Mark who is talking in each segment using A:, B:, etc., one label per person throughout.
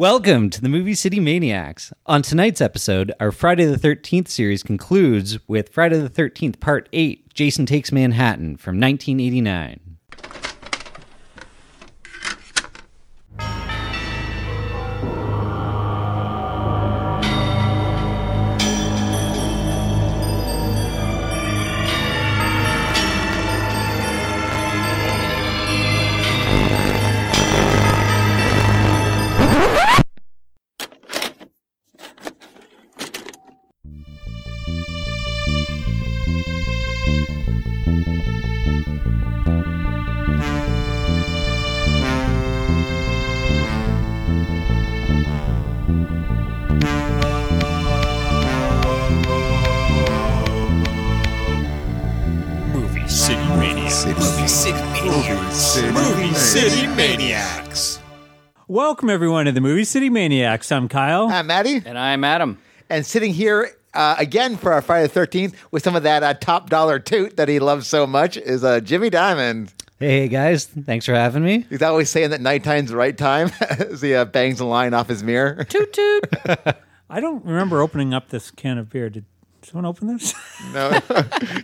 A: Welcome to the Movie City Maniacs. On tonight's episode, our Friday the 13th series concludes with Friday the 13th Part 8 Jason Takes Manhattan from 1989.
B: Movie City Maniacs. Movie City Maniacs. Movie City Maniacs.
C: Welcome everyone to the Movie City Maniacs. I'm Kyle.
D: I'm Uh, Maddie,
E: And I'm Adam.
D: and sitting here uh, again for our Friday the 13th with some of that uh, top dollar toot that he loves so much is uh, Jimmy Diamond.
A: Hey guys, thanks for having me.
D: He's always saying that nighttime's the right time as he uh, bangs the line off his mirror.
E: Toot toot.
C: I don't remember opening up this can of beer. Did someone open this?
D: No.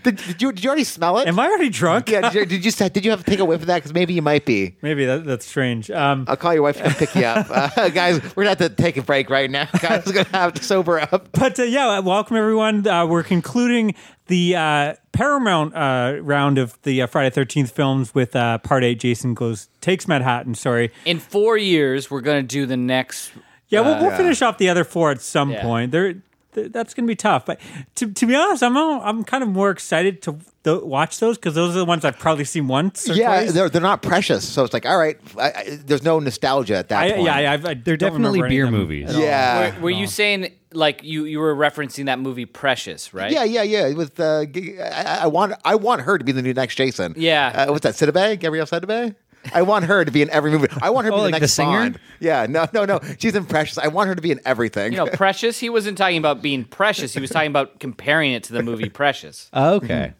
D: did, did, you, did you already smell it?
C: Am I already drunk?
D: yeah, did you, did, you, sa- did you have to take a whiff of that? Because maybe you might be.
C: Maybe that, that's strange. Um,
D: I'll call your wife to come pick you up. Uh, guys, we're going to have to take a break right now. Guys, we're going to have to sober up.
C: but uh, yeah, welcome everyone. Uh, we're concluding the uh, Paramount uh, round of the uh, Friday Thirteenth films with uh, Part Eight. Jason goes takes Manhattan. Sorry.
E: In four years, we're gonna do the next.
C: Uh, Yeah, we'll, we'll finish off the other four at some
E: Yeah.
C: point. They're, th- that's going to be tough. But to, to be honest, I'm all, I'm kind of more excited to th- watch those because those are the ones I've probably seen once. Or
D: Yeah,
C: twice.
D: they're, they're not precious. So it's like, all right, I, I, there's no nostalgia at that
C: I,
D: point.
C: yeah, I, I've- I
A: They're
C: don't remember
A: definitely
C: any
A: beer
C: of them.
A: movies.
D: Yeah.
E: Were, were you saying like you you were referencing that movie Precious, right?
D: Yeah, yeah, yeah. With uh, g- I, I want I want her to be the new next Jason.
E: Yeah.
D: Uh, what's that? Sidibe? Gabrielle Sidibe? I want her to be in every movie. I want her to
A: Oh, like
D: be the
A: the
D: next
A: singer?
D: Bond. Yeah. No, no, no. She's in Precious. I want her to be in everything.
E: You know, Precious. He wasn't talking about being precious. He was talking about comparing it to the movie Precious.
A: Okay.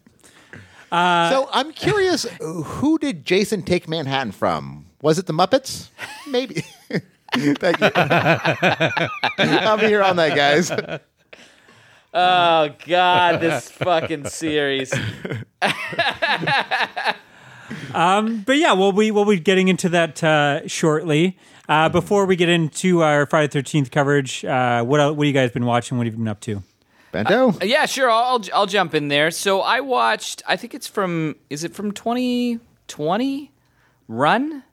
E: uh,
D: so I'm curious, who did Jason take Manhattan from? Was it the Muppets? Maybe. Thank you. I'll be here all night, guys.
E: Oh God, this fucking series.
C: But yeah, we'll be we'll be getting into that uh, shortly. Uh, before we get into our Friday Thirteenth coverage, uh, what el what you guys been watching? What have you been up to?
D: Bento?
E: Yeah, sure. I'll, I'll I'll jump in there. So I watched. I think it's from. Is it from 2020? Run.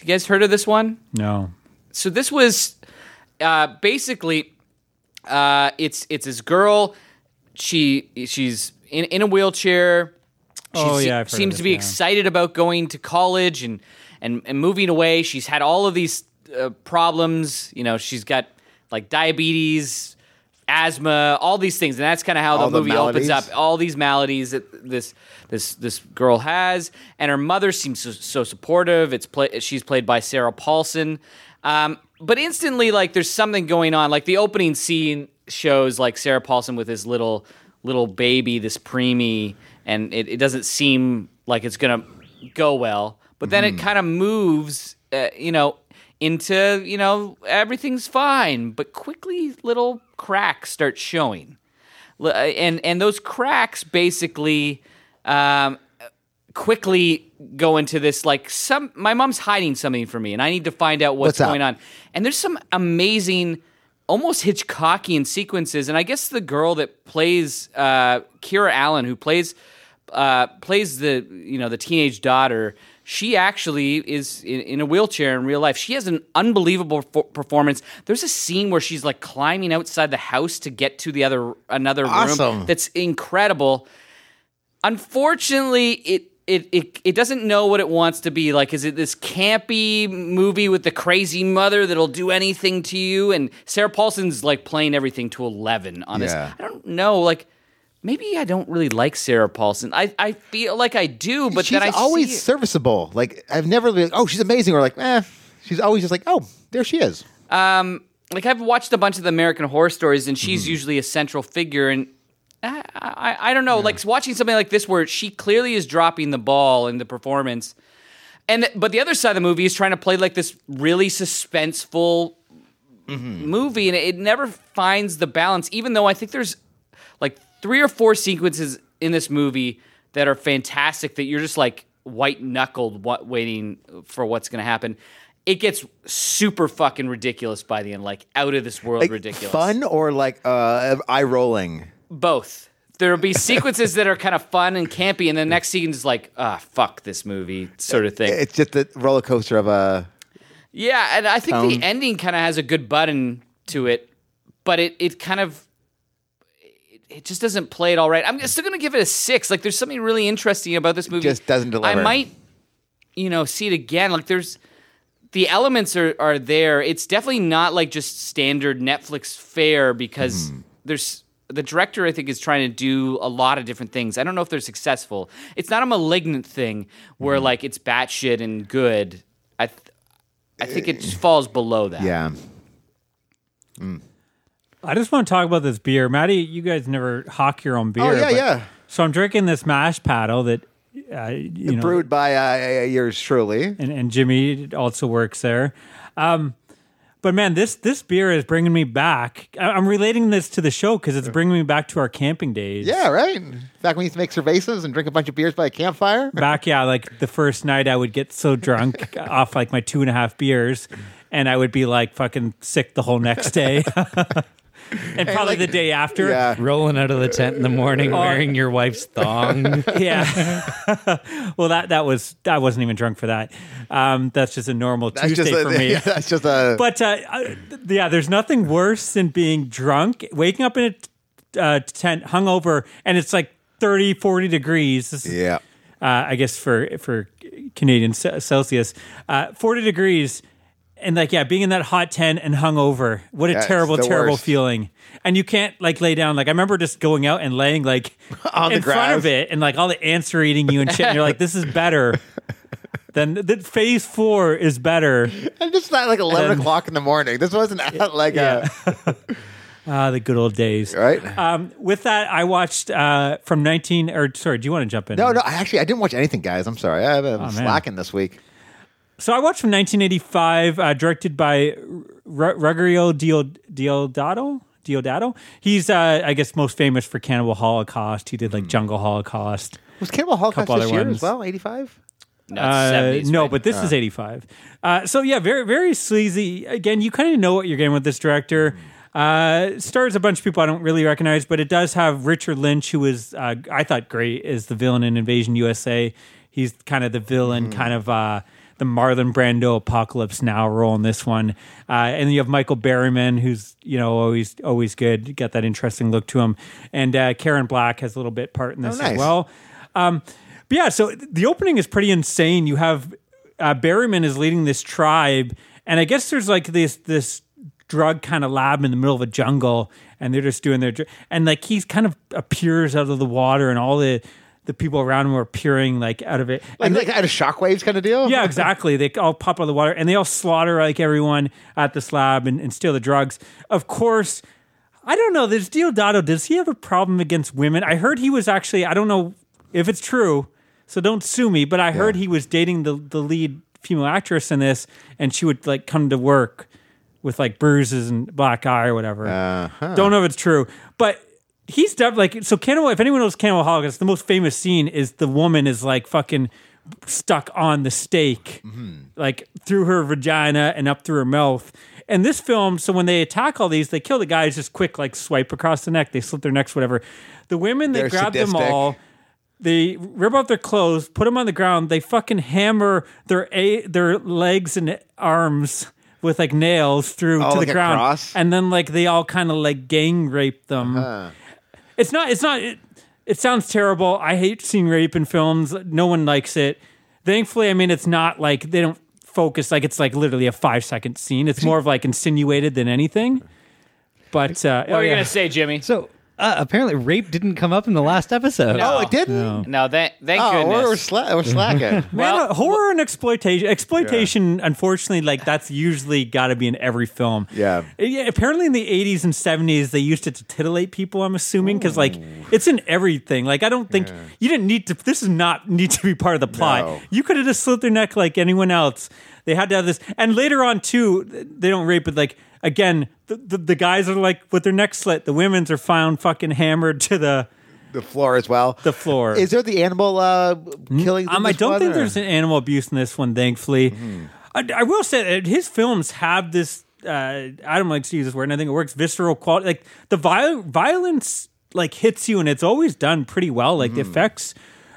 E: You guys heard of this one?
C: No,
E: so this was uh, basically uh, it's it's this girl. She she's in in a wheelchair. She
C: Oh,
E: se-
C: yeah, I've heard of
E: seems
C: this,
E: to be
C: yeah.
E: excited about going to college and and, and moving away. She's had all of these uh, problems. You know, she's got like diabetes, asthma, all these things, and that's kind of how
D: All
E: the
D: the
E: movie opens
D: maladies.
E: up all these maladies that this this this girl has, and her mother seems so, so supportive. It's play, she's played by Sarah Paulson, um, but instantly like there's something going on. Like the opening scene shows like Sarah Paulson with his little little baby, this preemie, and it, it doesn't seem like it's gonna go well. But then it kind of moves, uh, you know, into you know everything's fine, but quickly little cracks start showing. L- uh, and and those cracks basically um, quickly go into this like some my mom's hiding something from me and I need to find out what's,
D: What's up?
E: going on. And there's some amazing almost Hitchcockian sequences and I guess the girl that plays uh, Kira Allen who plays uh, plays the you know the teenage daughter she actually is in, in a wheelchair in real life she has an unbelievable fo- performance there's a scene where she's like climbing outside the house to get to the other another room
D: Awesome.
E: that's incredible unfortunately it it, it it doesn't know what it wants to be like is it this campy movie with the crazy mother that'll do anything to you and sarah paulson's like playing everything to 11 on this
D: Yeah.
E: i don't know like maybe i don't really like sarah paulson i, I feel like i do but
D: she's
E: then i
D: always
E: see,
D: serviceable. Like I've never been. Oh, she's amazing. Or like, eh. She's always just like, oh, there she is.
E: like I've watched a bunch of the American Horror Stories, and
D: Mm-hmm.
E: she's usually a central figure. And I, I, I don't know, like watching something like this where she clearly is dropping the ball in the performance, and but the other side of the movie is trying to play like this really suspenseful
D: Mm-hmm.
E: movie, and it never finds the balance. Even though I think there's like three or four sequences in this movie that are fantastic, that you're just like white knuckled, what waiting for what's going to happen. It gets super fucking ridiculous by the end, like out of this world
D: Like,
E: ridiculous.
D: Fun or like uh, eye rolling?
E: both. There'll be sequences that are kind of fun and campy, and the next scene is like, ah, fuck this movie, sort of thing.
D: It's just the roller coaster of a.
E: Yeah, and I think
D: Tone.
E: the ending kind of has a good button to it, but it it kind of it, it just doesn't play it all right. I'm still gonna give it a six. Like, there's something really interesting about this movie.
D: just doesn't deliver.
E: I might, you know, see it again. Like, there's the elements are are there. It's definitely not like just standard Netflix fare because
D: Mm-hmm.
E: there's the director I think is trying to do a lot of different things. I don't know if they're successful. It's not a malignant thing where
D: Mm-hmm.
E: like it's batshit and good. I th- I think it just falls below that.
D: Yeah.
C: I just want to talk about this beer, Maddie. You guys never hawk your own beer.
D: Oh yeah,
C: but-
D: yeah.
C: So I'm drinking this mash paddle that uh, you know,
D: Brewed by uh, yours truly.
C: and, and Jimmy also works there. Um, but man, this this beer is bringing me back. I- I'm relating this to the show because it's bringing me back to our camping days.
D: Yeah, right. Back when we used to make cervezas and drink a bunch of beers by a campfire.
C: Back, yeah, like the first night I would get so drunk off like my two and a half beers, and I would be like fucking sick the whole next day, and probably
D: like-
C: the day after.
D: Yeah.
A: Rolling out of the tent in the morning
D: Oh.
A: wearing your wife's thong.
C: yeah. well, that that was I wasn't even drunk for that. Um, that's just a normal
D: That's
C: Tuesday
D: just a,
C: for me.
D: yeah, that's just a.
C: But uh, uh, th- yeah, there's nothing worse than being drunk, waking up in a t- uh, tent, hungover, and it's like 30, 40 degrees. This is-
D: yeah.
C: uh, I guess for for Canadian C- Celsius, uh, forty degrees, and like yeah, being in that hot tent and hungover, what a
D: it's
C: terrible,
D: the
C: terrible
D: worst.
C: feeling. And you can't like lay down. Like I remember just going out and laying like
D: On the
C: in front of
D: grass.
C: it, and like all the ants are eating you and shit. And you're like, this is better. Then the phase four is better.
D: And it's not like eleven
C: And-
D: o'clock in the morning. This wasn't at like
C: Yeah. Ah, the good old days.
D: a right.
C: Um, with that, I watched uh, from 19 or sorry, do you want to jump in?
D: No, no. I actually I didn't watch anything, guys. I'm sorry. I, I'm
C: Oh, man.
D: slacking this week.
C: So I watched from 1985, uh, directed by R- Ruggiero Diod- Diodato. Diodato. He's, uh, I guess, most famous for Cannibal Holocaust. He did like Jungle Holocaust.
D: Was Cannibal Holocaust
C: Couple
D: this
C: other
D: year
C: ones.
D: as well? Eighty five.
E: No,
C: Uh,
E: it's 70s,
C: no,
E: right?
C: but this is 85. Uh, so yeah, very, very sleazy. Again, you kind of know what you're getting with this director. Uh, stars a bunch of people I don't really recognize, but it does have Richard Lynch, who is uh, I thought great is the villain in Invasion USA. He's kind of the villain, kind of uh, the Marlon Brando apocalypse now role in this one. Uh, and you have Michael Berryman, who's you know always always good, got that interesting look to him. And uh, Karen Black has a little bit part in this as
D: nice.
C: well. Um, but yeah, so the opening is pretty insane. You have uh, Berryman is leading this tribe, and I guess there's like this this drug kind of lab in the middle of a jungle, and they're just doing their dr- and like he's kind of appears out of the water, and all the the people around him are appearing like out of it.
D: Like, like out of shockwaves kind of deal.
C: Yeah, exactly. They all pop out of the water and they all slaughter like everyone at this lab and, and steal the drugs. Of course, I don't know. This Diodato, does he have a problem against women? I heard he was actually, I don't know if it's true, so don't sue me, but I heard he was dating the, the lead female actress in this and she would like come to work with like bruises and black eye or whatever.
D: Uh-huh.
C: Don't know if it's true, but he's definitely like so. Cannibal. If anyone knows Cannibal Holocaust, the most famous scene is the woman is like fucking stuck on the stake,
D: Mm-hmm.
C: like through her vagina and up through her mouth. And this film, so when they attack all these, they kill the guys just quick, like swipe across the neck, they slit their necks, whatever. The women, they
D: They're
C: grab them
D: sadistic.
C: all. They rip off their clothes, put them on the ground. They fucking hammer their a- their legs and arms with like nails through
D: Oh,
C: to
D: like
C: the
D: a
C: ground,
D: cross? Uh-huh.
C: and then like they all kind of like gang rape them. It's not. It's not. It, it sounds terrible. I hate seeing rape in films. No one likes it. Thankfully, I mean, it's not like they don't focus. Like it's like literally a five second scene. It's more of like insinuated than anything. But uh, oh,
E: What are you
C: yeah.
E: gonna say, Jimmy?
A: So uh, apparently, rape didn't come up in the last episode.
E: No.
D: Oh, it didn't.
E: No, that thank
D: Oh,
E: goodness.
D: we're, we're, sla- we're slacking.
C: Man,
E: Well,
C: uh, horror and exploitation. Exploitation, unfortunately, like that's usually got to be in every film.
D: Yeah.
C: Uh, yeah. Apparently, in the '80s and '70s, they used it to titillate people. I'm assuming because like it's in everything. Like I don't think you didn't need to. This is not need to be part of the plot.
D: No.
C: You could have just slit their neck like anyone else. They had to have this, and later on too, they don't rape, but like. again, the, the, the guys are like with their necks slit. The women's are found fucking hammered to the
D: the floor as well.
C: the floor.
D: Is there the animal uh, killing? in
C: Um, I
D: this Hmm.
C: don't
D: one,
C: think
D: or-
C: there's an animal abuse in this one, thankfully. I, I will say that his films have this. Uh, I don't like to use this word, and I think it works. Visceral quality, like the viol- violence, like hits you, and it's always done pretty well. Like the
D: Hmm.
C: effects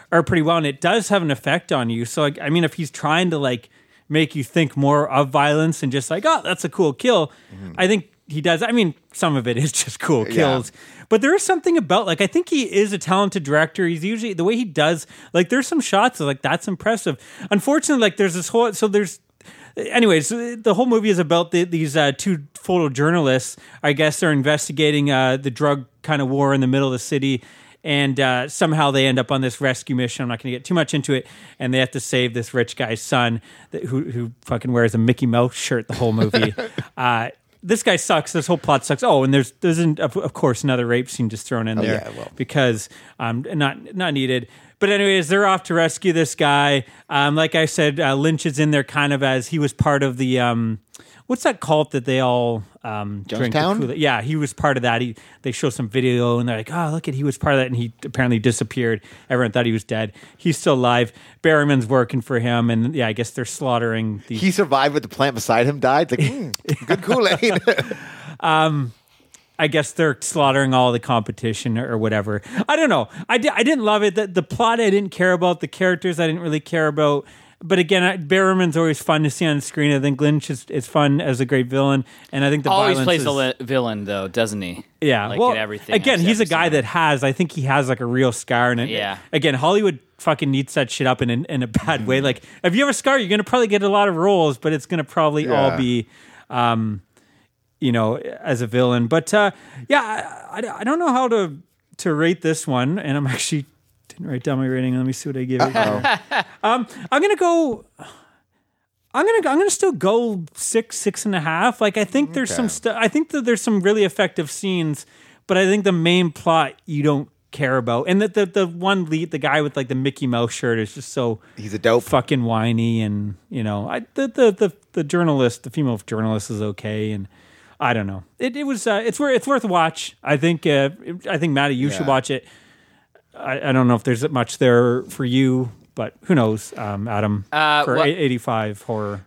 C: are pretty well, and it does have an effect on you. So, like, I mean, if he's trying to like make you think more of violence and just like, oh, that's a cool kill,
D: Hmm.
C: I think he does. I mean, some of it is just cool kills, but there is something about like I think he is a talented director. He's usually the way he does like there's some shots that, like that's impressive. Unfortunately, like there's this whole so there's anyways the whole movie is about the, these uh, two photojournalists. I guess they're investigating uh, the drug kind of war in the middle of the city. And uh, somehow they end up on this rescue mission. I'm not going to get too much into it. And they have to save this rich guy's son that, who, who fucking wears a Mickey Mouse shirt the whole movie. uh, this guy sucks. This whole plot sucks. Oh, and there's there's an, of, of course another rape scene just thrown in there because um not not needed. But anyways, they're off to rescue this guy. Um, like I said, uh, Lynch is in there kind of as he was part of the um, what's that cult that they all um, drink the
D: Jonestown?
C: Kool-Aid? Yeah, he was part of that. He they show some video and they're like, oh look at he was part of that, and he apparently disappeared. Everyone thought he was dead. He's still alive. Barryman's working for him, and yeah, I guess they're slaughtering the
D: He survived, but the plant beside him died. Like, hmm, good Kool Aid.
C: I guess they're slaughtering all the competition or or whatever. I don't know. I, di- I didn't love it. The, the plot I didn't care about. The characters I didn't really care about. But again, I, Barrowman's always fun to see on screen. I think Lynch is, is fun as a great villain, and I think the
E: Always
C: violence
E: plays
C: is,
E: the li- villain though, doesn't he?
C: yeah.
E: like
C: well,
E: in everything.
C: again,
E: I've
C: he's a
E: ever
C: guy
E: seen.
C: that has. I think he has like a real scar, and it-
E: Yeah.
C: Again, Hollywood fucking needs that shit up in in, in a bad way. Like, if you have a scar, you're gonna probably get a lot of roles, but it's gonna probably all
D: Yeah.
C: be. um you know, as a villain, but uh, yeah, I, I, I don't know how to to rate this one, and I'm actually didn't write down my rating. Let me see what I give it. um, I'm gonna go. I'm gonna I'm gonna still go six six and a half. Like I think there's some stuff. I think that there's some really effective scenes, but I think the main plot you don't care about, and that the the one lead the guy with like the Mickey Mouse shirt is just so
D: He's a dope.
C: fucking whiny, and you know I the the the, the journalist the female journalist is okay, and I don't know it it was uh, it's worth it's worth a watch. I think uh, I think Maddie you should
D: Yeah.
C: watch it. I, I don't know if there's much there for you, but who knows, um, Adam,
E: Uh,
C: for
E: wha-
C: 85 horror.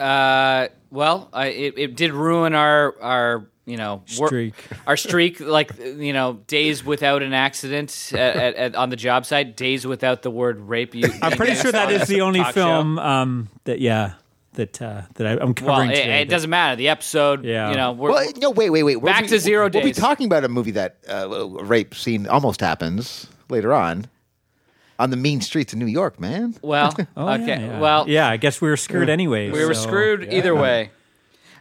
E: Uh, well, I, it, it did ruin our our you know
C: Streak.
E: our streak, like you know, days without an accident at, at, at, on the job site, days without the word rape. You,
C: I'm pretty sure that is the only
E: Talk show.
C: film um, that, yeah, that uh, that I, I'm
E: Well,
C: covering
E: it,
C: today.
E: it doesn't matter. The episode,
C: Yeah.
E: you know, we're,
D: Well, no, wait, wait, wait. We'll
E: Back
D: be-
E: to zero
D: We'll
E: days.
D: be talking about a movie that uh, a rape scene almost happens later on on the mean streets of New York, man.
E: well,
C: Oh, yeah,
E: okay,
C: yeah.
E: well,
C: yeah, I guess we were screwed anyway.
E: we were
C: so-
E: screwed either way.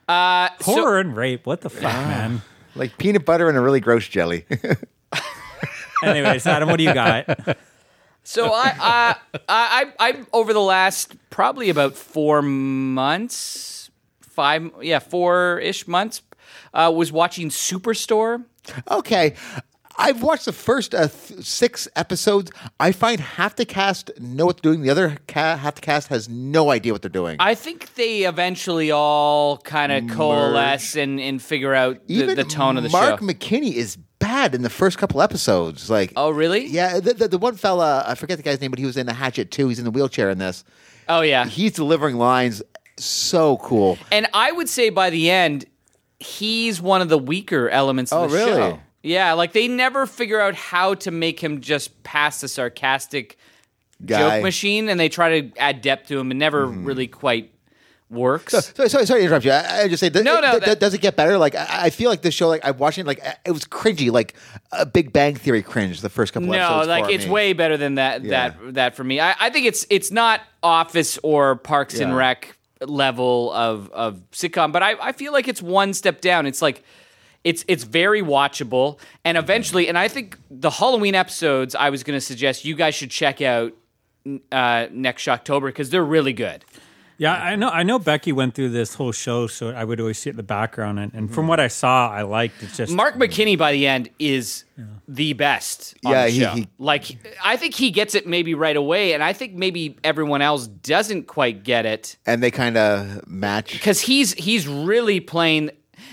E: Uh, so-
C: Horror and rape, what the fuck, man?
D: Like peanut butter and a really gross jelly.
C: Anyways, Adam, what do you got?
E: So I, I, I, I, I, over the last probably about four months, five, yeah, four ish months, uh, was watching Superstore.
D: okay. I've watched the first uh, th- six episodes. I find half the cast know what they're doing. The other ca- half the cast has no idea what they're doing.
E: I think they eventually all kind of coalesce and, and figure out the,
D: Even
E: the tone of the
D: Mark
E: show.
D: McKinney is bad in the first couple episodes. Like,
E: oh, really?
D: yeah, the, the, the one fella, I forget the guy's name, but he was in the Hatchet too. He's in the wheelchair in this.
E: Oh, yeah.
D: He's delivering lines so cool.
E: And I would say by the end, he's one of the weaker elements
D: Oh,
E: of the
D: really?
E: show. Yeah, like they never figure out how to make him just pass the sarcastic
D: Guy. Mm-hmm.
E: joke machine, and they try to add depth to him, and never really quite works.
D: So, sorry, sorry to interrupt you. I, I just say, th-
E: No, no,
D: th-
E: that-
D: th- does it get better? Like, I, I feel like this show, like I'm watching, it, like I- it was cringy, like a Big Bang Theory cringe. The first couple
E: no,
D: episodes.
E: like
D: for
E: it's
D: me.
E: way better than that.
D: Yeah.
E: That that for me, I, I think it's it's not Office or Parks and
D: Yeah.
E: Rec level of of sitcom, but I I feel like it's one step down. It's like. It's it's very watchable, and eventually, and I think the Halloween episodes I was going to suggest you guys should check out uh, next October because they're really good.
C: Yeah, I know. I know Becky went through this whole show, so I would always see it in the background. And, and from what I saw, I liked. It's just
E: Mark McKinney by the end is the best. On
D: Yeah,
E: the
D: he-
E: show.
D: he-
E: like I think he gets it maybe right away, and I think maybe everyone else doesn't quite get it.
D: and they kind of match.
E: because he's he's really playing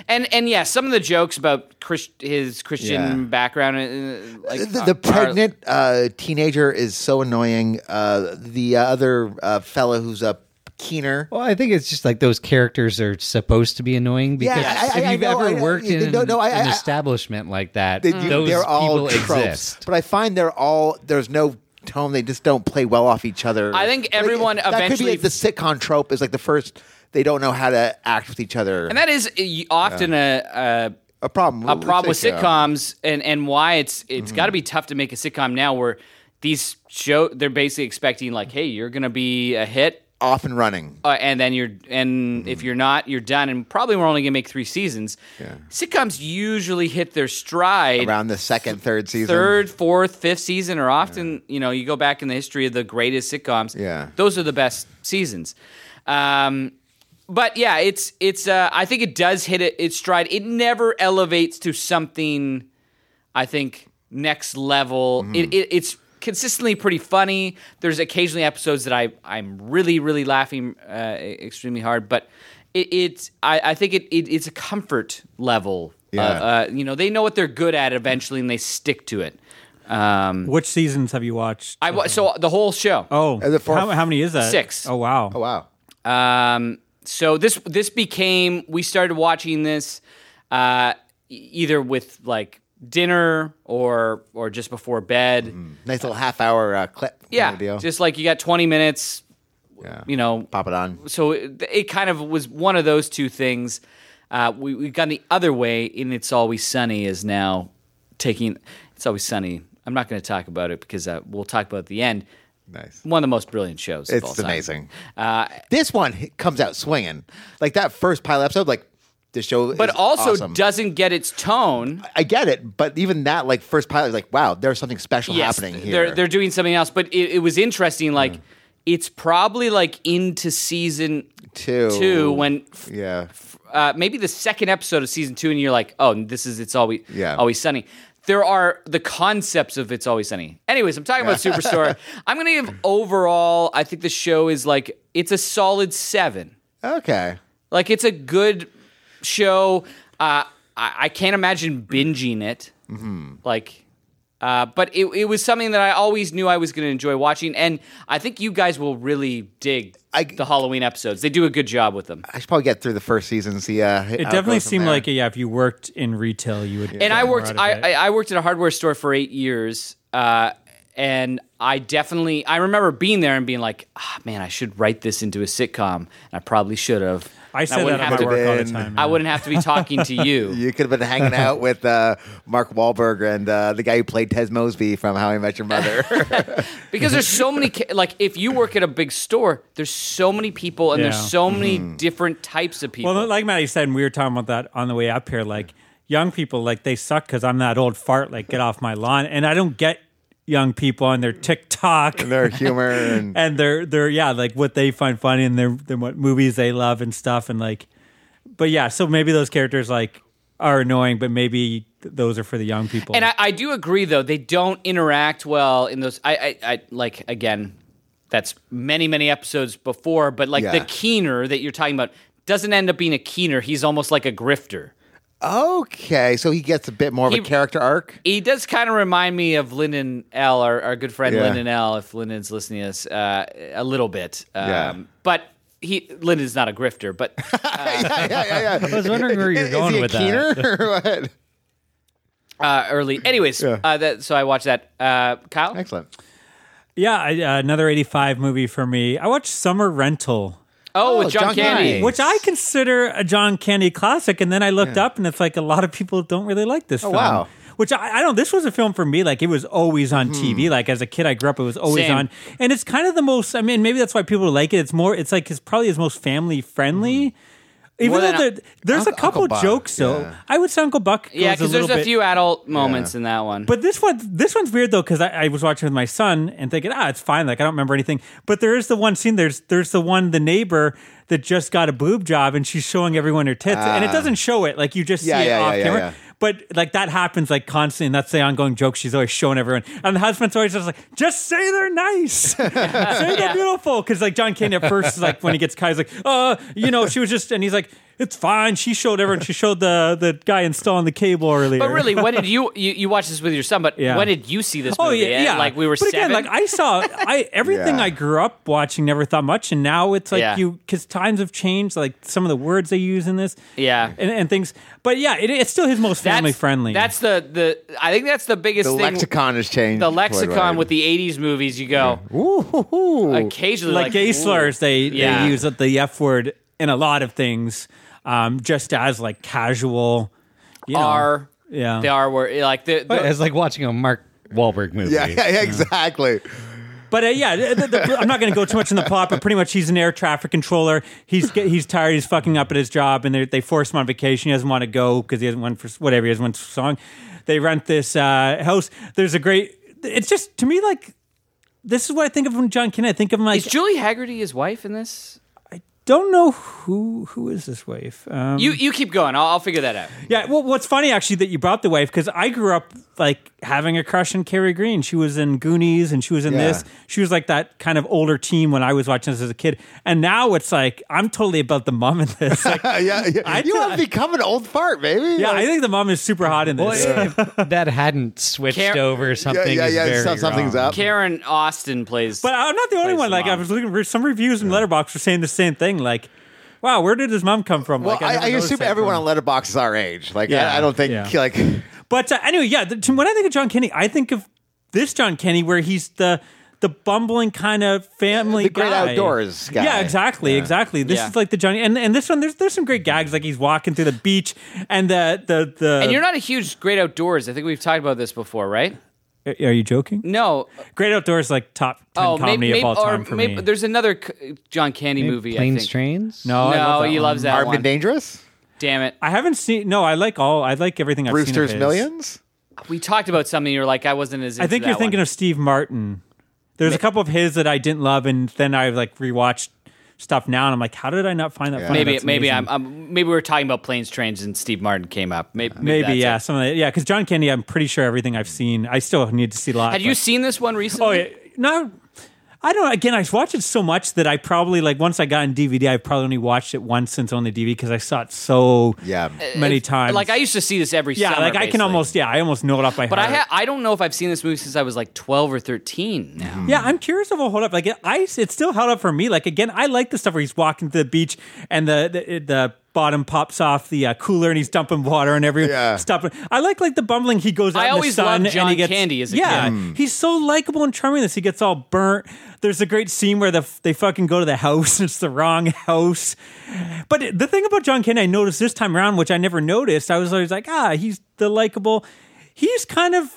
E: and and yeah, some of the jokes about Chris, his Christian
D: Yeah.
E: background, uh, like
D: the,
E: are-
D: the
E: are-
D: pregnant uh, teenager is so annoying. Uh, the other uh, fellow who's a keener.
A: Well, I think it's just like those characters are supposed to be annoying because
D: Yeah, I- I-
A: if
D: I
A: you've
D: know,
A: ever
D: I know.
A: worked in
D: No, no, I-
A: an
D: I-
A: establishment like that,
D: They- you-
A: those
D: they're all
A: people
D: tropes,
A: exist.
D: but I find they're all there's no tone. They just don't play well off each other.
E: I think everyone
D: that could be
E: eventually-
D: like the sitcom trope is like the first they don't know how to act with each other.
E: and that is uh, often a. a
D: a problem.
E: a problem with sitcoms and and why it's
D: Mm-hmm.
E: it's got to be tough to make a sitcom now where these show they're basically expecting like hey you're gonna be a hit
D: Off and running.
E: uh, and then you're and
D: Mm-hmm.
E: if you're not you're done and probably we're only gonna make three seasons sitcoms usually hit their stride
D: Around the second, third season.
E: third fourth fifth season or often you know you go back in the history of the greatest sitcoms
D: Yeah.
E: those are the best seasons um but yeah it's it's uh i think it does hit it its stride it never elevates to something I think next level.
D: Mm-hmm.
E: It, it, it's consistently pretty funny. There's occasionally episodes that I I'm really really laughing uh, extremely hard, but it, it's I, I think it, it it's a comfort level.
D: Yeah.
E: Uh, uh, you know they know what they're good at eventually, and they stick to it. Um,
C: Which seasons have you watched?
E: I wa- so the whole show.
C: oh,
D: Uh, the four-
C: how, how many is that?
E: Six.
C: Oh wow.
D: Oh wow.
E: Um, so this this became we started watching this uh, e- either with like dinner or or just before bed.
D: Nice little half hour uh, clip.
E: Yeah,
D: kind of Mm-hmm. Deal.
E: just like you got 20 minutes,
D: yeah.
E: you know.
D: Pop it on.
E: So it, it kind of was one of those two things. Uh, we, we've gone the other way, and It's Always Sunny is now taking It's Always Sunny. I'm not going to talk about it because uh, we'll talk about it at the end.
D: Nice.
E: One of the most brilliant shows. of all
D: It's
E: time.
D: amazing.
E: Uh,
D: this one h- comes out swinging. Like that first pilot episode, like the show.
E: But
D: is
E: also
D: awesome.
E: doesn't get its tone.
D: I get it, but even that, like first pilot, is like wow, there's something special
E: Yes,
D: happening here. Hmm.
E: They're they're doing something else, but it, it was interesting. Like it's probably like into season
D: Two.
E: two when
D: yeah,
E: uh, maybe the second episode of season two, and you're like, oh, this is it's always
D: Yeah.
E: always sunny. There are the concepts of it's always sunny. Anyways, I'm talking about Superstore. I'm gonna give overall. I think the show is like it's a solid seven.
D: okay.
E: Like it's a good show. Uh, I, I can't imagine binging it. Like, uh, but it, it was something that I always knew I was going to enjoy watching, and I think you guys will really dig
D: I-
E: the Halloween episodes. They do a good job with them.
D: I should probably get through the first season and see. Uh,
C: It definitely seemed like yeah, if you worked in retail, you would.
E: and I worked I, I
C: I,
E: I worked at a hardware store for eight years, uh, and I definitely I remember being there and being like, ah, man, I should write this into a sitcom, and I probably should have.
C: I
E: And
C: said that
E: wouldn't
C: at my
E: have to-
C: work all the
D: been-
C: time.
E: I
C: yeah.
E: wouldn't have to be talking to you.
D: You could have been hanging out with uh, Mark Wahlberg and uh, the guy who played Tes Mosby from How I Met Your Mother.
E: because there's so many ca- like if you work at a big store there's so many people and
C: Yeah.
E: there's so many
D: Hmm.
E: different types of people
C: Well, like Maddie said, and we were talking about that on the way up here. Like young people, like they suck because I'm that old fart. Like get off my lawn, and I don't get young people and their TikTok
D: and their humor and
C: and their their yeah, like what they find funny and their, their what movies they love and stuff, and like, but yeah, so maybe those characters like are annoying, but maybe th- those are for the young people.
E: and I, I do agree though they don't interact well in those i i, I like again that's many many episodes before but like the
D: Yeah.
E: keener that you're talking about doesn't end up being a keener he's almost like a grifter
D: okay, so he gets a bit more of
E: He-
D: a character arc.
E: he does kind of remind me of Lyndon L, our, our good friend
D: Yeah.
E: Lyndon L, if Lyndon's listening to us, uh, a little bit. Um,
D: Yeah.
E: But he Lyndon's not a grifter, but
D: yeah, yeah, yeah, yeah.
A: I was wondering where you're
D: Is
A: going
D: he a
A: with that.
D: keener or what?
E: uh, early. Anyways, uh, that, so I watched that. Uh, Kyle,
D: Excellent.
C: yeah, I, uh, another '85 movie for me. I watched Summer Rental.
E: oh, with
D: Oh,
E: John,
D: John
E: Candy.
D: Candy.
C: Which I consider a John Candy classic, and then I looked up, and it's like a lot of people don't really like this.
E: Oh,
C: film.
D: wow.
C: Which I, I don't. This was a film for me. Like it was always on TV. Like as a kid, I grew up. It was always
E: Hmm. Same.
C: on, and it's kind of the most. I mean, maybe that's why people like it. It's more. It's like it's probably his most family
E: Hmm.
C: friendly. Even
E: More than
C: though there, there's a
D: Uncle-
C: couple
D: Uncle Buck,
C: jokes though.
D: yeah.
C: I would say Uncle Buck.
E: Yeah,
C: because
E: because there's a few adult moments
D: Yeah.
E: in that one.
C: but this one, this one's weird though, because I, I was watching with my son and thinking, ah, it's fine. Like I don't remember anything. But there is the one scene. There's there's the one the neighbor that just got a boob job and she's showing everyone her tits, and it doesn't show it. Like you just
D: Ah. Yeah,
C: see it
D: yeah,
C: off
D: yeah, yeah,
C: camera.
D: yeah.
C: But like that happens like constantly, and that's the ongoing joke she's always showing everyone. And the husband's always just like, just say they're nice, say they're beautiful, because like John Candy at first is like when he gets cut, he's like, uh, you know, she was just, and he's like. it's fine. She showed everyone. She showed the the guy installing the cable earlier.
E: But really, when did you you, you watch this with your son? But
C: Yeah.
E: when did you see this
C: Oh
E: movie?
C: yeah, yeah.
E: Like we were
C: but Again,
E: seven.
C: like I saw, I everything
D: Yeah.
C: I grew up watching never thought much, and now it's like
E: Yeah.
C: you because times have changed. Like some of the words they use in this,
E: Yeah.
C: and, and things. But yeah, it, it's still his most
E: That's-
C: family friendly.
E: That's the the. I think that's the biggest
D: The
E: thing.
D: lexicon has changed.
E: the lexicon with the '80s movies. You go occasionally
C: like,
E: like
C: gay
E: ooh.
C: slurs. They
E: Yeah.
C: they use the f word in a lot of things, um, just as like casual. You know,
E: R.
C: yeah. Oh,
E: The R word. Like the, the
A: It's like watching a Mark Wahlberg movie.
D: Yeah, yeah, yeah, exactly.
C: But uh, yeah, the, the, the, I'm not going to go too much in the plot. But pretty much, he's an air traffic controller. He's he's tired. He's fucking up at his job, and they they force him on vacation. He doesn't want to go because he hasn't one for whatever he has one song. They rent this uh, house. There's a great. It's just to me like this is what I think of when John Kennedy. I think of him like
E: is Julie Haggerty his wife in this?
C: don't know who who is this wife. Um,
E: You you keep going. I'll, I'll figure that out.
C: yeah. Well, what's funny actually that you brought the wife because I grew up like having a crush on Carrie Green. She was in Goonies and she was in
D: Yeah.
C: this. She was like that kind of older team when I was watching this as a kid. And now it's like I'm totally about the mom in this. Like,
D: Uh, yeah, yeah.
C: I
D: you
C: thought-
D: have become an old fart, baby.
C: yeah,
D: Like,
C: I think the mom is super hot in
A: Well,
C: this.
A: if that hadn't switched
E: Car-
A: over, something
D: yeah,
A: is
D: yeah,
A: very
D: yeah. some- Something's
A: wrong.
D: up.
E: Karen Austin plays.
C: But I'm not the only
E: Plays
C: one.
E: the
C: Like I
E: mom.
C: was looking for some reviews in Letterbox were saying the same thing. Like, wow, where did his mom come from?
D: Well,
C: like,
D: I,
C: never
D: I
C: noticed
D: assume
C: that
D: everyone
C: from-
D: on Letterbox is our age. Like,
C: Yeah,
D: I, I don't think
C: yeah.
D: like
C: But uh, anyway, yeah. The, to- when I think of John Kenny, I think of this John Kenny, where he's the the bumbling kind of family
D: The great
C: guy.
D: outdoors guy.
C: Yeah, exactly, exactly. This
E: Yeah.
C: is like the Johnny, and and this one, there's there's some great gags. Like he's walking through the beach, and the the the.
E: and you're not a huge Great Outdoors. I think we've talked about this before, right?
C: Are you joking?
E: No.
C: Great outdoors, is, like top ten
E: Oh,
C: comedy
E: maybe, maybe
C: of all
E: or
C: time for
E: maybe
C: me.
E: there's another c- John Candy movie. I
A: Planes,
E: think.
A: trains.
C: no, I
E: No,
C: love that
E: he
C: one.
E: loves that
D: Armed
E: one.
D: and Dangerous,
E: Damn it!
C: I haven't seen. No, I like all. I like everything. I've seen of
D: Brewster's
C: his.
D: Millions.
E: We talked about something. You're like, I wasn't as. Into
C: I think you're thinking of Steve Martin. There's a couple of his that I didn't love, and then I like rewatched stuff now, and I'm like, how did I not find that funny?
E: maybe
C: That's
E: maybe
C: amazing.
E: I'm, I'm maybe we were talking about planes, trains, and Steve Martin came up. Maybe maybe,
C: Maybe
E: that's
C: yeah,
E: it.
C: some of that, yeah, because John Candy, I'm pretty sure everything I've seen, I still need to see a lot.
E: Had you
C: but-
E: seen this one recently?
C: Oh yeah, no, I don't. Again, I watched it so much that I probably like once I got on DVD, I probably only watched it once since on the DVD because I saw it so
D: Yeah.
C: many times.
E: Like I used to see this every
C: yeah,
E: summer,
C: like I
E: basically.
C: can almost yeah, I almost know it off by
E: But I
C: heart.
E: ha- I don't know if I've seen this movie since I was like 12 or 13 now.
C: Yeah, I'm curious if it'll hold up. Like, it- I, it still held up for me. Like, again, I like the stuff where he's walking to the beach and the the, the bottom pops off the uh, cooler and he's dumping water and every
D: Yeah.
C: stuff. I like like the bumbling. He goes out
E: I
C: in
E: always
C: the sun
E: loved
C: and
E: John
C: he gets
E: Candy as a
C: yeah.
E: kid.
C: He's so likable and charming. in This he gets all burnt. There's a great scene where the they fucking go to the house. It's the wrong house. But the thing about John Candy, I noticed this time around, which I never noticed. I was always like, ah, he's the likable. He's kind of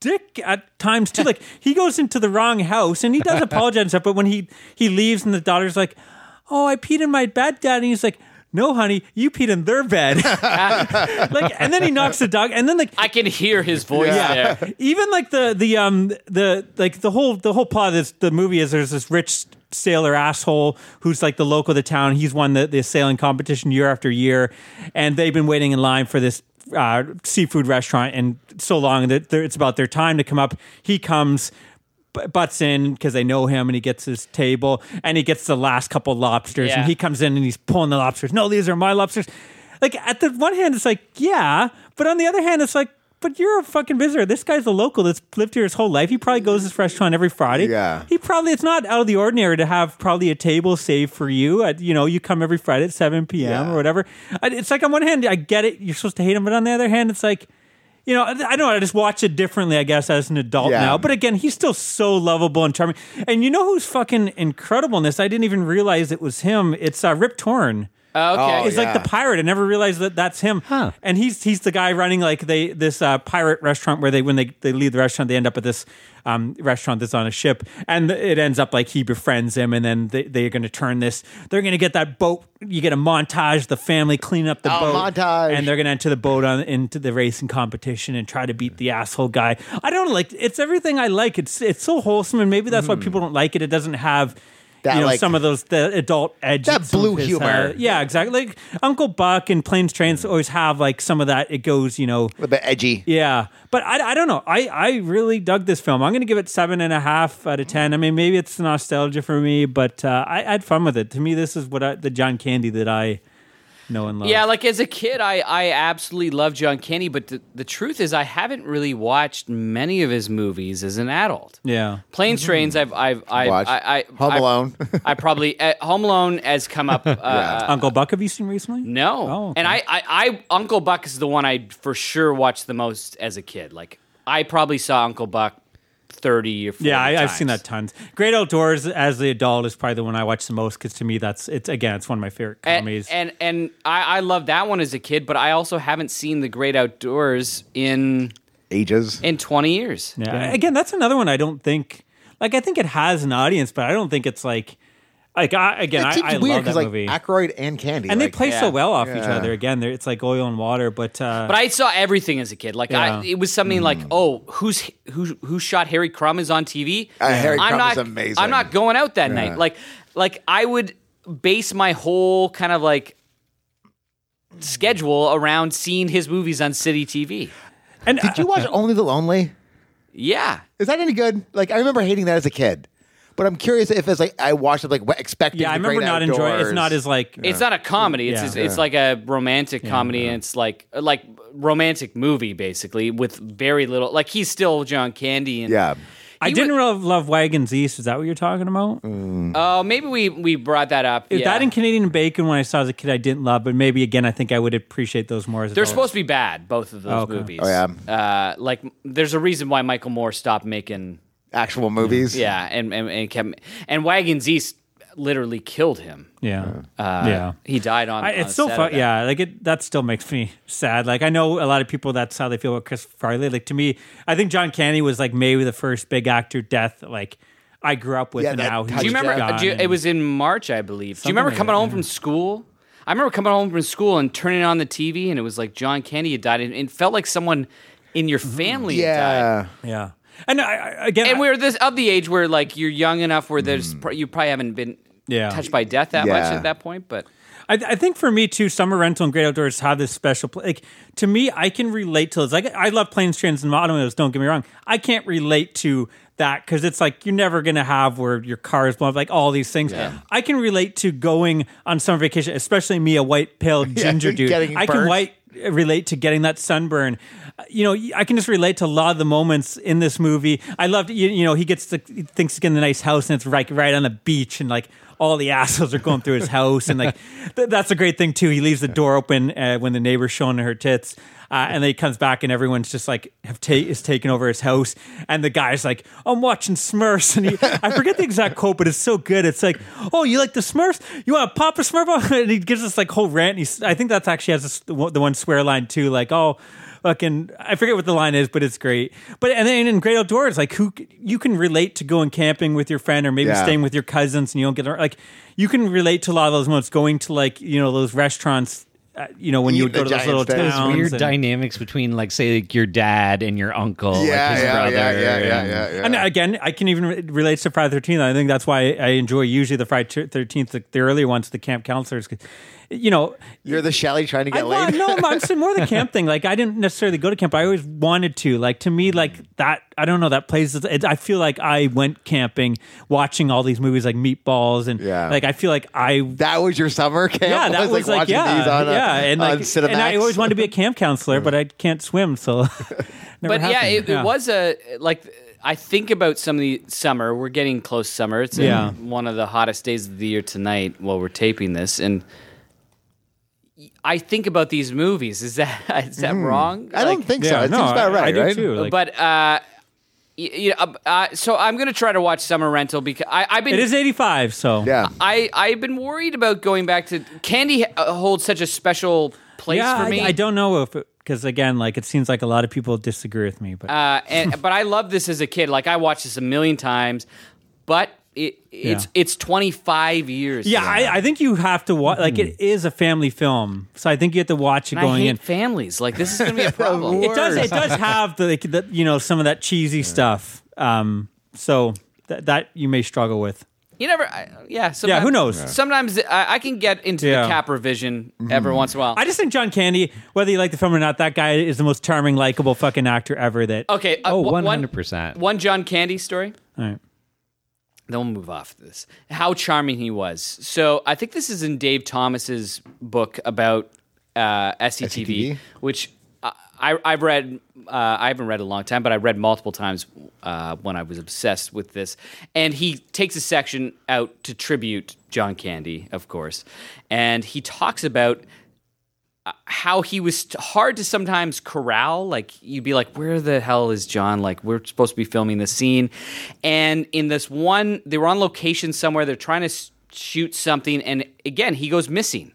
C: dick at times too. Like he goes into the wrong house and he does apologize and stuff, but when he he leaves and the daughter's like, "Oh, I peed in my bed, dad," and he's like. No, honey, you peed in their bed. like, and then he knocks the dog, and then like
E: I can hear his voice there.
C: even like the the um the like the whole the whole plot of this the movie is there's this rich sailor asshole who's like the local of the town. He's won the, the sailing competition year after year, and they've been waiting in line for this uh, seafood restaurant and so long that they're- it's about their time to come up. He comes. b- Butts in because they know him, and he gets his table, and he gets the last couple lobsters,
E: Yeah.
C: and he comes in and he's pulling the lobsters. No, these are my lobsters. Like at the one hand, it's like yeah, but on the other hand, it's like, but you're a fucking visitor. This guy's a local that's lived here his whole life. He probably goes to this restaurant every Friday.
D: Yeah.
C: he probably it's not out of the ordinary to have probably a table saved for you. At, you know, you come every Friday at seven p.m.
D: Yeah.
C: or whatever. I- It's like on one hand, I get it. You're supposed to hate him, but on the other hand, it's like. You know, I I don't know. I just watch it differently, I guess, as an adult
D: Yeah.
C: now. But again, he's still so lovable and charming. And you know who's fucking incredible in this? I didn't even realize it was him. It's uh, Rip Torn.
E: Okay.
D: Oh,
C: It's like
D: yeah.
C: the pirate. I never realized that that's him.
A: Huh.
C: And he's he's the guy running like they this uh, pirate restaurant where they when they, they leave the restaurant they end up at this um, restaurant that's on a ship and it ends up like he befriends him and then they, they're going to turn this they're going to get that boat you get a montage the family clean up the
D: Oh,
C: boat
D: montage.
C: and they're going to enter the boat on into the racing competition and try to beat the asshole guy. I don't know, like it's everything I like. It's it's so wholesome and maybe that's why people don't like it. It doesn't have
D: Mm-hmm. That,
C: you know
D: like-
C: some of those the adult edge
D: That
C: of some of
D: blue
C: his,
D: humor.
C: uh, yeah, exactly. Like Uncle Buck and Planes Trains always have like some of that. It goes, you know,
D: a bit edgy.
C: yeah, but I, I don't know. I, I really dug this film. I'm going to give it seven and a half out of ten. I mean, maybe it's nostalgia for me, but uh, I, I had fun with it. To me, this is what I, the John Candy that I know and love.
E: Yeah, like as a kid, I, I absolutely loved John Candy, but the, the truth is, I haven't really watched many of his movies as an adult.
C: yeah,
E: Planes, trains, I've, I've, I've
D: Watch.
E: I, I,
D: Home
E: I-
D: Alone.
E: I probably uh, Home Alone has come up. Uh,
C: Uncle Buck. Have you seen recently?
E: No,
C: Oh, okay.
E: and I, I, I, Uncle Buck is the one I for sure watched the most as a kid. Like I probably saw Uncle Buck thirty or 40
C: Yeah, I, I've
E: times.
C: seen that tons. Great Outdoors as the adult is probably the one I watch the most because to me that's it's again it's one of my favorite
E: And
C: comedies.
E: and, and I, I love that one as a kid, but I also haven't seen The Great Outdoors in
D: Ages.
E: in twenty years.
C: yeah. Again, that's another one I don't think like I think it has an audience, but I don't think it's like like I, again
D: it seems
C: I, I
D: weird
C: love that
D: like
C: movie.
D: Aykroyd and Candy,
C: and they
D: like,
C: play so
E: Yeah.
C: well off each
D: Yeah.
C: other. Again, they're, it's like oil and water, but, uh,
E: But I saw everything as a kid. Like I,
C: Yeah. Mm.
E: it was something like, oh, who's who? Who shot Harry Crumb is on TV.
D: Uh, Harry
E: I'm
D: Crumb
E: not,
D: is amazing.
E: I'm not going out that night. Like, like I would base my whole kind of like schedule around seeing his movies on city TV.
C: and
D: Did you watch Only the Lonely?
E: Yeah,
D: Is that any good? Like I remember hating that as a kid, but I'm curious if it's like I watched it like what- expecting.
C: yeah, I
D: the
C: remember
D: Great
C: not enjoying. It's
D: Outdoors.
C: not as like
E: it's not a comedy. It's
C: Yeah.
E: it's, it's like a romantic comedy, and it's like like romantic movie basically with very little. Like he's still John Candy, and
D: Yeah,
C: I
E: he
C: didn't
E: would-
C: love, love Wagons East. Is that what you're talking about?
D: Mm.
E: Oh, maybe we we brought that up.
C: If
E: yeah.
C: That and Canadian Bacon when I saw as a kid I didn't love, but maybe again I think I would appreciate those more as
E: They're
C: adults.
E: supposed to be bad, both of those
C: Okay.
E: movies.
D: Oh, yeah.
E: Uh, like, there's a reason why Michael Moore stopped making.
D: actual movies.
E: Yeah, and and, and kept and Wagons East literally killed him.
C: Yeah.
E: Uh,
C: yeah.
E: he died on.
C: I,
E: on
C: it's so
E: set of
C: fun.
E: uh, that.
C: Yeah. Like it, that still makes me sad. Like I know a lot of people, that's how they feel about Chris Farley. Like to me, I think John Candy was like maybe the first big actor death, like I grew up with
D: Yeah,
C: and
D: that
C: now he's
E: Do you remember?
C: gone
E: do you- it
C: and-
E: was in March, I believe. Do you
C: Something
E: remember
C: like
E: coming
C: that,
E: home from school? I remember coming home from school and turning on the TV, and it was like John Candy had died, and it felt like someone in your
C: Mm-hmm.
E: family had died.
D: yeah.
C: Yeah. And I, I, again,
E: and
C: I-
E: we're this of the age where like you're young enough where there's pr- you probably haven't been
C: Mm. Yeah.
E: touched by death that much
D: Yeah.
E: at that point, but
C: I, I think for me too, summer rental and great outdoors have this special. Pl- like to me, I can relate to this. Like I love planes, trains, and automobiles. Don't get me wrong. I can't relate to that because it's like you're never gonna have where your car is blown up, like all these things. I can relate to going on summer vacation, especially me, a white pale ginger dude.
D: getting
C: I can
D: burnt.
C: white relate to getting that sunburn. Uh, You know, I can just relate to a lot of the moments in this movie. I loved, you, you know, he gets the he thinks he's getting a nice house and it's right right on the beach and like all the assholes are going through his house and like th- that's a great thing too. He leaves the door open uh, when the neighbor's showing her tits. Uh, and then he comes back and everyone's just like have ta- is taken over his house and the guy's like I'm watching Smurfs and he, I forget the exact quote but it's so good it's like oh you like the Smurfs you want to pop a Smurf on?" and he gives us like whole rant and he's, I think that's actually has this, the one the one swear line too like oh fucking I forget what the line is but it's great but and then in Great Outdoors like who c- you can relate to going camping with your friend or maybe
D: Yeah.
C: staying with your cousins and you don't get like you can relate to a lot of those moments going to like you know those restaurants uh, you know when you would go
D: Eating
C: to
D: the
C: those
D: giant
C: little
D: steak.
C: towns
D: Those
A: There's weird
C: and-
A: dynamics between, like, say, like your dad and your
C: Oh,
A: uncle, like
D: Yeah,
A: his
D: yeah,
A: brother.
D: yeah, yeah, yeah,
A: and-
D: yeah, yeah.
C: And again, I can even re- relate to Friday Thirteenth. I think that's why I enjoy usually the Friday Thirteenth, the, the earlier ones, the camp counselors. 'cause, You know,
D: You're the Shelly trying to
C: I
D: get
C: well,
D: laid.
C: no, I'm- I'm saying more the camp thing. Like I didn't necessarily go to camp, but I always wanted to. Like to me,
D: Mm.
C: like that. I don't know that plays. It, I feel like I went camping, watching all these movies like Meatballs, and
D: Yeah.
C: like I feel like I
D: That was your summer camp.
C: yeah, that
D: was, like, watching
C: yeah,
D: these on, uh,
C: yeah, and
D: on
C: like,
D: Cinemax.
C: and I always wanted to be a camp counselor, but I can't swim, so. never
E: but yeah
C: happened.
E: it, it was a like I think about some of the summer. We're getting close summer. It's
C: Yeah.
E: in one of the hottest days of the year tonight while we're taping this, and I think about these movies. Is that is that
C: Mm.
E: wrong?
D: I don't
E: Like,
D: think so.
C: Yeah,
D: It
C: no,
D: seems about
C: I- I
D: right,
C: do
D: right?
C: too. Like,
E: but uh, y- you know, uh, uh, so I'm gonna try to watch Summer Rental because I, I've been
C: it is 85, so
D: Yeah.
E: I I've been worried about going back to Candy uh, holds such a special place
C: yeah.
E: for
C: I,
E: me.
C: I don't know if because again, like it seems like a lot of people disagree with me, but
E: Uh, and, but I love this as a kid. Like I watched this a million times, but it, it's
C: Yeah.
E: it's 25 years.
C: yeah, I, I think you have to watch. Like it
D: Mm-hmm.
C: is a family film, so I think you have to watch it
E: and I
C: going
E: hate
C: in.
E: families. Like this is gonna be a problem.
C: It does. It does have the, like, the you know some of that cheesy stuff. Um, so th- that you may struggle with.
E: You never, I, yeah. Sometimes,
C: who knows? Yeah.
E: Sometimes I, I can get into
C: Yeah. Mm-hmm.
E: the cap revision every once in a while.
C: I just think John Candy, whether you like the film or not, that guy is the most charming, likable fucking actor ever. That
E: okay. Uh,
A: Oh,
E: one-
A: 100%.
E: One, one John Candy story.
C: All right.
E: Then we'll move off this. How charming he was. So I think this is in Dave Thomas's book about uh, SCTV,
D: SCTV?
E: which I, I, I've read. Uh, I haven't read in a long time, but I read multiple times uh, when I was obsessed with this. And he takes a section out to tribute John Candy, of course, and he talks about how he was t- hard to sometimes corral. Like you'd be like, "Where the hell is John? Like we're supposed to be filming this scene," and in this one, they were on location somewhere. They're trying to s- shoot something, and again, he goes missing.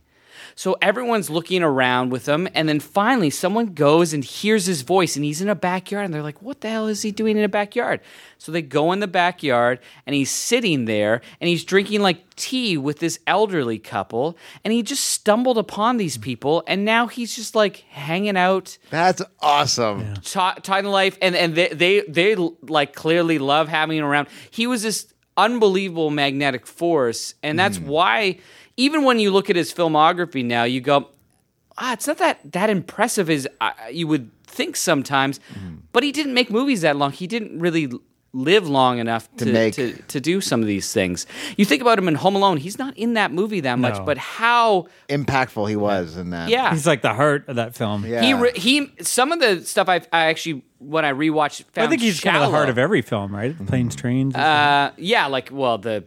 E: So everyone's looking around with him, and then finally, someone goes and hears his voice, and he's in a backyard, and they're like, "What the hell is he doing in a backyard?" So they go in the backyard, and he's sitting there, and he's drinking like tea with this elderly couple, and he just stumbled upon these people, and now he's just like hanging out,
D: That's awesome.
E: ta- talking life, and and they, they they like clearly love having him around. He was this unbelievable magnetic force, and that's why even when you look at his filmography now, you go, ah, it's not that that impressive as uh, you would think sometimes. But he didn't make movies that long. He didn't really l- live long enough to to,
D: make.
E: to do some of these things. You think about him in Home Alone. He's not in that movie that much, but how?
D: Impactful he was in that.
E: Yeah,
C: he's like the heart of that film.
D: Yeah.
E: he re- he. Some of the stuff I've, I actually when I rewatched,
C: I
E: found
C: think he's kind of the
E: shallow.
C: heart of every film, right? Planes,
D: Mm-hmm.
C: trains.
E: Uh, yeah, like well the.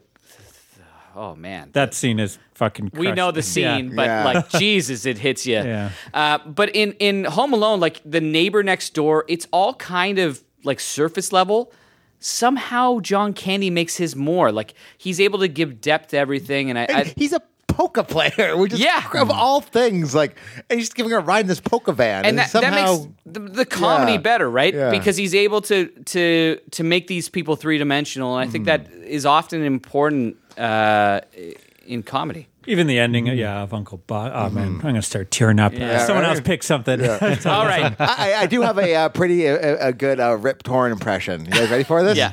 E: Oh man,
C: that scene is fucking.
E: we
C: crushed.
E: know the
C: Yeah.
E: scene, but
D: Yeah.
E: like Jesus, it hits you.
C: Yeah.
E: Uh, but in in Home Alone, like the neighbor next door, it's all kind of like surface level. Somehow John Candy makes his more like he's able to give depth to everything, and I, I
D: He's a poker player, which is
E: Yeah.
D: of all things. Like, and he's giving her a ride in this poker van,
E: and
D: and,
E: that,
D: somehow
E: that makes the, the comedy
D: Yeah.
E: better, right?
D: Yeah.
E: Because he's able to to to make these people three dimensional, and I
D: Hmm.
E: think that is often important uh, in comedy.
C: Even the ending,
A: Mm.
C: yeah, of Uncle Bob.
A: Mm-hmm.
C: Oh man, I'm gonna start tearing up. Someone
D: right?
C: else pick something.
E: All right,
D: I, I do have a uh, pretty uh, a, a good uh, Rip Torn impression. You guys ready for this?
E: yeah.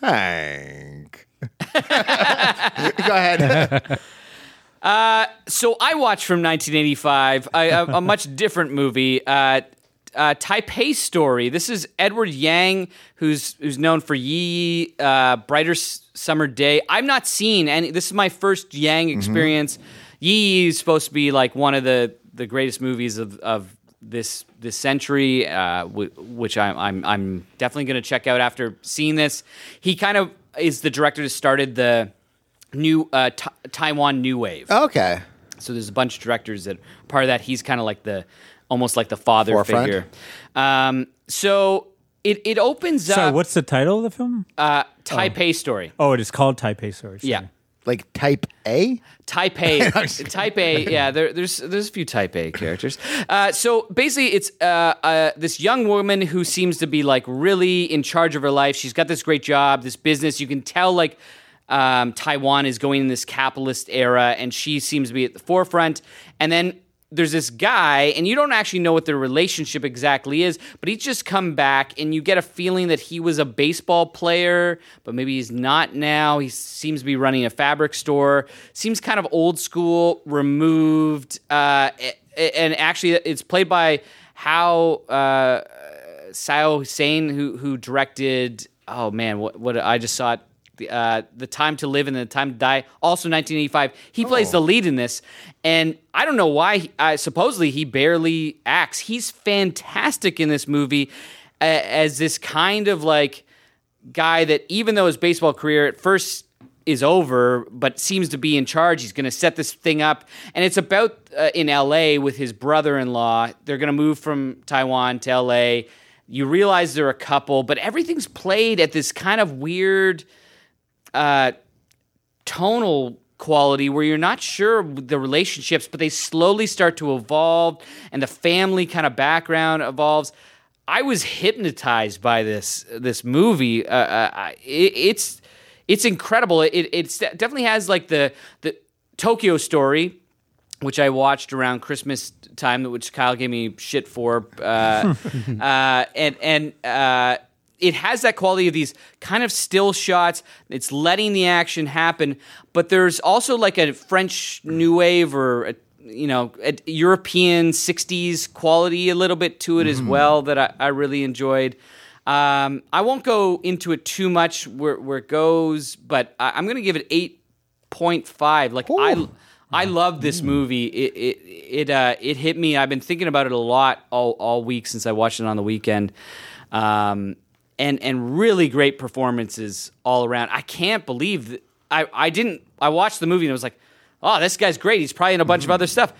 D: Hank. Go ahead.
E: So I watched from 1985 a, a, a much different movie, uh, uh, Taipei Story. This is Edward Yang, who's who's known for Yi, uh, Brighter S- Summer Day. I've not seen any. This is my first Yang experience. Yi is supposed to be like one of the the greatest movies of of this this century, uh, w- which I'm I'm I'm definitely going to check out after seeing this. He kind of is the director that started the new uh, Ta- Taiwan New Wave.
D: okay.
E: So there's a bunch of directors that part of that he's kind of like the almost like the father
D: Forefront.
E: figure. Um, so it it opens
C: Sorry,
E: up
C: what's the title of the film?
E: uh, Taipei story.
C: oh, it is called Taipei Story. Sorry.
E: Yeah.
D: Like type A.
E: Taipei, Taipei, yeah. There, there's there's a few Taipei characters. Uh, so basically, it's uh, uh, this young woman who seems to be like really in charge of her life. She's got this great job, this business. You can tell like um, Taiwan is going in this capitalist era, and she seems to be at the forefront. And then there's this guy, and you don't actually know what their relationship exactly is, but he's just come back, and you get a feeling that he was a baseball player, but maybe he's not now. He seems to be running a fabric store, seems kind of old school, removed. Uh, a- a- and actually, it's played by how uh, Sao Hussein, who who directed, oh man, what what I just saw it, the uh, the time to live and the time to die, also 1985. He plays the lead in this, and I don't know why. He, uh, supposedly he barely acts. He's fantastic in this movie uh, as this kind of like guy that even though his baseball career at first is over but seems to be in charge he's going to set this thing up and it's about uh, in LA with his brother-in-law they're going to move from Taiwan to LA you realize they're a couple but everything's played at this kind of weird uh tonal quality where you're not sure the relationships, but they slowly start to evolve and the family kind of background evolves. I was hypnotized by this this movie. Uh, uh, I- it, it's it's incredible. It it's it definitely has like the the Tokyo story which I watched around Christmas time, which Kyle gave me shit for, uh, uh, and and uh, it has that quality of these kind of still shots. It's letting the action happen, but there's also like a French new wave or a, you know a European '60s quality a little bit to it as well that I, I really enjoyed. Um, I won't go into it too much where, where it goes, but I, I'm going to give it eight point five. Like I, I love this
D: Mm.
E: movie. It it it uh, it hit me. I've been thinking about it a lot all all week since I watched it on the weekend. Um, and and really great performances all around. I can't believe that I I didn't I watched the movie and I was like, oh, this guy's great. He's probably in a bunch
D: Mm-hmm.
E: of other stuff.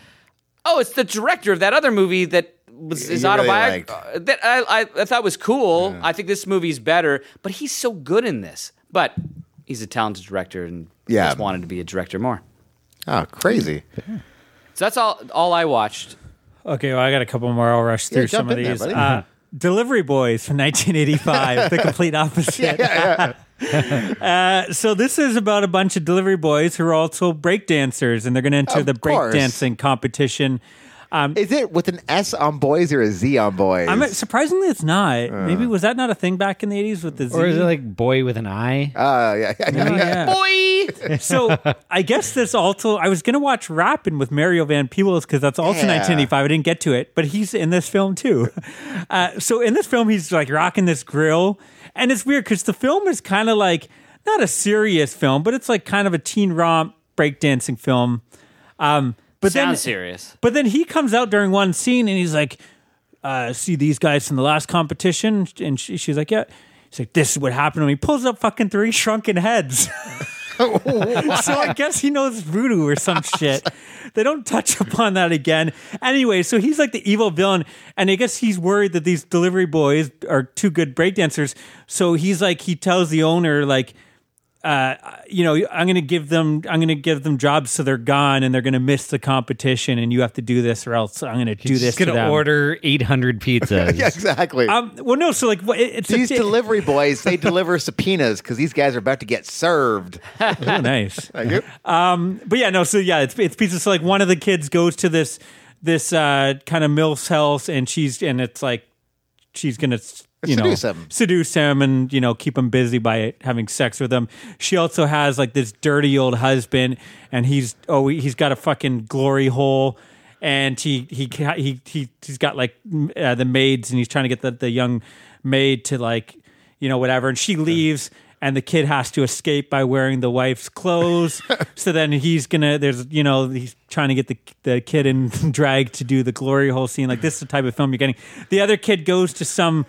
E: Oh, it's the director of that other movie that. Was his
D: You really
E: autobiography
D: liked.
E: uh, that I, I, I thought was cool. I think this movie's better, but he's so good in this. But he's a talented director, and
D: Yeah.
E: just wanted to be a director more.
D: Oh, crazy.
E: So that's all all I watched.
C: Okay, well, I got a couple more. I'll rush through
D: jump
C: some of
D: in there,
C: these.
D: buddy.
C: uh, Delivery Boys from 1985, the complete opposite. uh, so this is about a bunch of delivery boys who are also breakdancers, and they're going to enter
D: Of
C: the
D: course.
C: breakdancing competition.
D: Is it with an S on boys or a Z on boys?
C: I'm surprisingly, it's not.
D: Uh.
C: Maybe was that not a thing back in the 80s with the Z?
A: Or is it like boy with an eye?
D: uh, yeah, yeah, yeah.
C: Oh, Yeah.
E: Boy,
C: so I guess this also I was gonna watch Rappin' with Mario Van Peebles because that's also
D: Yeah.
C: 1985. I didn't get to it, but he's in this film too. Uh, so in this film, he's like rocking this grill, and it's weird because the film is kind of like not a serious film, but it's like kind of a teen romp breakdancing film. Um, but then
E: sounds serious.
C: but then he comes out during one scene and he's like, uh, "See these guys from the last competition?" And she, she's like, "Yeah." He's like, "This is what happened to me." Pulls up fucking three shrunken heads. so I guess he knows voodoo or some shit. They don't touch upon that again. Anyway, so he's like the evil villain, and I guess he's worried that these delivery boys are too good breakdancers. So he's like, he tells the owner like uh, you know, I'm going to give them, I'm going to give them jobs so they're gone and they're going to miss the competition, and you have to do this or else I'm going to do this.
A: Just gonna
C: to them.
A: order 800 pizzas.
D: Yeah, exactly.
C: Um, well, no, so like, what- it, it's
D: these
C: it's-
D: delivery boys, they deliver subpoenas because these guys are about to get served.
C: Oh, nice.
D: you.
C: Um, but yeah, no, so yeah, it's it's pizza. So like, one of the kids goes to this this uh, kind of milf's house, and she's and it's like she's gonna you
D: Seduce
C: know
D: him.
C: seduce him and you know keep him busy by having sex with him. She also has like this dirty old husband, and he's oh he's got a fucking glory hole. And he he ca- he he he's got like m- uh, the maids, and he's trying to get the, the young maid to like you know whatever. And she leaves, and the kid has to escape by wearing the wife's clothes. so then he's gonna there's you know he's trying to get the the kid in drag to do the glory hole scene. Like this is the type of film you're getting. The other kid goes to some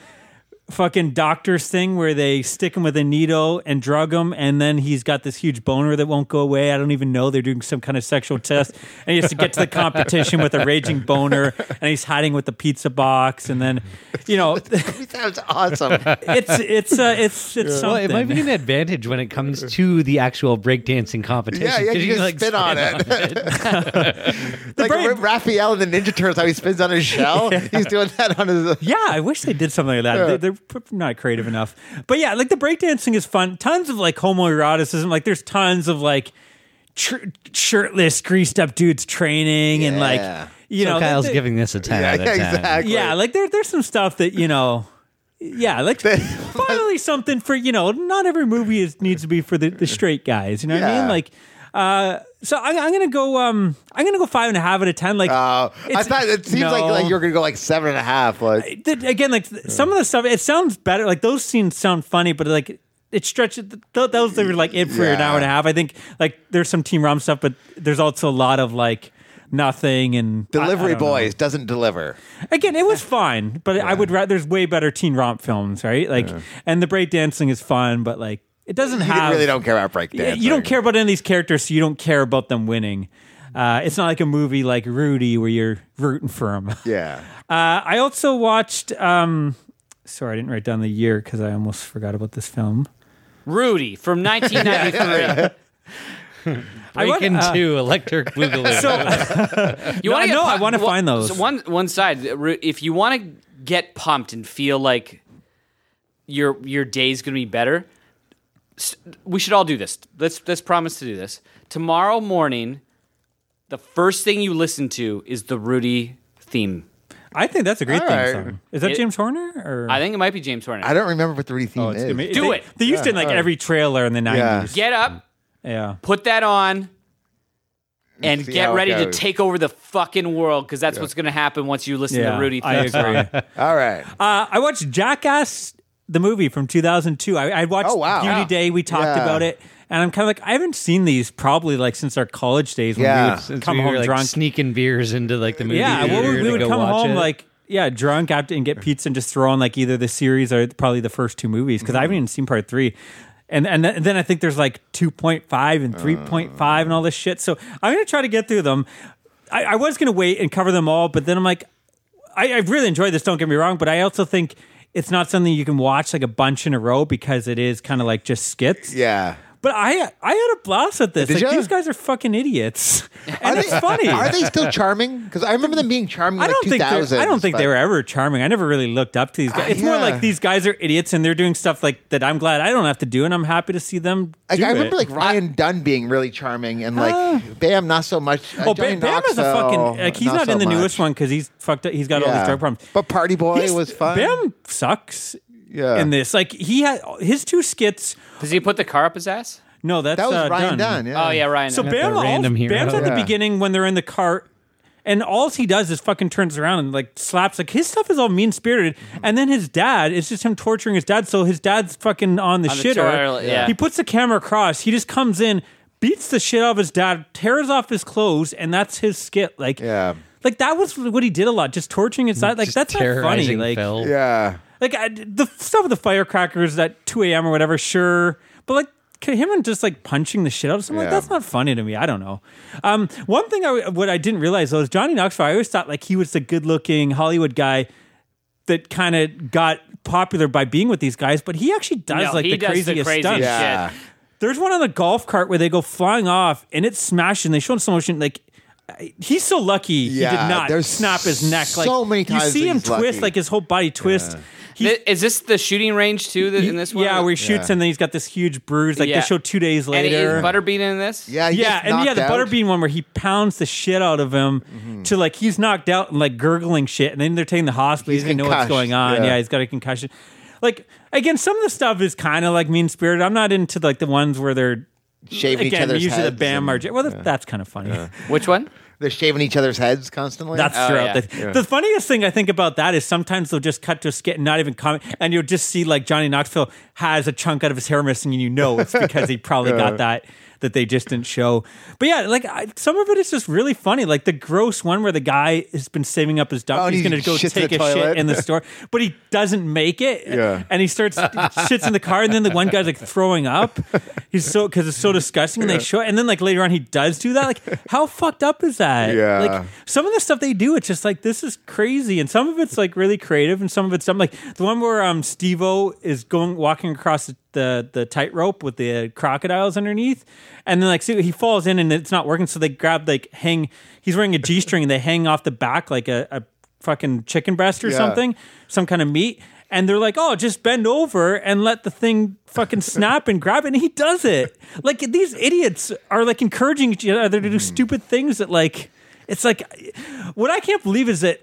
C: fucking doctor's thing where they stick him with a needle and drug him and then he's got this huge boner that won't go away i don't even know they're doing some kind of sexual test and he has to get to the competition with a raging boner and he's hiding with the pizza box and then you know
D: That sounds awesome.
C: it's it's uh, it's it's something
A: Well, it might be an advantage when it comes to the actual breakdancing competition.
D: Yeah, yeah,
A: 'cause
D: you can spin on it. like
C: brain-
D: Ra- Raphael in the Ninja Turtles, how he spins on his shell. He's doing that on his.
C: Yeah, I wish they did something like that. They- They're, p- not creative enough. But yeah, like the breakdancing is fun. Tons of like homoeroticism. Like there's tons of like tr- shirtless, greased up dudes training and
D: Yeah.
C: like, you
A: So
C: know,
A: Kyle's
C: they-
A: giving this a 10
D: Yeah,
A: out of 10.
D: exactly.
C: Yeah, like there, there's some stuff that, you know, yeah, like finally something for, you know, not every movie is, needs to be for the, the straight guys. You know what I mean?
D: Yeah.
C: Like, uh, so I, I'm gonna go. Um, I'm gonna go five and a half out of ten. Like,
D: Uh, I
C: it's-
D: thought it seems like,
C: No.
D: like you were gonna go like seven and a half. Like
C: th- again, like th- some of the stuff, it sounds better. Like those scenes sound funny, but like it stretches. Th- those they were like it for an
D: Yeah.
C: hour and a half. I think like there's some Team Rom stuff, but there's also a lot of like nothing and I- I
D: delivery
C: don't know.
D: boys doesn't deliver.
C: Again, it was fine, but I would rather there's way better Teen Romp films, right? Like, and the break dancing is fun, but like it doesn't
D: You
C: have
D: really don't care about
C: yeah,
D: breakdancing.
C: You don't care about any of these characters, so you don't care about them winning. Uh, it's not like a movie like Rudy where you're rooting for them.
D: Yeah.
C: Uh, I also watched. Um, sorry, I didn't write down the year because I almost forgot about this film.
E: Rudy from 1993.
C: I want-
A: Breaking
C: uh,
A: two, electric boogaloo.
E: You want
C: I know, I wanna
E: well,
C: find those.
E: So one one side, Ru- if you want to get pumped and feel like your your day's gonna be better, s- we should all do this. Let's let's promise to do this tomorrow morning. The first thing you listen to is the Rudy theme.
C: I think that's a great
D: All
C: theme
D: right.
C: song. Is that
E: It-
C: James Horner? Or
E: I think it might be James Horner.
D: I don't remember what the re theme
C: Oh, It's
D: is.
C: gonna be-
E: Do
C: they-
E: it.
C: They used it in like
D: all right.
C: every trailer in the
D: Yeah.
C: nineties.
E: Get up,
C: Yeah.
E: put that on, and
D: See
E: get
D: how it
E: ready to
D: goes.
E: take over the fucking world because that's what's going to happen once you listen
C: yeah.
E: to Rudy.
C: I
E: Thicke song.
C: agree. uh,
D: All right.
C: I watched Jackass, the movie from 2002. I, I watched
D: Oh, wow.
C: Beauty
D: Yeah.
C: Day. We talked
D: Yeah.
C: about it. And I'm kind of like, I haven't seen these probably like since our college days when
D: Yeah.
C: we would
A: Since
C: Uh, come
A: we
C: home
A: were, like,
C: drunk.
A: sneaking beers into like the movie.
C: yeah, well,
A: theater
C: we, we
A: to
C: would
A: go
C: come
A: watch
C: home
A: it.
C: like yeah, drunk after and get pizza and just throw on like either the series or probably the first two movies because I
D: Mm-hmm.
C: haven't even seen part three. And, and th- then I think there's like 2.5 and 3.5 and all this shit. So I'm going to try to get through them. I, I was going to wait and cover them all, but then I'm like, I, I really enjoyed this, don't get me wrong, but I also think it's not something you can watch like a bunch in a row because it is kind of like just skits.
D: Yeah.
C: But I I had a blast at this.
D: Did
C: like,
D: ya?
C: these guys are fucking idiots.
D: Are
C: And it's
D: they-
C: funny.
D: Are they still charming? Because I remember them being charming.
C: I
D: in, like,
C: don't think they're,
D: 2000s,
C: I don't think they
D: but-
C: were ever charming. I never really looked up to these guys. It's more
D: yeah.
C: like these guys are idiots and they're doing stuff like that. I'm glad I don't have to do, and I'm happy to see them.
D: Like,
C: do
D: I remember
C: it.
D: like Ryan Dunn being really charming and like Bam not so much. Uh,
C: Uh. oh,
D: Johnny
C: Bam, Bam
D: Knox,
C: is a fucking
D: though,
C: like, he's not,
D: so
C: in the
D: much.
C: newest one because he's fucked up. He's got all
D: Yeah.
C: these drug problems.
D: But Party Boy
C: He's-
D: was fun.
C: Bam sucks.
D: Yeah.
C: in this like he had his two skits.
E: Does he put the car up his ass?
C: No, that's
D: that was
C: uh,
D: Ryan
C: Dunn.
D: Dunn. yeah.
E: Oh yeah, Ryan.
C: So
E: Dunn.
C: Bam,
A: the random
C: all,
A: hero.
C: Bam's at the
D: Yeah.
C: beginning when they're in the cart, and all he does is fucking turns around and like slaps. Like his stuff is all mean spirited, and then his dad is just him torturing his dad. So his dad's fucking on the
E: On the
C: shitter.
E: toilet, yeah.
C: He puts the camera across. He just comes in, beats the shit out of his dad, tears off his clothes, and that's his skit. Like
D: Yeah.
C: Like that was what he did a lot, just torturing his dad. Like
A: Just
C: that's not funny.
A: terrorizing
C: Like
A: Phil.
D: Yeah.
C: like I, the stuff with the firecrackers at 2 a.m. or whatever, sure. But like ca- him and just like punching the shit out of someone, like,
D: Yeah.
C: that's not funny to me. I don't know. Um, one thing I what I didn't realize though is Johnny Knoxville. I always thought like he was the good looking Hollywood guy that kind of got popular by being with these guys, but he actually does
E: No,
C: like
E: he
C: the
E: does
C: craziest
E: the crazy
C: stuff.
E: Oh, shit.
D: Yeah.
C: There's one on the golf cart where they go flying off and it's smashing. They show in slow motion like. I- He's so lucky he
D: Yeah,
C: did not
D: there's
C: snap his neck. Like
D: so many
C: you
D: times
C: see
D: that
C: him
D: he's
C: twist,
D: lucky.
C: like his whole body twist. He's
E: Th- Is this the shooting range too? That, in this one,
C: yeah, where he shoots
D: Yeah.
C: and then he's got this huge bruise. Like
E: Yeah.
C: they show two days
E: and
C: later.
E: is Butterbean in this?
D: Yeah. he
C: yeah,
D: gets
C: and yeah,
D: knocked
C: the
D: out. Mm-hmm.
C: butterbean one where he pounds the shit out of him to like he's knocked out and like gurgling shit, and then they're taking the hospital. He
D: He's
C: doesn't know what's
D: concussed,
C: going on. Yeah.
D: yeah.
C: he's got a concussion. Like again, some of the stuff is kind of like mean spirited. I'm not into like the ones where they're
D: shaving each
C: again
D: other's
C: usually the
D: heads.
C: Bam
D: and
C: Margera. Well, that- that's kind of funny.
E: Which one?
D: They're shaving each other's heads constantly. Uh,
C: That's
E: Oh,
C: throughout
E: yeah.
C: the, the funniest thing I think about that is sometimes they'll just cut to a skit and not even comment, and you'll just see like Johnny Knoxville has a chunk out of his hair missing, and you know it's because he probably got that that they just didn't show. But yeah, like I, some of it is just really funny, like the gross one where the guy has been saving up his dump,
D: Oh, and
C: he's
D: he
C: going to go
D: shits in
C: take
D: the
C: a shit
D: toilet.
C: in the store, but he doesn't make it,
D: Yeah.
C: and he starts shits in the car, and then the one guy's like throwing up. He's so because it's so disgusting, and they show it, and then like later on he does do that. Like how fucked up is that?
D: Yeah.
C: Like some of the stuff they do, it's just like this is crazy, and some of it's like really creative, and some of it's some like the one where um Steve-O is going walking across the the, the tightrope with the crocodiles underneath, and then like see, he falls in and it's not working, so they grab like hang. He's wearing a g string, and they hang off the back like a, a fucking chicken breast or
D: Yeah.
C: something, some kind of meat. And they're like, "Oh, just bend over and let the thing fucking snap and grab it." And he does it. Like these idiots are like encouraging each other to do stupid things that like it's like what I can't believe is that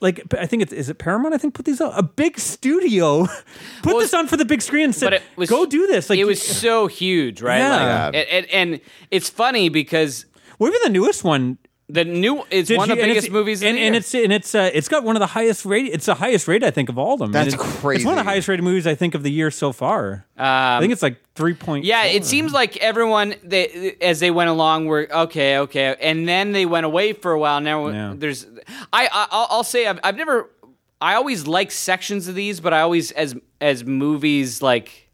C: like I think it's is it Paramount I think put these on a big studio put
E: Well,
C: this on for the big screen and
E: but
C: said
E: it was
C: go do this like
E: it was so huge, right?
C: Yeah.
E: Like, and, and, and it's funny because
C: well, even the newest one
E: the new it's
C: did
E: one
C: you-
E: of the
C: and
E: biggest
C: it's-
E: movies, in
C: and,
E: the
C: and
E: year.
C: it's and it's uh, it's got one of the highest rate it's the highest rate I think of all of them And
D: That's
C: it's, it's
D: crazy.
C: one of the highest rated movies I think of the year so far I think it's like three point
E: Um, Yeah, it seems like everyone they, as they went along were okay, okay, and then they went away for a while. Now
C: Yeah.
E: there's, I, I I'll, I'll say I've, I've never, I always like sections of these, but I always as as movies like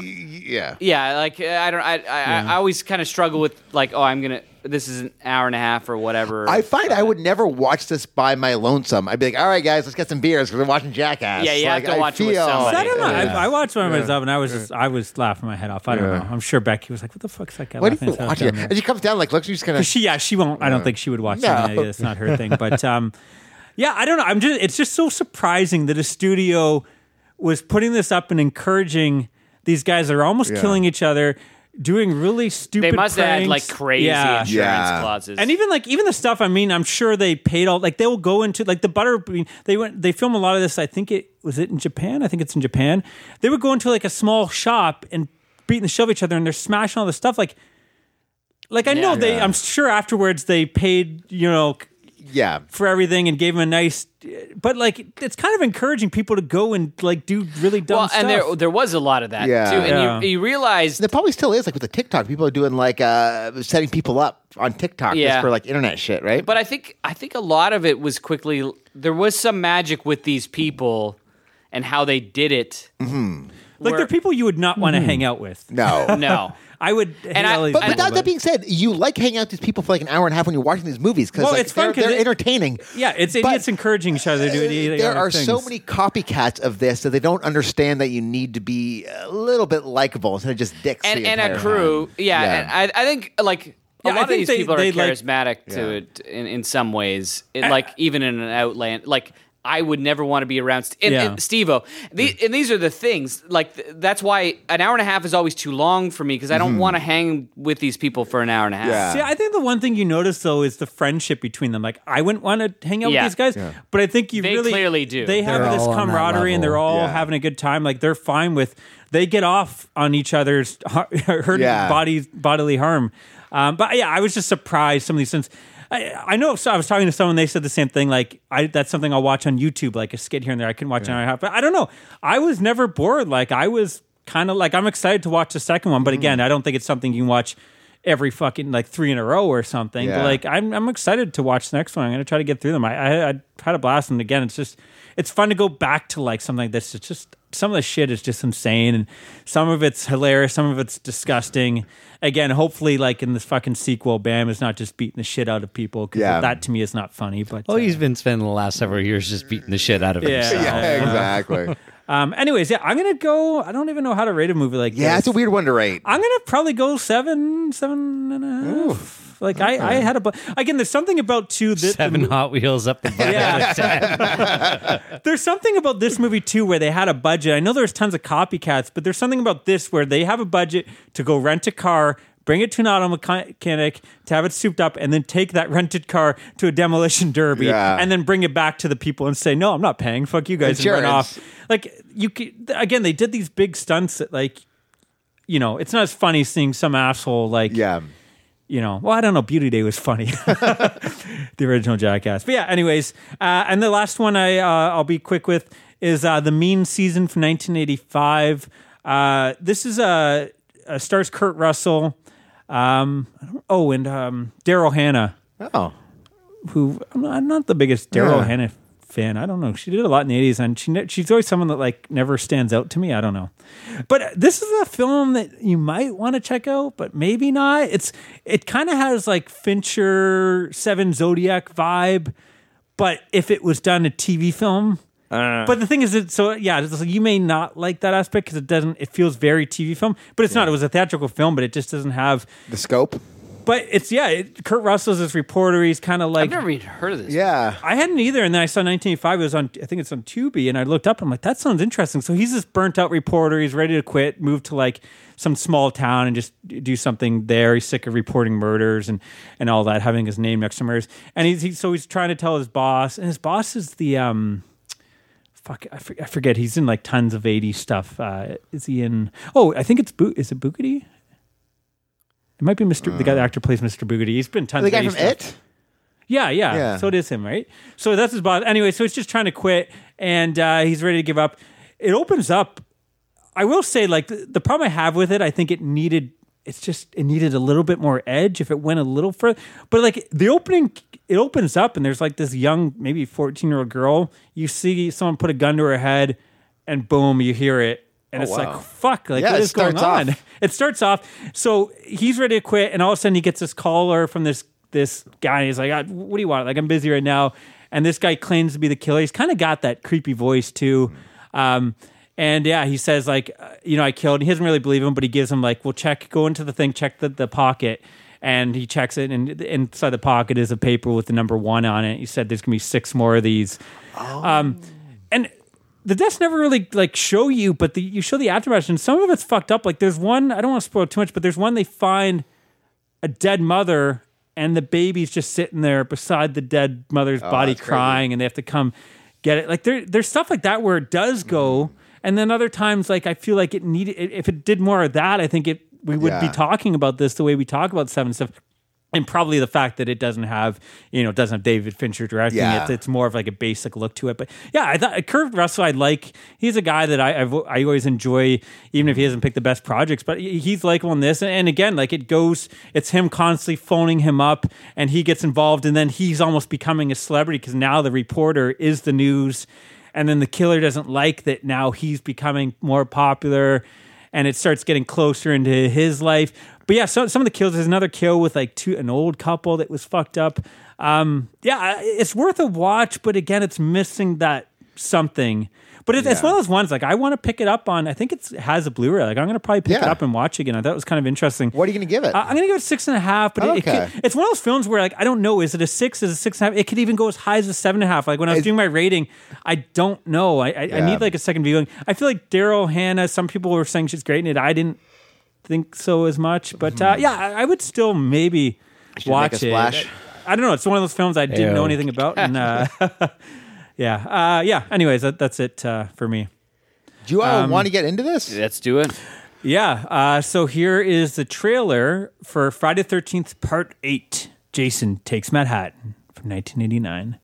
D: Yeah.
E: yeah, like uh, I don't, I I, I, I always kind of struggle with like oh I'm gonna this is an hour and a half or whatever.
D: I find I would never watch this by my lonesome. I'd be like, all right, guys, let's get some beers because we're watching Jackass.
E: Yeah, you have
D: Like,
E: to
D: I
E: watch it with
D: feel-
E: somebody.
C: I don't know. I, I watched one of his up, and I was just, I was laughing my head off. I don't know. I'm sure Becky was like, "What the fuck's that guy
D: What are
C: laughing
D: you
C: his head off
D: watching?
C: down there?"
D: And she comes down like, looks, she's kind of.
C: She yeah, she won't. I don't think she would watch
D: No.
C: something like that. It's not her thing. But um, yeah, I don't know. I'm just. It's just so surprising that a studio was putting this up and encouraging these guys that are almost
D: Yeah.
C: killing each other. doing really stupid.
E: They must have had like
C: pranks.
E: crazy
C: Yeah.
E: insurance
D: Yeah.
E: clauses.
C: And even like even the stuff I mean, I'm sure they paid all like they will go into like the butter bean they went they film a lot of this, I think it was it in Japan? I think it's in Japan. They would go into like a small shop and beating the shit out of each other and they're smashing all this stuff. Like like I know they I'm sure afterwards they paid, you know,
D: Yeah.
C: for everything and gave him a nice but like it's kind of encouraging people to go and like do really dumb
E: well,
C: stuff.
E: and there there was a lot of that
D: Yeah.
E: too. And
C: Yeah.
E: you, you realize
D: There probably still is, like with the TikTok, people are doing like uh setting people up on TikTok
E: Yeah.
D: just for like internet shit, right?
E: But I think I think a lot of it was quickly. There was some magic with these people and how they did it.
C: like they're people you would not want to hang out with.
D: no.
E: No,
C: I would hate
E: I-
C: all these
D: But,
C: people,
D: but that, that being said, you like hanging out with these people for like an hour and a half when you're watching these movies because
C: Well,
D: like,
C: it's fun
D: they're,
C: 'cause
D: they're
C: it-
D: entertaining.
C: yeah, it's
D: But- uh,
C: idiots encouraging each other to do idiotic
D: there are so
C: things.
D: many copycats of this that they don't understand that you need to be a little bit likable instead of just dicks.
E: and
D: the
E: and a
D: entire
E: crew.
D: time.
E: Yeah, And I I think like. A
C: Yeah, I
E: lot of
C: think
E: these
C: they-
E: people are
C: they, like-
E: charismatic to it in, in some ways. It, like even in an outland, like I would never want to be around St- and,
C: Yeah.
E: and Steve-O. The, and these are the things. Like th- that's why an hour and a half is always too long for me because I don't want to hang with these people for an hour and a half.
D: Mm-hmm. Yeah.
C: See, I think the one thing you notice though is the friendship between them. Like, I wouldn't want to hang out
E: Yeah.
C: with these guys, but I think you
E: They
C: really
E: clearly do.
C: They have
A: They're
C: this
A: all on that
C: camaraderie, and they're
A: level.
C: all
D: Yeah.
C: having a good time. Like, they're fine with. They get off on each other's har- hurt
D: Yeah.
C: body bodily harm. Um, but yeah, I was just surprised some of these things. I, I know so I was talking to someone. They said the same thing. Like, I, that's something I'll watch on YouTube, like a skit here and there. I can watch an hour and a half, but I don't know. I was never bored. Like, I was kind of like I'm excited to watch the second one,
E: Mm.
C: but again, I don't think it's something you can watch every fucking like three in a row or something.
D: Yeah.
C: But like I'm I'm excited to watch the next one. I'm gonna try to get through them. I I, I had a blast, and again, it's just it's fun to go back to like something like this. It's just some of the shit is just insane, and some of it's hilarious, some of it's disgusting. Again, hopefully, like in this fucking sequel, Bam is not just beating the shit out of people. 'cause
D: Yeah.
C: that to me is not funny. But
A: Well,
C: uh,
A: Oh, he's been spending the last several years just beating the shit out of
C: Yeah.
A: himself.
D: Yeah, exactly.
C: um, anyways, yeah, I'm gonna go. I don't even know how to rate a movie like
D: yeah,
C: this.
D: it's a weird one to rate.
C: I'm gonna probably go seven, seven and a half. Like I, I had a bu- again. There's something about two that
A: Seven Hot Wheels up the butt.
C: Yeah. there's something about this movie too where they had a budget. I know there's tons of copycats, but there's something about this where they have a budget to go rent a car, bring it to an auto mechanic to have it souped up, and then take that rented car to a demolition derby,
D: Yeah.
C: and then bring it back to the people and say, "No, I'm not paying. Fuck you guys." And run
D: Insurance.
C: off. Like you c- again, they did these big stunts that like. You know, it's not as funny seeing some asshole like
D: yeah.
C: you know, well, I don't know. Beauty Day was funny, the original Jackass. But yeah, anyways, uh, and the last one I uh, I'll be quick with is uh, the Mean Season from 1985. Uh, this is a, uh stars Kurt Russell, um, I don't- oh, and um, Daryl Hannah,
D: Oh.
C: who I'm not, I'm not the biggest Daryl
D: Yeah.
C: Hannah fan. I don't know. She did a lot in the 80s, and she ne- she's always someone that like never stands out to me. I don't know, but uh, this is a film that you might want to check out, but maybe not. It's it kind of has like Fincher Seven Zodiac vibe, but if it was done a TV film. But the thing is, that so yeah, it's like you may not like that aspect because it doesn't. It feels very TV film, but it's not. It was a theatrical film, but it just doesn't have.
D: The scope?
C: But it's yeah. It, Kurt Russell's this reporter. He's kind of like
E: I've never even heard of this.
D: Yeah.
C: I hadn't either, and then I saw 1985. It was on, I think it's on Tubi, and I looked up. I'm like, that sounds interesting. So he's this burnt out reporter. He's ready to quit, move to like some small town, and just do something there. He's sick of reporting murders and and all that, having his name next to murders. And he's, he's so he's trying to tell his boss, and his boss is the um, fuck, I, for, I forget. He's in like tons of 80s stuff. Uh, is he in? Oh, I think it's Bo- is it Bugatti? It might be Mr. the guy the actor plays Mr. Bugatti. He's been in tons.
D: Uh. The
C: of
D: guy
C: 80s
D: from
C: stuff.
D: It?
C: Yeah, yeah,
D: Yeah.
C: So it is him, right? So that's his boss. Anyway, so he's just trying to quit and uh, he's ready to give up. It opens up. I will say, like, the, the problem I have with it, I think it needed, it's just, it needed a little bit more edge if it went a little further. But, like, the opening, it opens up and there's like this young, maybe 14 year old girl. You see someone put a gun to her head and boom, you hear it. And it's like, fuck, like,
D: Oh, Yeah,
C: what
D: it
C: is going
D: starts off.
C: on? it starts off so he's ready to quit and all of a sudden he gets this caller from this this guy he's like "Ah, what do you want like i'm busy right now and this guy claims to be the killer he's kind of got that creepy voice too um and yeah he says like uh, you know i killed he doesn't really believe him but he gives him like well check go into the thing check the, the pocket and he checks it and inside the pocket is a paper with the number one on it he said there's gonna be six more of these and the deaths never really like show you, but the, you show the aftermath, and some of it's fucked up. Like there's one I don't want to spoil too much, but there's one they find a dead mother and the baby's just sitting there beside the dead mother's body crying, and they have to come get it. Like there, there's stuff like that where it does go, and then other times like I feel like it needed it, if it did more of that, I think it we would be
D: Yeah.
C: talking about this the way we talk about seven stuff. And probably the fact that it doesn't have, you know, it doesn't have David Fincher directing
D: Yeah.
C: it. It's- it's more of like a basic look to it. But yeah, I thought Kurt Russell, I like. He's a guy that I I've, I always enjoy, even if he hasn't picked the best projects. But he- he's likable in this, and, and again, like it goes, it's him constantly phoning him up, and he gets involved, and then he's almost becoming a celebrity because now the reporter is the news, and then the killer doesn't like that now he's becoming more popular and it starts getting closer into his life. But yeah, so, some of the kills. There's another kill with like two an old couple that was fucked up. Um, yeah, I- it's worth a watch, but again, it's missing that something. But it, it's one of those ones like I want to pick it up on. I think it's, it has a Blu-ray. Like I'm going to probably pick it
D: Yeah.
C: up and watch again. I thought it was kind of interesting.
D: What are you going to give it?
C: Uh, I'm gonna go six and a half, but it- it,
D: Okay.
C: could- it's one of those films where like I don't know. Is it a six? Is it six and a half? It could even go as high as a seven and a half. Like when I was
D: It-
C: doing my rating, I don't know. I I, I
D: Yeah.
C: need like a second viewing. I feel like Daryl Hannah. Some people were saying she's great in it. I didn't think so as much, but uh, yeah, I, I would still maybe watch
D: Hmm. make a splash.
C: it. I, I don't know. It's one of those films I didn't
A: Ew.
C: know anything about, and uh, yeah, uh, yeah. Anyways, that, that's it uh, for me.
D: Do you all want to get into this?
E: Let's do it.
C: Yeah. Uh, so here is the trailer for Friday Thirteenth Part Eight: Jason Takes Manhattan from 1989.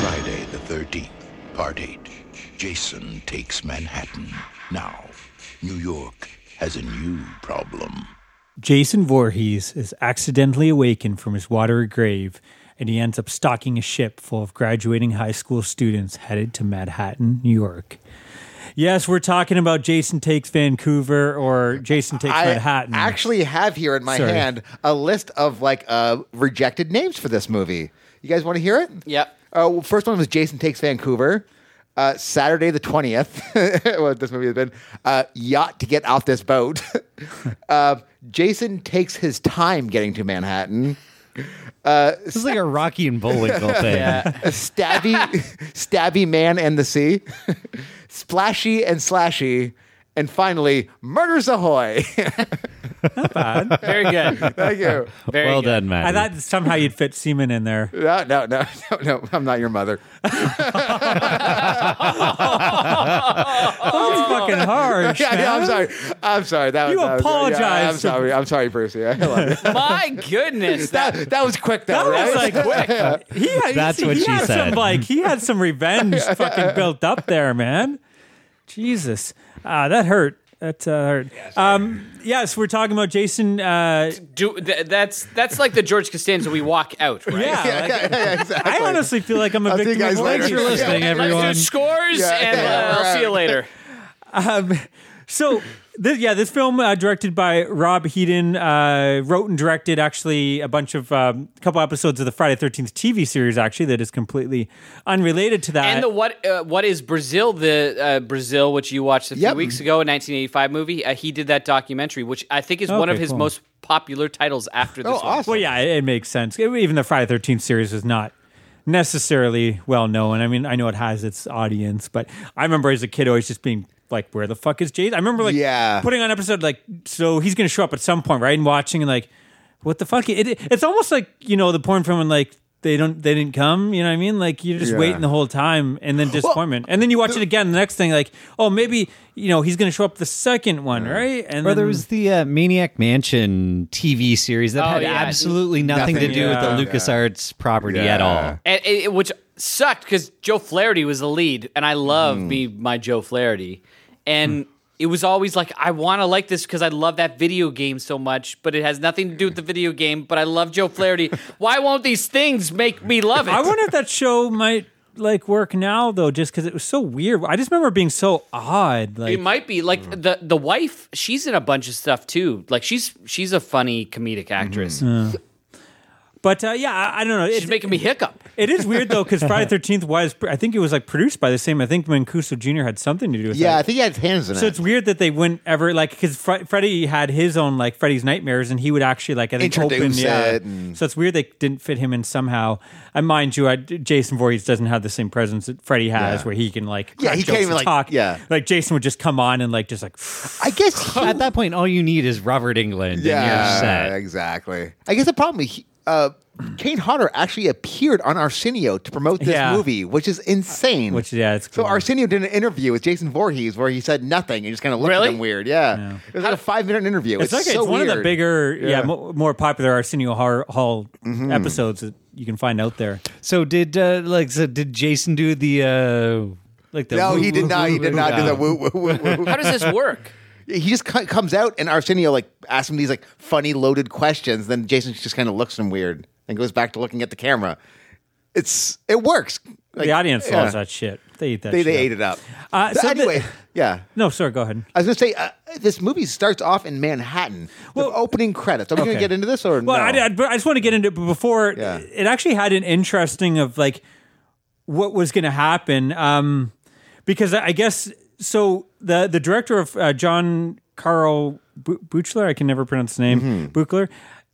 F: Friday the 13th, Part 8. Jason takes Manhattan. Now, New York has a new problem.
C: Jason Voorhees is accidentally awakened from his watery grave, and he ends up stalking a ship full of graduating high school students headed to Manhattan, New York. Yes, we're talking about Jason Takes Vancouver or Jason Takes
D: I
C: Manhattan.
D: actually have here in my
C: Sorry.
D: hand a list of like uh, rejected names for this movie. You guys want to hear it?
E: Yep.
D: Uh, well, first one was Jason Takes Vancouver. Uh, Saturday the twentieth. what this movie has been. Uh, yacht to get off this boat. uh, Jason takes his time getting to Manhattan.
A: This is like a Rocky and Bullwinkle thing.
D: A stabby, stabby man and the sea. Splashy and slashy. And finally, murders ahoy!
E: Very good.
D: Thank you.
E: Very
A: well
E: good.
A: done, Matt.
C: I thought somehow you'd fit semen in there.
D: No, no, no, no, no. I'm not your mother. Oh.
C: That was fucking harsh.
D: Yeah, yeah, I'm sorry. I'm sorry. That
C: You
D: that was- yeah, I'm
C: apologized.
D: sorry. I'm sorry, Percy. I love it.
E: My goodness. That,
D: that, that was quick,
C: That
D: though, right?
C: was like quick. He had,
A: That's
C: he,
A: what
C: he
A: she
C: had Some,
A: said.
C: like he had some revenge fucking built up there, man. Jesus, ah, that hurt. That uh, hurt. Um, yes, we're talking about Jason. Uh,
E: do, th- that's that's like the George Costanza we walk out, right?
C: yeah, like,
D: exactly.
C: I honestly feel like I'm a
D: I'll see you
C: victim.
D: guys
C: of
D: later.
A: Thanks
C: orgy.
A: for listening, everyone.
E: Let's do scores,
D: Yeah,
E: and uh,
D: yeah,
E: I'll see you
D: right.
E: later.
C: Um, so, this, yeah, this film uh, directed by Rob Heaton uh, wrote and directed actually a bunch of um, couple episodes of the Friday Thirteenth TV series actually that is completely unrelated to that.
E: And the what uh, what is Brazil? The uh, Brazil, which you watched a few
D: Yep.
E: weeks ago, a 1985 movie. Uh, he did that documentary, which I think is one
C: Okay,
E: of his
C: cool.
E: most popular titles after this.
D: Oh,
E: one.
D: awesome.
C: Well, yeah, it, it makes sense. Even the Friday Thirteenth series was not necessarily well known. I mean, I know it has its audience, but I remember as a kid always just being like, "Where the fuck is Jason?" I remember like
D: Yeah.
C: putting on episode like, "So he's going to show up at some point, right?" And watching and like, "What the fuck?" It, it- it's almost like you know the porn film and like. they don't they didn't come. You know what I mean? Like you're just
D: Yeah.
C: waiting the whole time and then disappointment, and then you watch it again. The next thing, like oh maybe you know he's going to show up the second one, right? And
A: Or there
C: then-
A: was the uh, Maniac Mansion TV series that
E: Oh,
A: had
E: yeah.
A: absolutely nothing,
D: Nothing.
A: to do
C: Yeah.
A: with the LucasArts property at
D: Yeah.
A: all.
E: and it, it- which sucked because Joe Flaherty was the lead, and I love me my Joe Flaherty, and it was always like I want to like this because I love that video game so much, but it has nothing to do with the video game. But I love Joe Flaherty. Why won't these things make me love it?
C: I wonder if that show might like work now though, just because it was so weird. I just remember it being so odd. Like
E: It might be like
C: Mm.
E: the the wife. She's in a bunch of stuff too. Like she's she's a funny comedic
C: Mm-hmm.
E: actress.
C: But uh, yeah, I, I don't know.
E: She's
C: It-
E: making me hiccup.
C: it is weird though because Friday Thirteenth was I think it was like produced by the same. I think Mancuso Jr. had something to do with
D: Yeah, I
C: That.
D: think he had his hands in
C: So
D: it.
C: it's weird that they wouldn't ever like because Fre- Freddy had his own like Freddy's Nightmares and he would actually like I think open
D: Introduce
C: yeah.
D: it and-
C: So it's weird they didn't fit him in somehow. And mind you, I, Jason Voorhees doesn't have the same presence that Freddy has
D: Yeah.
C: where he can like
D: Yeah,
C: crack
D: he can't
C: jokes
D: even,
C: and
D: like-
C: talk.
D: yeah.
C: like Jason would just come on and like just like
D: I guess. He,
A: At that point, all you need is Robert England.
D: yeah,
A: and you're set.
D: exactly. I guess the problem is, he- uh, Kane Hodder actually appeared on Arsenio to promote this
C: Yeah.
D: movie, which is insane.
C: which yeah it's
D: So
C: cool.
D: Arsenio did an interview with Jason Voorhees where he said nothing and just kind of looked
E: Really?
D: at him weird. Yeah, it was like a five minute intervio.
C: It's,
D: It's,
C: like
D: so
C: it's one of the
D: weird.
C: bigger, yeah, mo- more popular Arsenio Hall, Hall
D: Mm-hmm.
C: episodes that you can find out there.
A: So did uh, like so did Jason do the uh, like the?
D: No,
A: woo-
D: he did
A: woo-
D: not. He
A: woo-
D: did
A: woo-
D: not do the
A: woo-
D: woo woo woo. woo.
E: How does this work?
D: he just co- comes out and Arsenio like asks him these like funny loaded questions. Then Jason just kind of looks at him weird and goes back to looking at the camera. It's it works. Like,
C: the audience
D: yeah.
C: loves that shit. They eat that.
D: They,
C: shit
D: they
C: up.
D: ate it up.
C: Uh,
D: so
C: so the-
D: anyway, yeah.
C: No, sir. Go ahead.
D: I was gonna say uh, this movie starts off in Manhattan. Well,
C: Well-
D: the opening credits. Are we gonna
C: Okay.
D: get into this or
C: Well,
D: no?
C: I, I, but I just want to get into it but before.
D: Yeah.
C: It actually had an interesting of like what was going to happen, um, because I I guess so. The the director of uh, John Carl Bu- Buchler, I can never pronounce his name,
D: Mm-hmm.
C: Buchler.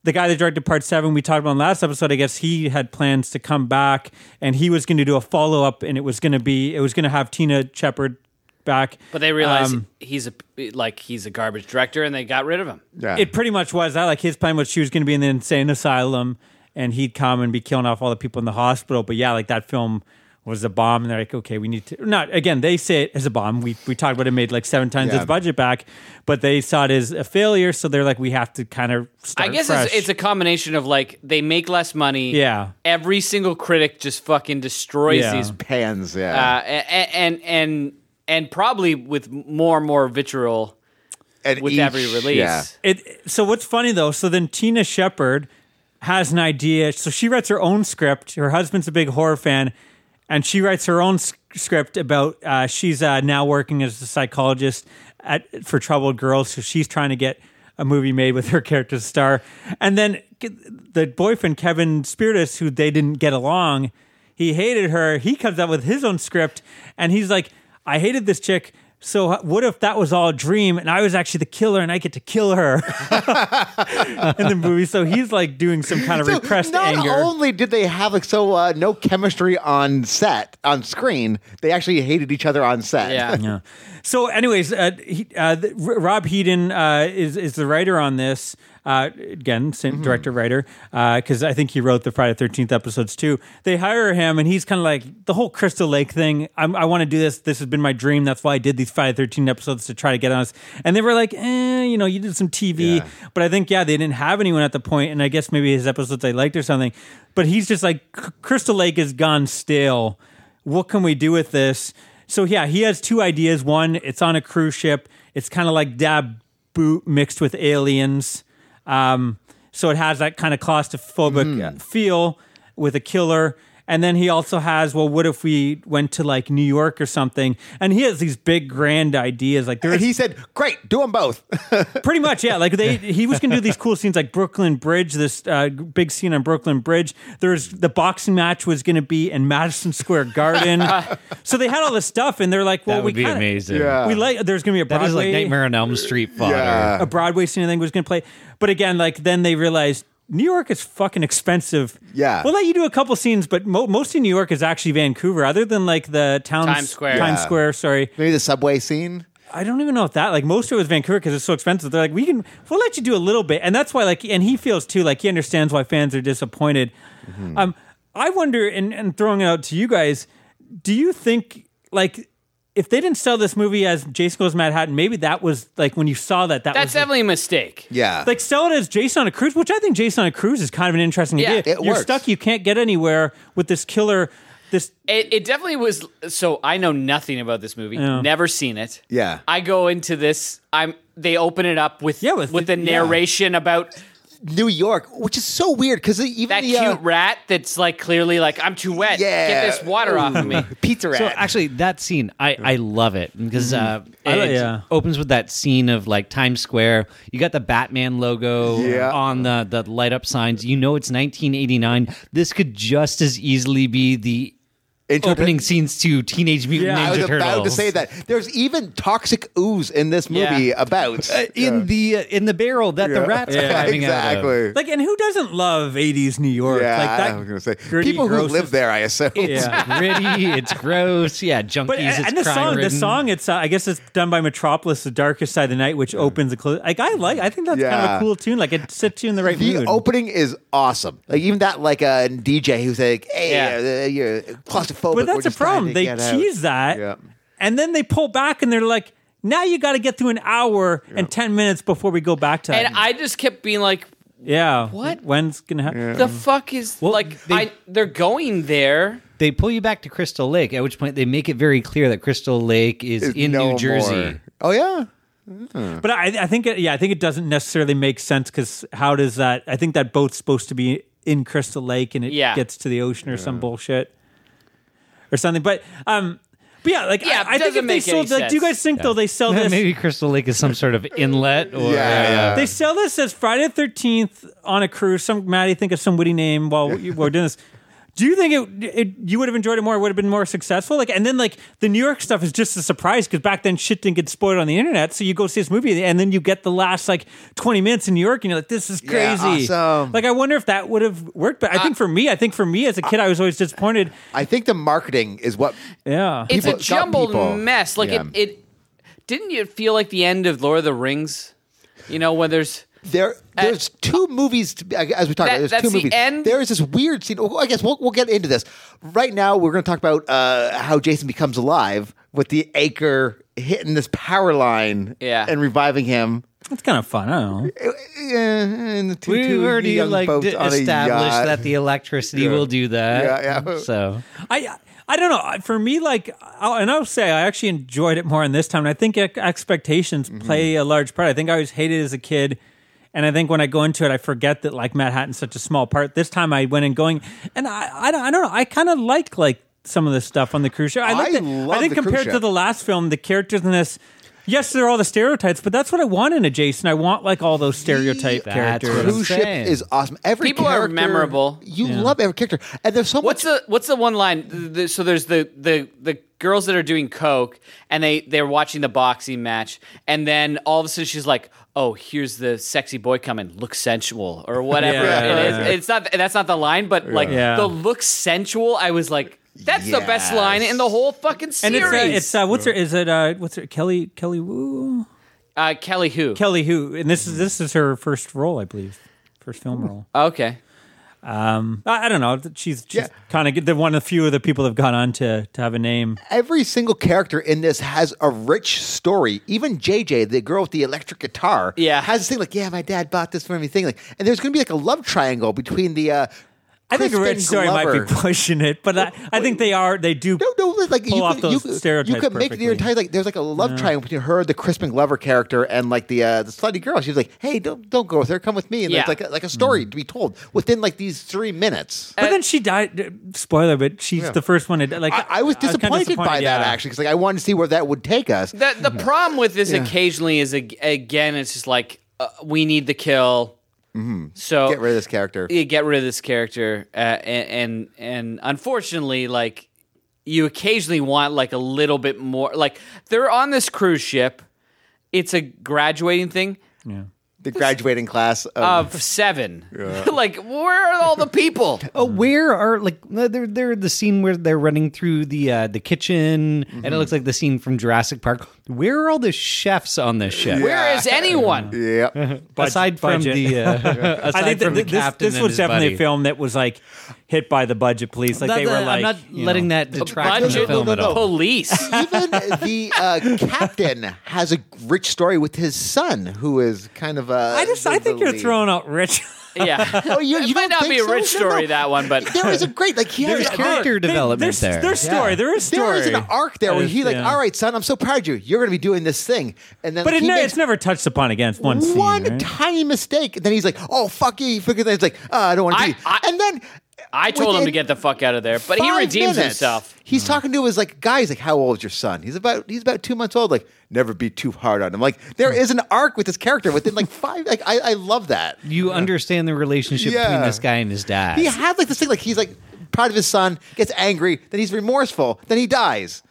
C: The guy that directed part seven, we talked about in the last episode. I guess he had plans to come back, and he was going to do a follow up, and it was going to be it was going to have Tina Shepard back.
E: But they realized
C: Um,
E: he's a like he's a garbage director, and they got rid of him.
D: yeah.
C: It pretty much was. I like his plan was she was going to be in the insane asylum, and he'd come and be killing off all the people in the hospital. But yeah, like that film was a bomb, and they're like, okay, we need to not again. They say it as a bomb. We we talked about it made like seven times
D: Yeah.
C: its budget back, but they saw it as a failure. So they're like, we have to kind of. Start
E: I guess
C: fresh.
E: it's, it's a combination of like they make less money.
C: Yeah.
E: every single critic just fucking destroys
C: Yeah.
E: these.
D: pans.
E: Uh,
D: Yeah,
E: and, and and and probably with more and more vitriol
D: and
E: with
D: each-
E: every release.
D: Yeah.
C: It, so what's funny though? So then Tina Shepard has an idea. So she writes her own script. Her husband's a big horror fan, and she writes her own s- script about. Uh, she's uh, now working as a psychologist at for troubled girls. So she's trying to get a movie made with her character to star. And then k- the boyfriend Kevin Spiritus, who they didn't get along, he hated her. He comes out with his own script, and he's like, "I hated this chick." So h- what if that was all a dream and I was actually the killer and I get to kill her in the movie? So he's like doing some kind of
D: So
C: repressed
D: not
C: anger.
D: only did they have like so uh, no chemistry on set on screen, they actually hated each other on set.
E: Yeah.
C: Yeah. So, anyways, uh, he, uh, the, R- Rob Heaton uh, is is the writer on this. Uh, again, same director writer because I think he wrote the Friday Thirteenth episodes too. They hire him, and he's kind of like the whole Crystal Lake thing. I'm, I want to do this. This has been my dream. That's why I did these Friday Thirteenth episodes to try to get on us. And they were like, eh, you know, you did some TV, but I think yeah, they didn't have anyone at the point, and I guess maybe his episodes they liked or something. But he's just like "C- Crystal Lake has gone stale what can we do with this? So yeah, he has two ideas. One, it's on a cruise ship. It's kind of like Dab Boot mixed with aliens. Um, so it has that kind of claustrophobic
D: Mm-hmm.
C: feel with a killer. And then he also has, well, what if we went to like New York or something? And he has these big grand ideas. Like
D: And
C: there's
D: he said, "Great, do them both."
C: pretty much yeah like they he was gonna do these cool scenes like brooklyn bridge this uh, big scene on brooklyn bridge there's the boxing match was gonna be in madison square garden so they had all this stuff and they're like well
A: That
C: we
A: would be
C: kinda-
A: amazing. Uh,
D: Yeah.
C: we like there's gonna be a
A: That
C: broadway
A: is like Nightmare on Elm Street fodder.
D: Yeah.
C: a broadway scene i think was gonna play but again like then they realized New York is fucking expensive.
D: Yeah.
C: we'll let you do a couple scenes, but mo- most of New York is actually Vancouver. Other than like the town
E: Times Square.
C: Times
D: Yeah.
C: Square, sorry,
D: Maybe the subway scene.
C: I don't even know if that like most of it was Vancouver because it's so expensive. They're like, we can we'll let you
D: Mm-hmm.
C: do a little bit, and that's why like, and he feels too like he understands why fans are disappointed. Um, I wonder, and, and throwing it out to you guys, do you think like if they didn't sell this movie as Jason Goes to Manhattan, maybe that was like when you saw that that
E: That's
C: was
E: definitely a mistake.
D: Yeah.
C: like sell it as Jason on a cruise, which I think Jason on a cruise is kind of an interesting
E: Yeah,
C: idea.
D: it
C: You're
D: works.
C: stuck, you can't get anywhere with this killer. This
E: It, it definitely was. So I know nothing about this movie. Never seen it.
D: Yeah.
E: I go into this. I'm. They open it up with
C: Yeah,
E: with,
C: with-
E: the
C: yeah.
E: narration about
D: New York, which is so weird because even
E: that
D: the uh,
E: cute rat that's like clearly like I'm too wet.
D: Yeah.
E: Get this water off of me.
D: pizza rat.
A: So actually, that scene I, I love it because uh,
C: Mm-hmm. I like-
A: it
C: yeah.
A: opens with that scene of like Times Square. You got the Batman logo
D: Yeah.
A: on the the light up signs. You know it's 1989. This could just as easily be the
D: Intro to-
A: opening scenes to Teenage Mutant
C: Yeah,
A: Ninja
D: I was
A: Turtles.
D: about to say that. There's even toxic ooze in this movie
E: Yeah.
D: about
A: in the uh, in the barrel that the rats are climbing out of.
D: exactly.
C: uh, like, and who doesn't love '80s New York?
D: yeah,
C: like that
D: I was gonna say
C: gritty
D: people who
C: grossness.
D: live there. I assume.
C: Yeah.
A: It's gritty. It's gross. Yeah, junkies.
C: But
A: it's
C: and the song, the
A: crime-ridden.
C: song, it's uh, I guess it's done by Metropolis, "The Darkest Side of the Night," which opens and closes. Like I like, I think that's kind of
D: Yeah.
C: a cool tune. Like it sets you in the right
D: The
C: mood.
D: opening is awesome. Like even that, like a uh, DJ who's like, "Hey,
E: Yeah.
D: uh, you're claustrophobic."
C: but
D: We're
C: that's a
D: just trying
C: problem.
D: to
C: They
D: get out."
C: tease that,
D: Yeah.
C: and then they pull back, and they're like, "Now you got to get through an hour and ten minutes before we go back to." that.
E: And I just kept being like,
C: yeah,
E: What?
C: When's gonna happen?
D: Mm.
E: the fuck is like
A: they-
E: I they're going there.
A: They pull you back to Crystal Lake, at which point they make it very clear that Crystal Lake is
D: It's
A: in
D: no
A: New Jersey.
D: more. Oh yeah,
C: But I, I think, it, yeah, I think it doesn't necessarily make sense because how does that? I think that boat's supposed to be in Crystal Lake and it
E: Yeah.
C: gets to the ocean or some bullshit or something. But um, but yeah, like
E: Yeah,
C: I, I think
E: doesn't
C: if they
E: make any
C: sold, like, do you
E: sense.
C: guys think though they sell this?
A: Maybe Crystal Lake is some sort of inlet or uh,
D: Yeah,
C: They sell this as Friday the Thirteenth on a cruise. Some Maddie think of some witty name while we- we're doing this. Do you think it, it you would have enjoyed it more? Would have been more successful? Like, and then like the New York stuff is just a surprise because back then shit didn't get spoiled on the internet. So you go see this movie and then you get the last like twenty minutes in New York and you're like, this is
D: Yeah,
C: crazy.
D: awesome. Uh,
C: Like, I wonder if that would have worked. But I think for me, I think for me as a kid, I was always disappointed.
D: I think the marketing is what.
C: Yeah,
E: It's
D: People-
E: a
D: got people.
E: jumbled mess. Like
D: Yeah.
E: it, it didn't it feel like the end of Lord of the Rings? You know, when there's
D: There, there's two movies to be, as we talked about.
E: Uh, That-
D: There's
E: that's
D: two
E: the
D: movies.
E: end?
D: There is this weird scene. oh, I guess we'll, we'll get into this. Right now, we're going to talk about uh, how Jason becomes alive with the anchor hitting this power line
E: Yeah.
D: and reviving him.
C: it's kind of fun. I don't know.
D: Uh, and the two,
A: We've
D: two
A: already
D: young
A: like
D: folks
A: d-
D: on a
A: established
D: yacht.
A: that the electricity will do that.
D: Yeah, yeah.
A: So
C: I I don't know. I- For me, like, I'll, and I'll say I actually enjoyed it more in this time. And I think ex- expectations
D: Mm-hmm.
C: play a large part. I think I always hated it as a kid. And I think when I go into it, I forget that like Manhattan's such a small part. This time I went in going, and I I don't, I don't know. I kind of liked like some of the stuff on the cruise ship. I, liked
D: I
C: it.
D: love
C: I think
D: the cruise
C: compared to
D: ship.
C: the last film, the characters in this. Yes, they're all the stereotypes, but that's what I want in a Jason. I want like all those stereotype
A: That's
C: characters.
A: what I'm
D: Cruise ship
A: saying.
D: is awesome. Every
E: People are
D: character-
E: memorable.
D: You love every character, and there's so
E: What's
D: much.
E: the what's the one line? The- the- so there's the the the girls that are doing coke, and they they're watching the boxing match, and then all of a sudden she's like, "Oh, here's the sexy boy coming. Look sensual or whatever
C: Yeah.
E: it is." It's not that's not the line, but like
C: Yeah.
E: the look sensual. I was like, "That's the best
D: Yes.
E: line in the whole fucking
C: And
E: series."
C: it's uh, it's uh, what's her is it uh, what's her Kelly Kelly Woo?
E: uh, Kelly who?
C: Kelly Who, and this is this is her first role, I believe, first film role.
E: Oh, okay.
C: Um, I, I don't know. She's she's
D: Hmm. Yeah.
C: kind of the one of the few of the people that've gone on to to have a name.
D: Every single character in this has a rich story. Even JJ, the girl with the electric guitar,
E: Yeah.
D: has this thing like, "Yeah, my dad bought this for me." Thing like, and there's going to be like a love triangle between the. Uh,
C: I think a
D: Crispin
C: Rich Story might
D: Glover.
C: be pushing it, but I, I think they are. They do.
D: No, no, like
C: pull
D: you
C: off
D: could,
C: those
D: you could-
C: stereotypes.
D: You could make
C: perfectly.
D: the entire like. There's like a love triangle between her, the Crispin Glover character, and like the uh, the slutty girl. She's like, "Hey, don't don't go with her. Come with me." And
E: Yeah.
D: there's like a, like a story
C: Mm-hmm.
D: to be told within like these three minutes.
C: But then she died. Spoiler, but she's the first one. To, like
D: I, I was
C: kinda
D: disappointed, by
C: yeah.
D: that actually because like I wanted to see where that would take us.
E: The the
C: Mm-hmm.
E: problem with this occasionally is ag- again, it's just like uh, we need the kill.
C: Mm-hmm.
E: So
D: Get rid of this character.
E: you get rid of this character uh, and, and and unfortunately like you occasionally want like a little bit more like they're on this cruise ship it's a graduating thing
D: The graduating class
C: Uh,
D: of
E: of seven. like, where are all the people?
A: Oh, where are like they're they're the scene where they're running through the uh, the kitchen,
D: Mm-hmm.
A: and it looks like the scene from Jurassic Park. Where are all the chefs on this ship?
E: Where is anyone?
D: yeah.
A: aside from
C: budget.
A: the uh, aside
C: I think
A: from
C: that
A: the
C: th- this,
A: captain
C: this
A: and
C: was
A: his
C: definitely
A: buddy.
C: a film that was like hit by the budget police. Like
A: Not
C: they were
A: that-
C: like,
A: I'm not
C: you
A: letting
C: know.
A: that detract from the
E: Budget
A: film at all.
E: police.
D: Even the uh, captain has a rich story with his son, who is kind of a.
C: I just I think you're throwing out rich.
E: yeah.
D: Oh, you,
E: it
D: you
E: might
D: don't
E: not
D: think
E: be a
D: so?
E: rich
D: No,
E: story
D: no.
E: that one, but
D: There is a great like he has
A: There's
D: a-
A: character development
C: there's,
A: there.
C: There's story. There is
D: There
C: story.
D: is an arc there
C: That
D: where
C: is-
D: he like,
C: yeah.
D: all right, son, I'm so proud of you. You're going to be doing this thing, and then
C: But it,
D: he
C: ne-
D: makes
C: it's never touched upon against one scene.
D: one
C: right?
D: tiny mistake, and then he's like, "Oh fuck you!" He figures that it's like, "Uh, "I don't want
E: I-
D: to,"
E: I-
D: and then
E: I told him to
D: within
E: get the fuck out of there, but he
D: five
E: redeems
D: minutes,
E: himself.
D: He's talking to his like guys, like, "How old's your son?" He's about he's about two months old. Like, never be too hard on him. Like, there is an arc with this character within like five. Like, I, I love that.
A: You understand the relationship between
D: Yeah.
A: this guy and his dad.
D: He had like this thing, like he's like proud of his son, gets angry, then he's remorseful, then he dies.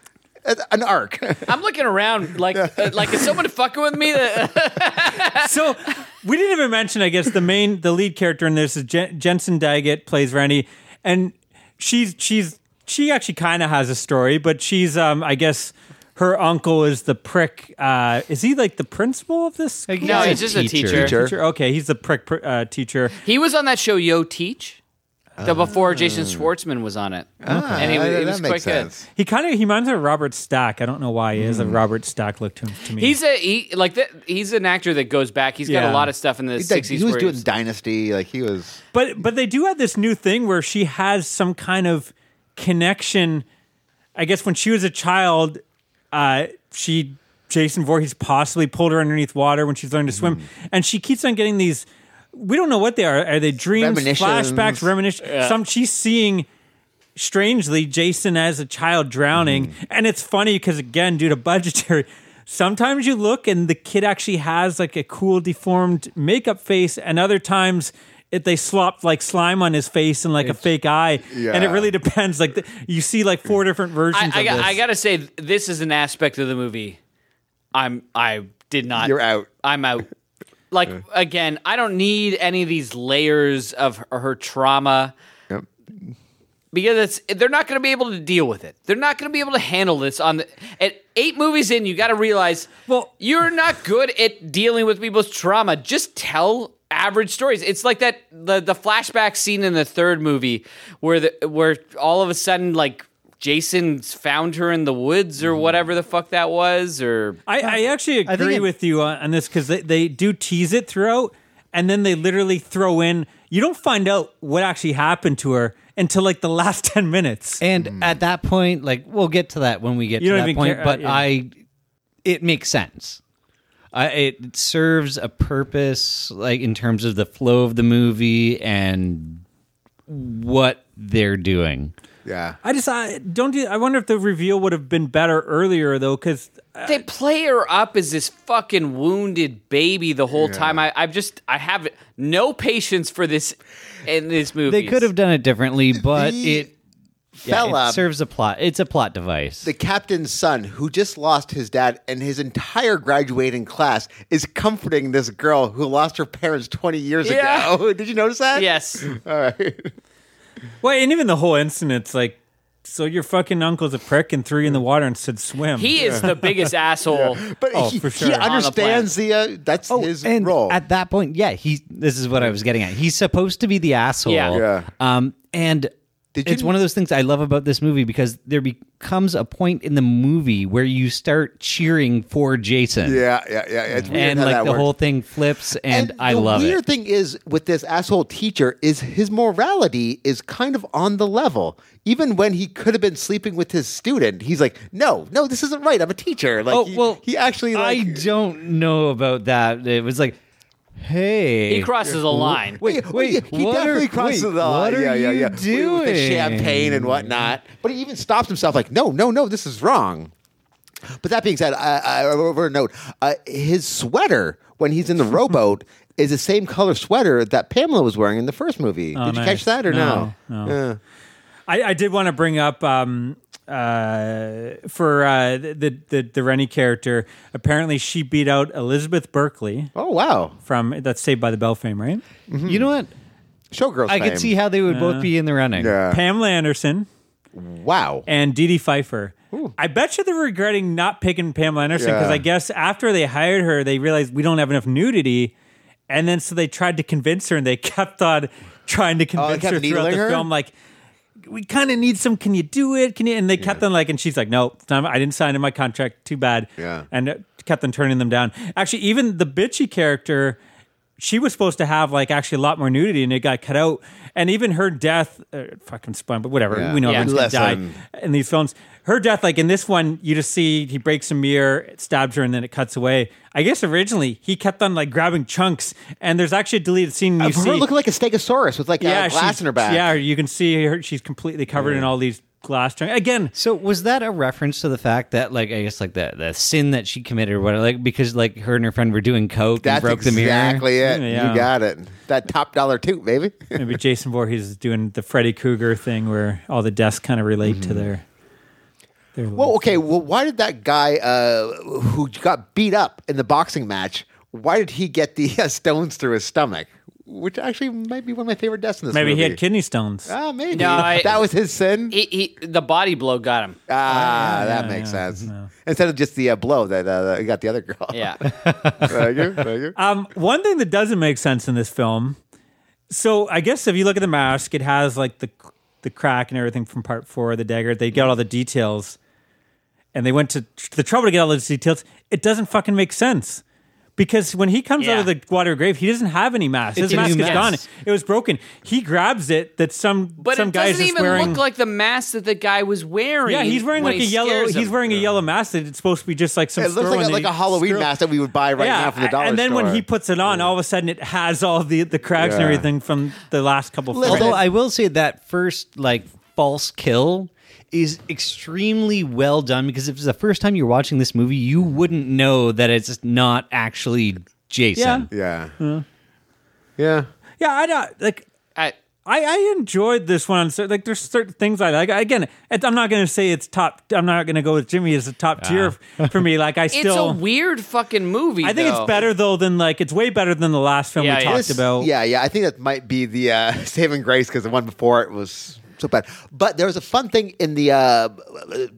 D: Uh, An arc.
E: I'm looking around like uh, like is someone fucking with me? That,
C: so we didn't even mention, I guess, the main, the lead character in this is Jen- Jensen Daggett plays Rennie, and she's she's she actually kind of has a story, but she's um I guess her uncle is the prick. Uh, is he like the principal of this? School?
E: no, he's just a teacher.
D: Teacher.
C: Teacher? Okay, he's the prick pr- uh, teacher.
E: He was on that show Yo Teach, the before Jason Schwartzman was on it, and he,
D: Uh,
E: he
D: Oh. that
E: was
D: makes
E: quite good.
D: sense.
C: He kind of he reminds me of Robert Stack. I don't know why he is
D: Hmm.
C: a Robert Stack look to, to me.
E: He's a he like that. He's an actor that goes back. He's got
C: Yeah.
E: a lot of stuff in the
D: He's, like,
E: '60s.
D: he was
E: where
D: doing Dynasty. Like he was.
C: But but they do have this new thing where she has some kind of connection. I guess when she was a child, uh, she Jason Voorhees possibly pulled her underneath water when she's learning to swim, and she keeps on getting these. We don't know what they are. Are they dreams,
D: Premonitions.
C: flashbacks, reminiscence? Some she's seeing strangely Jason as a child drowning, and it's funny because again, due to budgetary, sometimes you look and the kid actually has like a cool deformed makeup face, and other times. It, they slopped like slime on his face and like a fake eye, and it
D: Yeah.
C: really depends. Like the, you see, like four different versions.
E: I, I,
C: of
E: got-
C: this.
E: I gotta say, th- this is an aspect of the movie. I'm I did not.
D: You're out.
E: I'm out. Like again, I don't need any of these layers of her, her trauma
D: Yep.
E: because it's they're not going to be able to deal with it. They're not going to be able to handle this on the at eight movies in. You got to realize,
C: Well-
E: you're not good at dealing with people's trauma. Just tell average stories. It's like that the the flashback scene in the third movie where the where all of a sudden like Jason found her in the woods or whatever the fuck that was or
C: I, I actually
A: think
C: agree
A: it-
C: with you on, on this because they, they do tease it throughout, and then they literally throw in. You don't find out what actually happened to her until like the last ten minutes.
A: And at that point, like we'll get to that when we get
C: Mm. You
A: to
C: don't
A: that
C: even
A: point.
C: care- uh,
A: but
C: yeah.
A: I, it makes sense. I, it serves a purpose, like in terms of the flow of the movie and what they're doing.
D: Yeah.
C: I just I don't. Do, I wonder if the reveal would have been better earlier though, because
E: they play her up as this fucking wounded baby the whole time. I, I've just I have no patience for this in this movie.
A: They could have done it differently, but
D: The
A: it, yeah,
D: fella-
A: it serves a plot. It's a plot device.
D: the captain's son who just lost his dad and his entire graduating class is comforting this girl who lost her parents 20 years
E: Yeah.
D: ago. Did you notice that?
E: Yes,
C: well, and even the whole incident's like, so your fucking uncle's a prick and threw you in the water and said swim.
E: he is the biggest asshole.
D: But
C: Oh,
D: he,
C: for sure.
D: he
C: On the
D: understands the, uh, that's his
A: Oh, and
D: role.
A: at that point, yeah, he. This is what I was getting at. He's supposed to be the asshole.
E: Yeah.
D: Yeah.
A: Um, and
D: Did
A: it's
D: you-
A: one of those things I love about this movie because there becomes a point in the movie where you start cheering for Jason.
D: yeah, yeah, yeah. It's weird
A: And
D: how
A: like
D: that
A: the
D: works.
A: whole thing flips, and, I
D: the
A: love
D: weird
A: it.
D: thing is with this asshole teacher is his morality is kind of on the level. Even when he could have been sleeping with his student, he's like, "No, no, this isn't right. I'm a teacher." Like,
A: oh
D: he,
A: well,
D: he actually like
A: I don't know about that. It was like, hey,
E: He crosses a line.
A: Wait, wait,
D: Oh, he
A: what
D: definitely
A: are-
D: crosses
A: wait,
D: the line.
A: what are
D: yeah, yeah,
A: you
D: yeah. With
A: doing?
D: the champagne and whatnot. But he even stops himself, like, no, no, no, this is wrong. But that being said, I, I I wrote a note. Uh, his sweater when he's in the rowboat is the same color sweater that Pamela was wearing
A: Oh,
D: in the first movie. Did you
C: nice.
D: Uh, catch that or no?
C: No, I, I did want to bring up um, uh, for uh, the, the the Rennie character. Apparently, she beat out Elizabeth Berkley
D: Oh wow,
C: from that's Saved by the Bell fame, right?
D: hmm.
A: You know what?
D: showgirls.
A: I could
D: fame.
A: see how they would both be in the running.
D: Yeah.
C: Pamela Anderson
D: Wow.
C: and Dee Dee Pfeiffer. I bet you they're regretting not picking Pamela Anderson because
D: Yeah.
C: I guess after they hired her, they realized we don't have enough nudity, and then so they tried to convince her, and they kept on trying to convince
D: Oh, kept
C: her throughout
D: needling
C: the
D: her?
C: film, like. We kind of need some. Can you do it? Can you? And they kept on like, and she's like, "No, it's not- I didn't sign in my contract. Too bad."
D: Yeah.
C: and uh, kept on turning them down. Actually, even the bitchy character, she was supposed to have like actually a lot more nudity, and it got cut out. And even her death, uh, fucking spun, but whatever.
D: Yeah.
C: We know
D: Yeah.
C: everyone's gonna
D: Lesson.
C: die in these films. Her death, like in this one, you just see he breaks a mirror, stabs her, and then it cuts away. I guess originally he kept on like grabbing chunks, and there's actually a deleted scene you
D: I've heard
C: see.
D: her looking like a stegosaurus with like uh, glass
C: she's-
D: in her back.
C: Yeah, you can see her; she's completely covered in all these glass chunks. Again,
A: So was that a reference to the fact that, like, I guess, like the the sin that she committed, or whatever, like because like her and her friend were doing coke
D: That's
A: and broke the mirror.
D: exactly it.
C: Yeah.
D: You got it. That top dollar too, baby.
C: Maybe Jason Voorhees is doing the Freddy Krueger thing where all the deaths kind of relate to their. their
D: Mm-hmm. well, okay. Well, why did that guy uh, who got beat up in the boxing match? Why did he get the uh, stones through his stomach? Which actually might be one of my favorite deaths in this
C: Maybe
D: movie.
C: he had kidney stones.
D: Ah, maybe
E: No, I-
D: that was his sin.
E: He, he, the body blow got him.
D: ah, that makes
C: yeah,
D: sense. Instead of just the uh, blow that uh, got the other girl.
E: Yeah.
D: thank you, thank you.
C: Um, one thing that doesn't make sense in this film. So I guess if you look at the mask, it has like the the crack and everything from part four, the dagger. They got all the details, and they went to tr- the trouble to get all those details. It doesn't fucking make sense because when he comes out of
E: Yeah.
C: the water grave, he doesn't have any mask. His
A: a new
C: mask is
A: mask.
C: gone. It was broken. He grabs it that some
E: But
C: some
E: it
C: guy is
E: doesn't
C: just
E: even
C: wearing.
E: look like the mask that the guy was wearing.
C: yeah, he's wearing
E: when
C: like a
E: he
C: yellow.
E: scares
C: He's
E: him.
C: wearing a yellow mask that it's supposed to be just like some.
D: It looks
C: screw-on
D: like a,
C: that
D: like
C: he-
D: a Halloween
C: screw-
D: mask that we would buy right now from the dollar
C: and then
D: store.
C: when he puts it on, all of a sudden it has all the the cracks and
D: Yeah.
C: everything from the last couple.
D: Listen-
C: frames.
A: Although I will say that first like false kill is extremely well done because if it's the first time you're watching this movie, you wouldn't know that it's not actually Jason.
D: Yeah. Yeah.
C: yeah, I don't like.
E: I,
C: I, I enjoyed this one. So, like, there's certain things I like. Again, it, I'm not going to say it's top. I'm not going to go with Jimmy as a top tier for me. Like, I
E: it's
C: still.
E: a weird fucking movie.
C: I think
E: though.
C: it's better though than like it's way better than the last film
E: Yeah,
C: we
E: yeah.
C: talked
D: This-
C: about.
D: Yeah, yeah. I think that might be the uh, saving grace because the one before it was so bad. But there was a fun thing in the uh,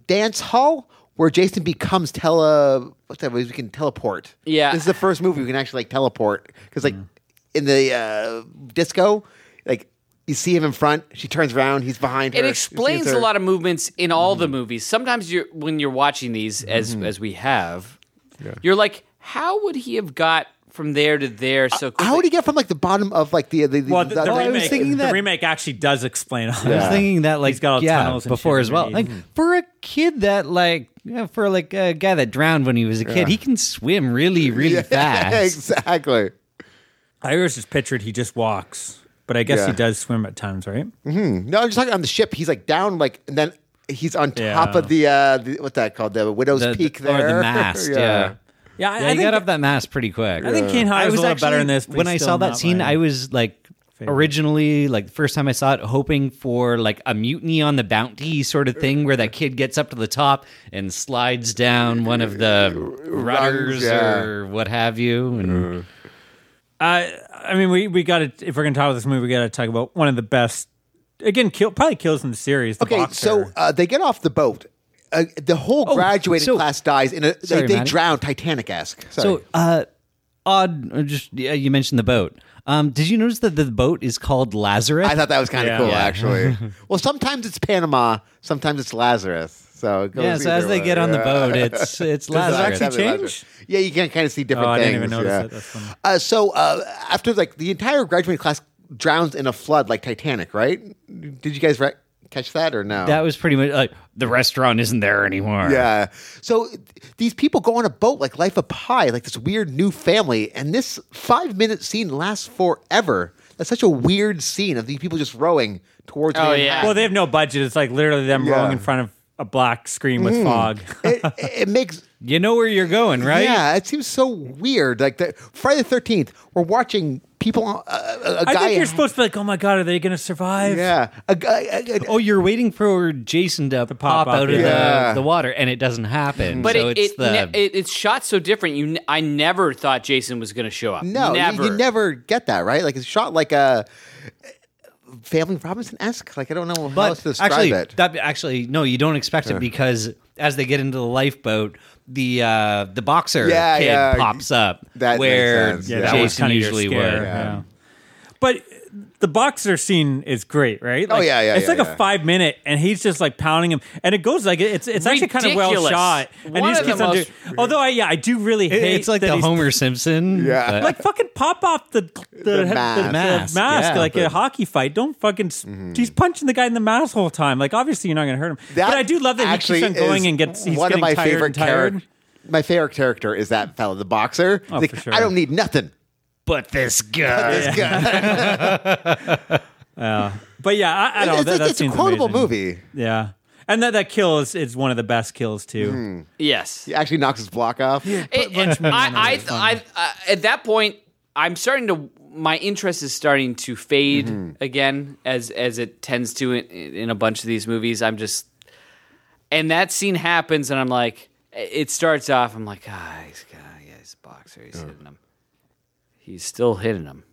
D: dance hall where Jason becomes tele. What's that? We can teleport.
E: Yeah. Mm-hmm.
D: this is the first movie we can actually like teleport because like in the uh, disco, like you see him in front, she turns around, he's behind her.
E: It explains a lot of movements in all
D: Mm-hmm.
E: the movies. Sometimes you are when you're watching these as as we have, you're like, how would he have got from there to there so quickly?
D: How would he get from like the bottom of like the the, the,
C: Well, the, the
D: the-
A: I was
C: remake,
A: thinking
C: the
A: that-
C: remake actually does explain all
A: I was
C: that.
A: thinking that like
C: He's got all
A: yeah,
C: tunnels and
A: before
C: shit
A: as well. Like
C: underneath.
A: for a kid that like yeah, for like a guy that drowned when he was a kid, he can swim really really fast.
D: exactly.
C: I always just pictured he just walks, but I guess
D: Yeah.
C: he does swim at times, right?
A: Mm-hmm.
D: No, I'm just talking on the ship. He's like down, like, and then he's on
C: Yeah.
D: top of the, uh, the what's that called? The widow's
A: The-
D: peak
A: the-
D: there.
A: or the mast. yeah.
C: Yeah, I,
A: Yeah,
C: I
A: he
C: think
A: got up that mask pretty quick.
C: I think Kane Hodder was, a little better in this. But
A: when
C: he's
A: I
C: still
A: saw that
C: not
A: scene,
C: my-
A: I was like originally like the first time I saw it, hoping for like a mutiny on the bounty sort of thing, where that kid gets up to the top and slides down one of the rudders
D: yeah.
A: or what have you. And
C: I, Uh, I mean, we we got to if we're gonna talk about this movie, we got to talk about one of the best. Again, kill probably kills in the series. The
D: Okay,
C: boxer.
D: so uh, they get off the boat. Uh, the whole graduating
A: Oh, so-
D: class dies, in a
A: Sorry,
D: they, they
A: Maddie.
D: drown Titanic esque.
A: so, uh, odd. or Just yeah, you mentioned the boat. Um, did you notice that the boat is called Lazarus?
D: I thought that was kind of
C: Yeah.
D: cool,
C: Yeah.
D: actually. well, sometimes it's Panama, sometimes it's Lazarus. So it goes
A: yeah. So
D: either
A: as they
D: way.
A: get on the
D: Yeah.
A: boat, it's it's Lazarus.
C: actually
D: Lazarus.
C: change?
D: Yeah, you can kind of see different
C: Oh, I
D: things.
C: didn't even notice
D: yeah.
C: that. That's funny.
D: Uh, so uh, after like the entire graduating class drowns in a flood, like Titanic, right? Did you guys re- catch that or no?
A: that was pretty much like the restaurant isn't there anymore.
D: yeah. So th- these people go on a boat like Life of Pi, like this weird new family, and this five minute scene lasts forever. That's such a weird scene of these people just rowing towards.
E: Oh, yeah.
D: Manhattan.
C: well, they have no budget. It's like literally them
D: Yeah. Mm.
C: rolling in front of a black screen with fog.
D: it, it makes
A: You know where you're going, right?
D: Yeah, it seems so weird. Like the Friday the Thirteenth, we're watching people, uh, a, a, a
C: I
D: guy.
C: think you're supposed to be like, oh my god, are they going to survive?
D: yeah, a guy. a- a-
A: Oh, you're waiting for Jason to, pop,
C: pop up,
A: out of
D: yeah.
A: the, the water, and it doesn't happen.
E: But
A: so
E: it,
A: it's
E: it,
A: the
E: ne- it- it's shot so different. You, n- I never thought Jason was going to show up.
C: Oh,
D: no, you-
E: never.
D: You, never get that right. Like it's shot like a Family Robinson esque. Like I don't know how else to describe
A: actually,
D: it.
A: That, actually, no, you don't expect it because as they get into the lifeboat, the uh, the boxer
D: Yeah,
A: kid
D: yeah.
A: pops up
D: That makes
A: where
D: sense, yeah.
C: that was
A: Jason
C: kinda your
A: usually would.
C: scare, yeah. But the boxer scene is great, right? Like,
D: Oh, yeah, yeah,
C: It's
D: yeah,
C: like
D: yeah.
C: a five minute, and he's just like pounding him, and it goes like it's it's actually kind of well
E: Ridiculous.
C: shot, and
E: One
C: he just
E: of the
C: keeps on
E: most-
C: doing- Although I yeah, I do really
A: It-
C: hate
A: it's like
C: that
A: the
C: he's-
A: Homer Simpson.
D: Yeah.
A: but-
C: Like fucking pop off the the, the,
D: mask. Mm-hmm.
C: the
A: Mask,
C: mask,
A: yeah.
C: like a hockey fight. Don't fucking. s He's punching the guy in the mask the whole time. Like obviously you're not gonna hurt him.
D: That
C: but I do love that he
D: actually
C: keeps on going
D: is
C: and gets he's
D: one of
C: getting
D: my
C: tired
D: favorite
C: and tired. Oh,
D: character. My favorite character is that fellow, the boxer. He's like,
C: for sure.
D: I don't need nothing.
A: but this guy.
D: This guy-
C: But yeah, I, I don't. know.
D: it's
C: that,
D: like-
C: that
D: it's a
C: scene's
D: quotable
C: amazing.
D: movie.
C: Yeah. And that, that kill is, is one of the best kills too.
D: Hmm.
E: Yes.
D: He actually knocks his block off.
E: It- it- I, I, I, I, at that point, I'm starting to. My interest is starting to fade again, as as it tends to in, in a bunch of these movies. I'm just, and that scene happens, and I'm like, it starts off. I'm like, ah, he's got, yeah, he's a boxer. He's hitting him. He's still hitting him.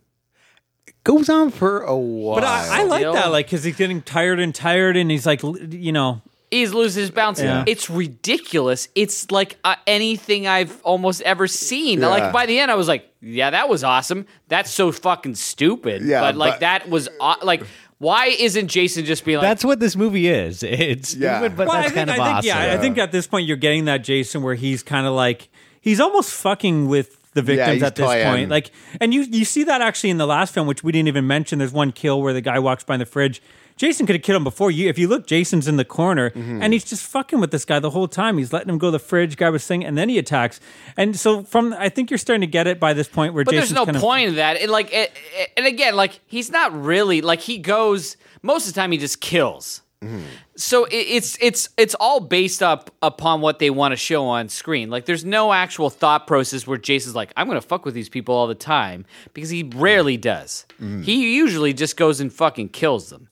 D: Goes on for a while.
C: But I, I like
E: Deal.
C: that, like, because he's getting tired and tired, and he's like, l- you know,
E: He's losing his bounce. It's ridiculous. It's like uh, anything I've almost ever seen. Like by the end, I was like, "Yeah, that was awesome. That's so fucking stupid."
D: Yeah,
E: but like
D: but-
E: that was aw- like, why isn't Jason just being like,
A: That's what this movie is. It's
D: Yeah.
A: stupid, but
C: well,
A: that's
C: I think,
A: kind of
C: I think,
A: awesome.
C: yeah, I think at this point you're getting that Jason where he's kind of like, he's almost fucking with the victims
D: he's
C: at this
D: toying.
C: point, like, and you you see that actually in the last film, which we didn't even mention. There's one kill where the guy walks by the fridge. Jason could have killed him before you. If you look, Jason's in the corner and he's just fucking with this guy the whole time. He's letting him go to the fridge. Guy was singing, and then he attacks. And so from, I think you're starting to get it by this point where
E: But
C: Jason's
E: there's no
C: kind of,
E: point in that. It, like, it, it- and again, like he's not really like he goes most of the time. He just kills. So it, it's it's it's all based up upon what they want to show on screen. Like, there's no actual thought process where Jason's like, "I'm gonna fuck with these people all the time," because he rarely does. He usually just goes and fucking kills them.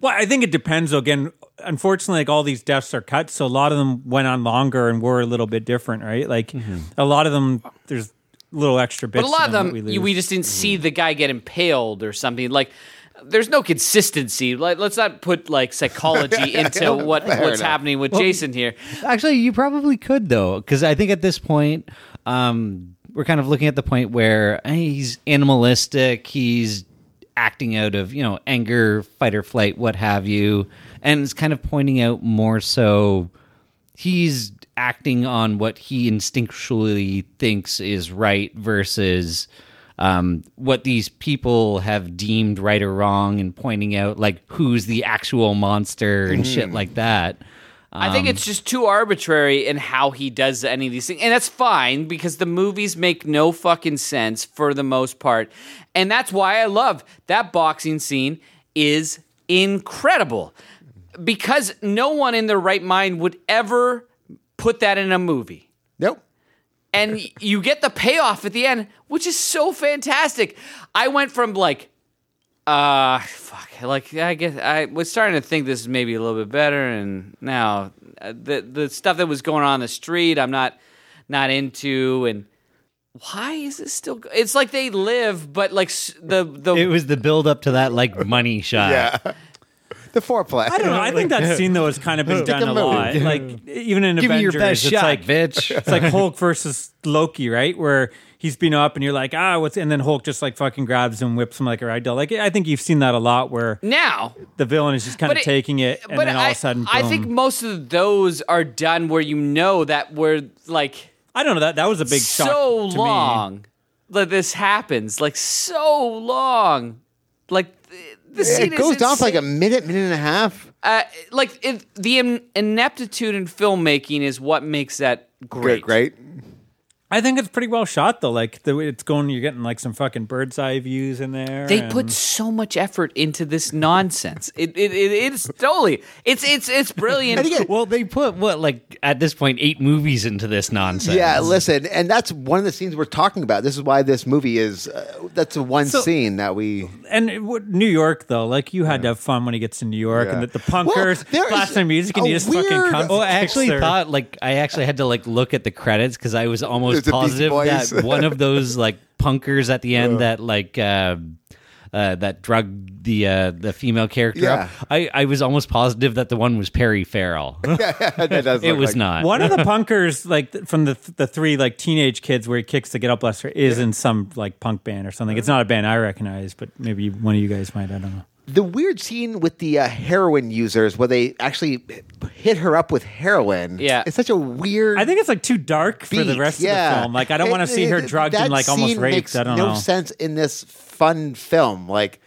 C: Well, I think it depends. though. Again, unfortunately, like all these deaths are cut, so a lot of them went on longer and were a little bit different, right? Like
A: Mm-hmm.
C: a lot of them, there's little extra bits.
E: But a lot of
C: in
E: them,
C: that
E: we,
C: we, lose.
E: we just didn't see the guy get impaled or something. Like, there's no consistency. Like, let's not put like psychology into what what's
D: enough.
E: happening with Jason here.
A: Actually, you probably could though, because I think at this point, um, we're kind of looking at the point where eh, he's animalistic. He's acting out of you know anger, fight or flight, what have you, and it's kind of pointing out more so he's acting on what he instinctually thinks is right versus um, what these people have deemed right or wrong and pointing out like who's the actual monster and shit like that
E: I think it's just too arbitrary in how he does any of these things. And that's fine because the movies make no fucking sense for the most part. And that's why I love that boxing scene is incredible. Because no one in their right mind would ever put that in a movie
D: nope.
E: and y- you get the payoff at the end, which is so fantastic. I went from like, uh, fuck, like I guess I was starting to think this is maybe a little bit better, and now uh, the the stuff that was going on in the street, I'm not not into, and why is this still? Go- it's like they live, but like s- the the
A: it was the build up to that like money shot.
D: Yeah. the foreplay.
C: I don't know. I think that scene though has kind of been done
D: a
C: a lot.
D: move.
C: Like even in
A: Give me your
C: Avengers,
A: best
C: it's
A: shot,
C: like
A: bitch.
C: it's like Hulk versus Loki, right? Where he's been up and you're like, ah, what's? And then Hulk just like fucking grabs him, whips him like a rag doll. Like I think you've seen that a lot where
E: now
C: the villain is just kind of
E: it-
C: taking it, and
E: but
C: then all
E: I,
C: of a sudden,
E: I think
C: boom.
E: most of those are done where you know that we're like.
C: I don't know that that was a big shock
E: so
C: to me.
E: long that this happens. Like so long. Like th- the scene
D: it goes
E: is
D: down for like
E: insane.
D: a minute, minute and a half.
E: uh, like it, the in- ineptitude in filmmaking is what makes that great.
D: Great, great.
C: I think it's pretty well shot though. Like the way it's going, you're getting like some fucking bird's eye views in there.
E: They
C: and-
E: put so much effort into this nonsense. It, it, it it's totally it's it's it's brilliant.
A: Well, they put what like at this point eight movies into this nonsense.
D: Yeah, listen, and that's one of the scenes we're talking about. This is why this movie is. Uh, that's the one
C: So-
D: scene that we.
C: and it would- New York though, like you had to have fun when he gets to New York, and
D: Yeah.
C: that the punkers
D: there is
C: blast their music, and
D: a
C: you just
D: weird-
C: fucking come.
A: Oh, I actually
C: Sir.
A: thought like I actually had to like look at the credits because I was almost
D: It's a Beastie
A: positive
D: Boys.
A: that one of those like punkers at the end that like uh, uh, that drugged the uh, the female character up. I I was almost positive that the one was Perry Farrell.
D: That does
A: it
D: look
A: was
D: like-
A: not.
C: One of the punkers, like th- from the th- the three like teenage kids, where he kicks the get up blaster, is in some like punk band or something. It's not a band I recognize, but maybe one of you guys might. I don't know.
D: the weird scene with the uh, heroin users where they actually hit her up with heroin.
E: Yeah.
D: it's such a weird.
C: I think it's like too dark for the
D: beat,
C: rest of
D: yeah.
C: the film. Like I don't
D: And-
C: want to see her
D: and-
C: drugged
D: that
C: and like almost
D: scene
C: raped.
D: makes
C: I don't
D: no
C: know.
D: sense in this fun film. Like,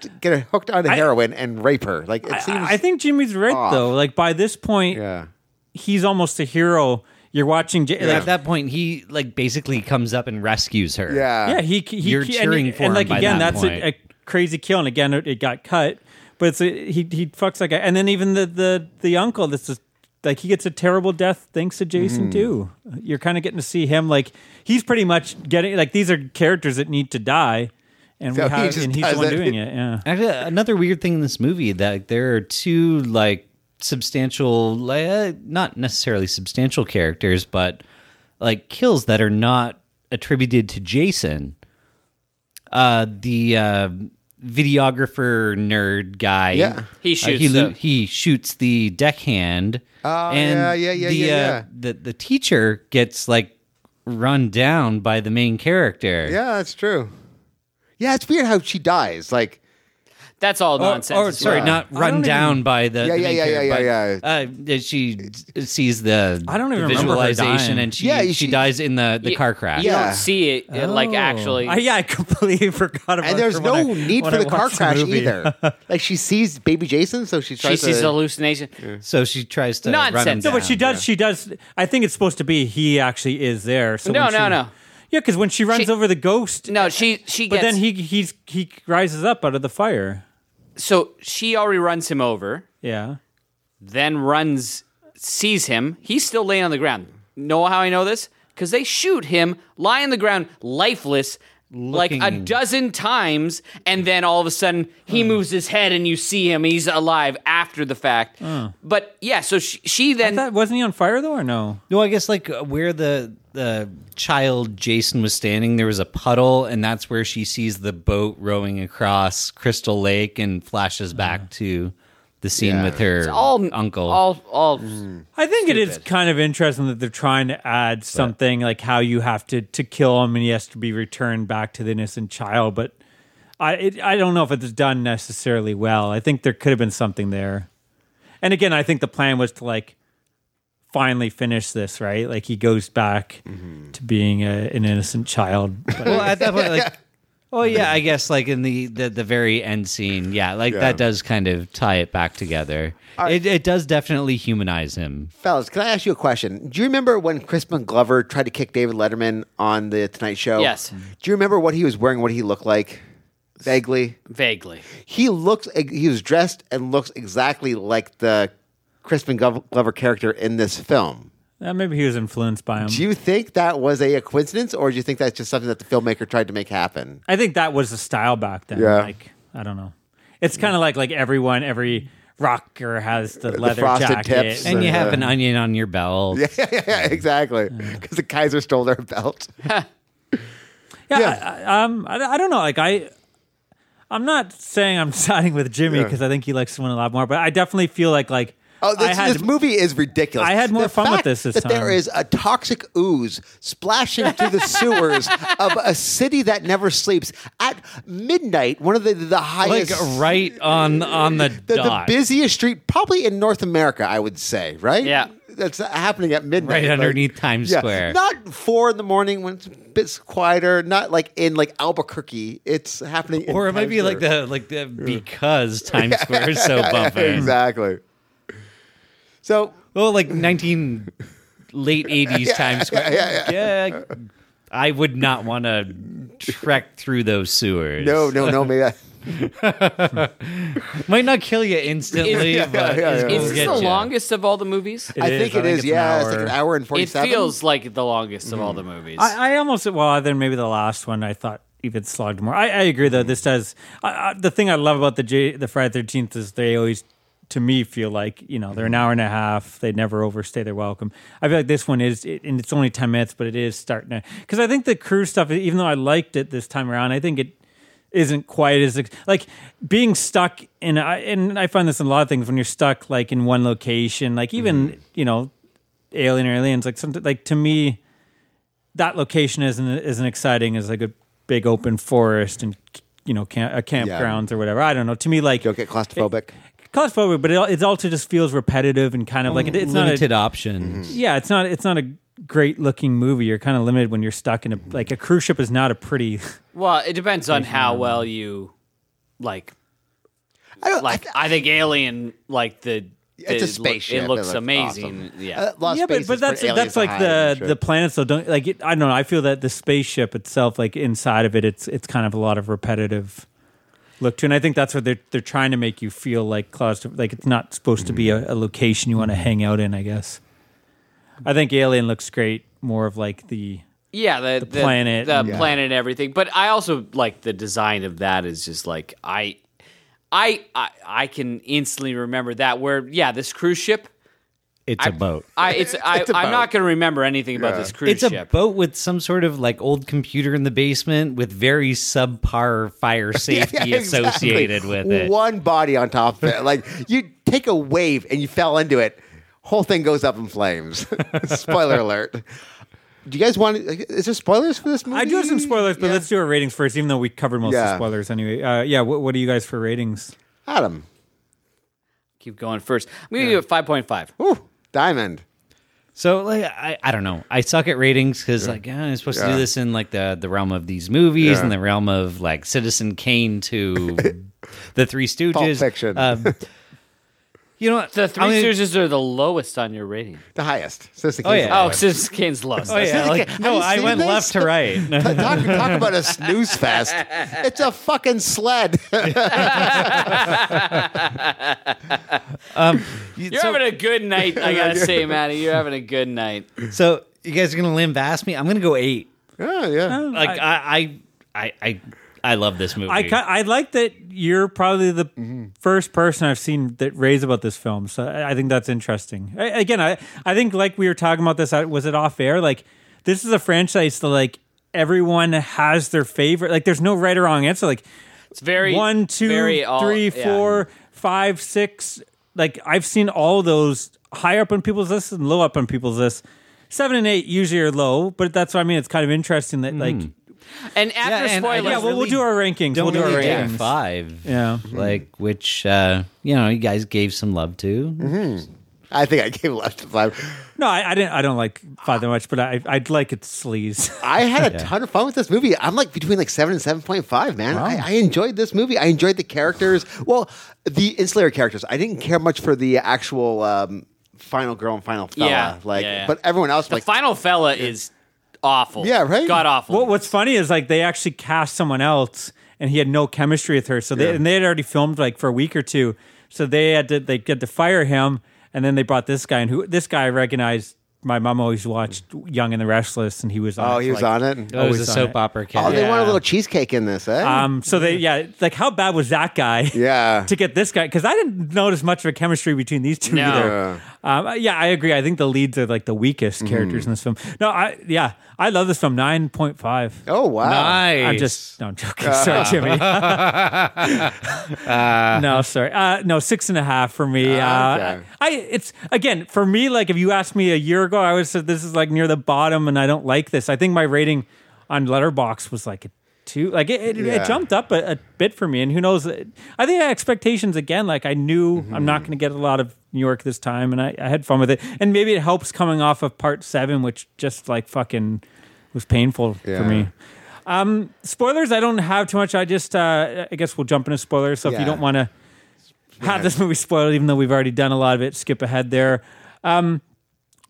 D: to get her hooked onto
C: I-
D: heroin and rape her. Like it seems.
C: I, I think Jimmy's right
D: off.
C: though. Like by this point,
D: Yeah.
C: he's almost a hero. You're watching. J-
A: at
C: like,
A: that point, he like basically comes up and rescues her.
D: Yeah.
C: yeah, he, he
A: You're
C: he-
A: cheering
C: and,
A: for
C: and
A: him
C: like
A: by
C: again,
A: that
C: that's
A: point.
C: A, a crazy kill, and again, it, it got cut. But it's a, he he fucks that guy, and then even the the the uncle. This is like he gets a terrible death thanks to
D: Hmm.
C: Jason too. You're kind of getting to see him like he's pretty much getting like these are characters that need to die, and
D: So
C: we
D: he
C: have
D: just
C: and he's the one
D: does it.
C: doing it. Yeah,
A: Actually, another weird thing in this movie that there are two like substantial, like, uh, not necessarily substantial characters, but like kills that are not attributed to Jason. Uh, the uh, videographer nerd guy.
D: Yeah.
E: He
A: Uh,
E: shoots
A: he, lo-
E: the-
A: he shoots the deckhand.
D: Oh,
A: and
D: yeah, yeah, yeah,
A: the,
D: yeah,
A: uh,
D: yeah.
A: the the teacher gets like run down by the main character.
D: Yeah, that's true. Yeah, it's weird how she dies. Like
E: That's all
A: Or-
E: nonsense.
A: Or,
E: as
A: sorry,
E: well.
A: not run down by the.
D: Yeah,
A: the
D: yeah,
A: main
D: yeah,
A: character,
D: yeah,
A: but, Uh, she d- sees the.
C: I don't even
A: the
C: remember her
A: visualization,
C: dying.
A: and she
D: Yeah,
A: she,
D: she-
A: dies in the the
E: You-
A: car crash.
E: You
D: Yeah.
E: don't see it uh, like actually.
C: I, yeah, I completely forgot about.
D: And there's
C: her when
D: no
C: I-
D: need
C: when
D: for
C: I
D: the car
C: watched
D: crash
C: movie.
D: either. like she sees baby Jason, so she
E: she
D: tries
E: sees
D: to.
E: a hallucination.
A: So she tries to run him
E: Nonsense.
C: No,
A: down.
C: but she does. She does. I think it's supposed to be he actually is there. So
E: No,
C: when she-
E: no, no.
C: Yeah, because when she runs
E: She-
C: over the ghost,
E: No, she she
C: but
E: gets
C: then he he's he rises up out of the fire.
E: so she already runs him over,
C: Yeah,
E: then runs sees him. He's still laying on the ground. Know how I know this? Because they shoot him, lie on the ground, lifeless. Like a
A: Looking-
E: dozen times, and then all of a sudden he moves his head, and you see him. He's alive after the fact. But yeah, so she, she
C: I
E: then
C: thought- wasn't he on fire though, or no?
A: No, I guess like uh, where the the child Jason was standing, there was a puddle, and that's where she sees the boat rowing across Crystal Lake, and flashes back to the scene with her
E: all
A: uncle.
E: all all
C: I think it is kind of interesting that they're trying to add something like how you have to to kill him and he has to be returned back to the innocent child. But I it, I don't know if it's done necessarily well. I think there could have been something there. And again, I think the plan was to like finally finish this right. Like he goes back to being a, an innocent child. But
A: well, at that point, like, oh yeah, I guess like in the the, the very end scene, yeah, like that does kind of tie it back together. It it does definitely humanize him.
D: Fellas, can I ask you a question? Do you remember when Crispin Glover tried to kick David Letterman on the Tonight Show?
E: Yes.
D: Do you remember what he was wearing? What he looked like? Vaguely.
E: vaguely.
D: He looks. He was dressed and looks exactly like the Crispin Glo- Glover character in this film.
C: uh, maybe he was influenced by him.
D: Do you think that was a coincidence, or do you think that's just something that the filmmaker tried to make happen?
C: I think that was the style back then.
D: Yeah.
C: Like I don't know. It's kind of like like everyone every rocker has the leather
D: frosted
C: jacket.
D: tips.
C: And
A: And you
D: So,
A: have
D: yeah.
A: an onion on your belt.
D: yeah,
C: Mm.
D: exactly. Because the Kaiser stole their belt.
C: yeah,
D: Yeah.
C: I, I- um, I, I don't know. Like I, I'm not saying I'm siding with Jimmy because I think he likes someone a lot more, but I definitely feel like like
D: Oh, this,
C: I had
D: this movie is ridiculous.
C: I had more
D: The
C: fun with
D: fact
C: this this
D: that there
C: time.
D: is a toxic ooze splashing through the sewers of a city that never sleeps at midnight. One of the the
A: Like
D: highest,
A: right on on the,
D: the, the
A: dot,
D: busiest street probably in North America. I would say, right?
E: Yeah.
D: that's happening at midnight,
A: right
D: like-
A: underneath Times
D: Yeah,
A: Square.
D: not four in the morning when it's a bit quieter. Not like in like Albuquerque. It's happening, in
A: or it might
D: Times
A: be like
D: Square.
A: the like the because Times Square is so bumping.
D: exactly. So
A: Well, like nineteen late 80s Times Square. Yeah, I would not want to trek through those sewers.
D: No, no, no. Maybe I,
A: Might not kill you instantly,
D: Yeah,
A: but it's
D: yeah, yeah,
A: gonna
D: yeah.
E: Is this
A: get
E: the
A: ya.
E: longest of all the movies?
D: I think it is.
C: it's an
D: yeah, it's
C: hour.
D: like an hour and
E: It
D: forty-seven.
E: feels like the longest of all the movies.
C: Hmm. I, I almost well then maybe the last one I thought even slogged more. I, I agree though. This does I, I, the thing I love about the J, the Friday Thirteenth is they always to me feel like you know they're an hour and a half. They never overstay their welcome. I feel like this one is it, and it's only ten minutes, but it is starting to because I think the crew stuff. Even though I liked it this time around, I think it isn't quite as ex- like being stuck in I, and I find this in a lot of things when you're stuck like in one location like even you know alien or aliens like something like to me that location isn't isn't exciting as like a big open forest and you know camp, uh, campgrounds or whatever. I don't know. To me, like
D: Don't get claustrophobic.
C: claustrophobic, but it, al- it also just feels repetitive and kind of like it, it's not
A: limited
C: a,
A: options.
C: yeah, it's not it's not a great looking movie. You're kind of limited when you're stuck in a like a cruise ship is not a pretty.
E: well, it depends on how well you like.
D: I don't
E: Like I think Alien, like the
D: It's a
E: the-
D: spaceship.
E: It looks
D: It looks
E: amazing.
D: awesome.
E: Yeah,
D: Uh, Lost
C: yeah,
D: Space
C: but,
D: is
C: but
D: for
C: that's
D: aliens
C: that's
D: to
C: like
D: hide,
C: the
D: I'm sure.
C: the planets though. Don't like it, I don't know. I feel that the spaceship itself, like inside of it, it's it's kind of a lot of repetitive look to, and I think that's what they're they're trying to make you feel like claustrophobic. Like it's not supposed to be a, a location you want to hang out in. I guess. I think Alien looks great. More of like the
E: yeah. The, the
C: planet
E: the
C: and- Yeah.
E: planet, and everything. But I also like the design of that. Is just like I, I, I, I can instantly remember that. Where yeah, this cruise ship.
A: It's a boat.
E: I it's, I
D: It's a
E: I'm not
D: boat.
E: going to remember anything about this cruise
A: It's a
E: ship.
A: boat with some sort of like old computer in the basement with very subpar fire safety
D: Yeah, exactly.
A: associated with it.
D: One body on top of it. Like you take a wave and you fell into it. Whole thing goes up in flames. Spoiler alert. Do you guys want? Is there spoilers for this movie?
C: I do have some spoilers, but
D: Yeah.
C: let's do our ratings first, even though we covered most of
D: Yeah.
C: the spoilers anyway. Uh, yeah, what, what are you guys for ratings?
D: Adam.
E: Keep going first. I'm going to give it five point five.
D: Ooh, diamond.
A: So like I, I don't know. I suck at ratings because like eh, I'm supposed to
D: Yeah.
A: do this in like the the realm of these movies and the realm of like Citizen Kane to the Three Stooges.
D: Fiction.
A: Um, you know what?
E: The 3
A: I'm gonna-
E: series are the lowest on your rating.
D: The highest. Citizen
A: Oh,
D: Kane's
A: yeah.
D: the
E: Oh,
D: highest.
E: Citizen Kane's lowest.
A: Oh yeah,
D: Citizen
A: like,
D: Kane. Have
A: no,
D: you
A: I
D: seen
A: went
D: this?
A: left to right.
D: Ta- talk, talk about a snooze fest. It's a fucking sled.
E: You're having a good night, I gotta say, Maddie. You're having a good night.
A: So you guys are gonna lambast me. I'm gonna go eight.
D: yeah,
C: Oh,
D: yeah.
A: Like I I I I, I love this movie.
C: I, ki- I like that you're probably the first person I've seen that raves about this film. So I, I think that's interesting. I, again, I, I think like we were talking about this, I, was it off air? Like this is a franchise that like everyone has their favorite. Like there's no right or wrong answer. Like
E: It's very
C: one, two,
E: very all-
C: three,
E: yeah.
C: four, five, six. Like I've seen all those high up on people's lists and low up on people's lists. Seven and eight usually are low, but that's what I mean. It's kind of interesting that like
E: Mm. And after
A: and I
E: spoilers,
C: yeah,
A: don't
C: well, we'll do our rankings. We'll
A: don't
C: do our
A: really
C: rankings.
A: give five.
C: Yeah.
A: Like which uh you know, you guys gave some love to.
D: Mm-hmm. I think I gave left to five.
C: No, I, I didn't. I don't like five that much, but I I'd like its sleaze.
D: I had a ton of fun with this movie. I'm like between like seven and seven point five, man. I, I enjoyed this movie. I enjoyed the characters. Well, the ancillary characters. I didn't care much for the actual um, final girl and final fella.
E: Yeah,
D: like,
E: yeah, yeah.
D: but everyone else,
E: the
D: like,
E: final fella is awful.
D: Yeah, right?
E: God awful.
C: Well, what's funny is like they actually cast someone else, and he had no chemistry with her. So they and they had already filmed like for a week or two. So they had to they had to fire him, and then they brought this guy, and who this guy I recognized. My mom always watched Young and the Restless, and he was on
D: oh,
C: it
D: he
C: for,
D: was
C: like,
A: Oh, it
D: on it.
A: was a
C: Always on
A: soap
C: it.
A: opera cat.
D: Oh, they want a
E: Yeah.
D: little cheesecake in this, eh?
C: Um, so they, yeah, like how bad was that guy?
D: Yeah.
C: to get this guy because I didn't notice much of a chemistry between these two
E: No.
C: either. Um, yeah, I agree. I think the leads are like the weakest characters in this film. No, I yeah, I love this film. Nine point five.
D: oh, wow.
A: Nice.
C: I'm just no I'm joking.
D: Uh,
C: Sorry, Jimmy. no, sorry. Uh, no, six and a half for me. Uh,
D: Ah, okay.
C: I it's again for me. Like if you asked me a year ago, I would have said this is like near the bottom, and I don't like this. I think my rating on Letterbox was like a two. Like it, it,
D: Yeah.
C: it jumped up a, a bit for me, and who knows? I think I had expectations again. Like I knew
D: Mm-hmm.
C: I'm not going to get a lot of New York this time, and I, I had fun with it. And maybe it helps coming off of part seven, which just like fucking was painful for
D: Yeah.
C: me spoilers i don't have too much i just uh i guess we'll jump into spoilers so if
D: Yeah.
C: you don't want to have this movie spoiled even though we've already done a lot of it skip ahead there um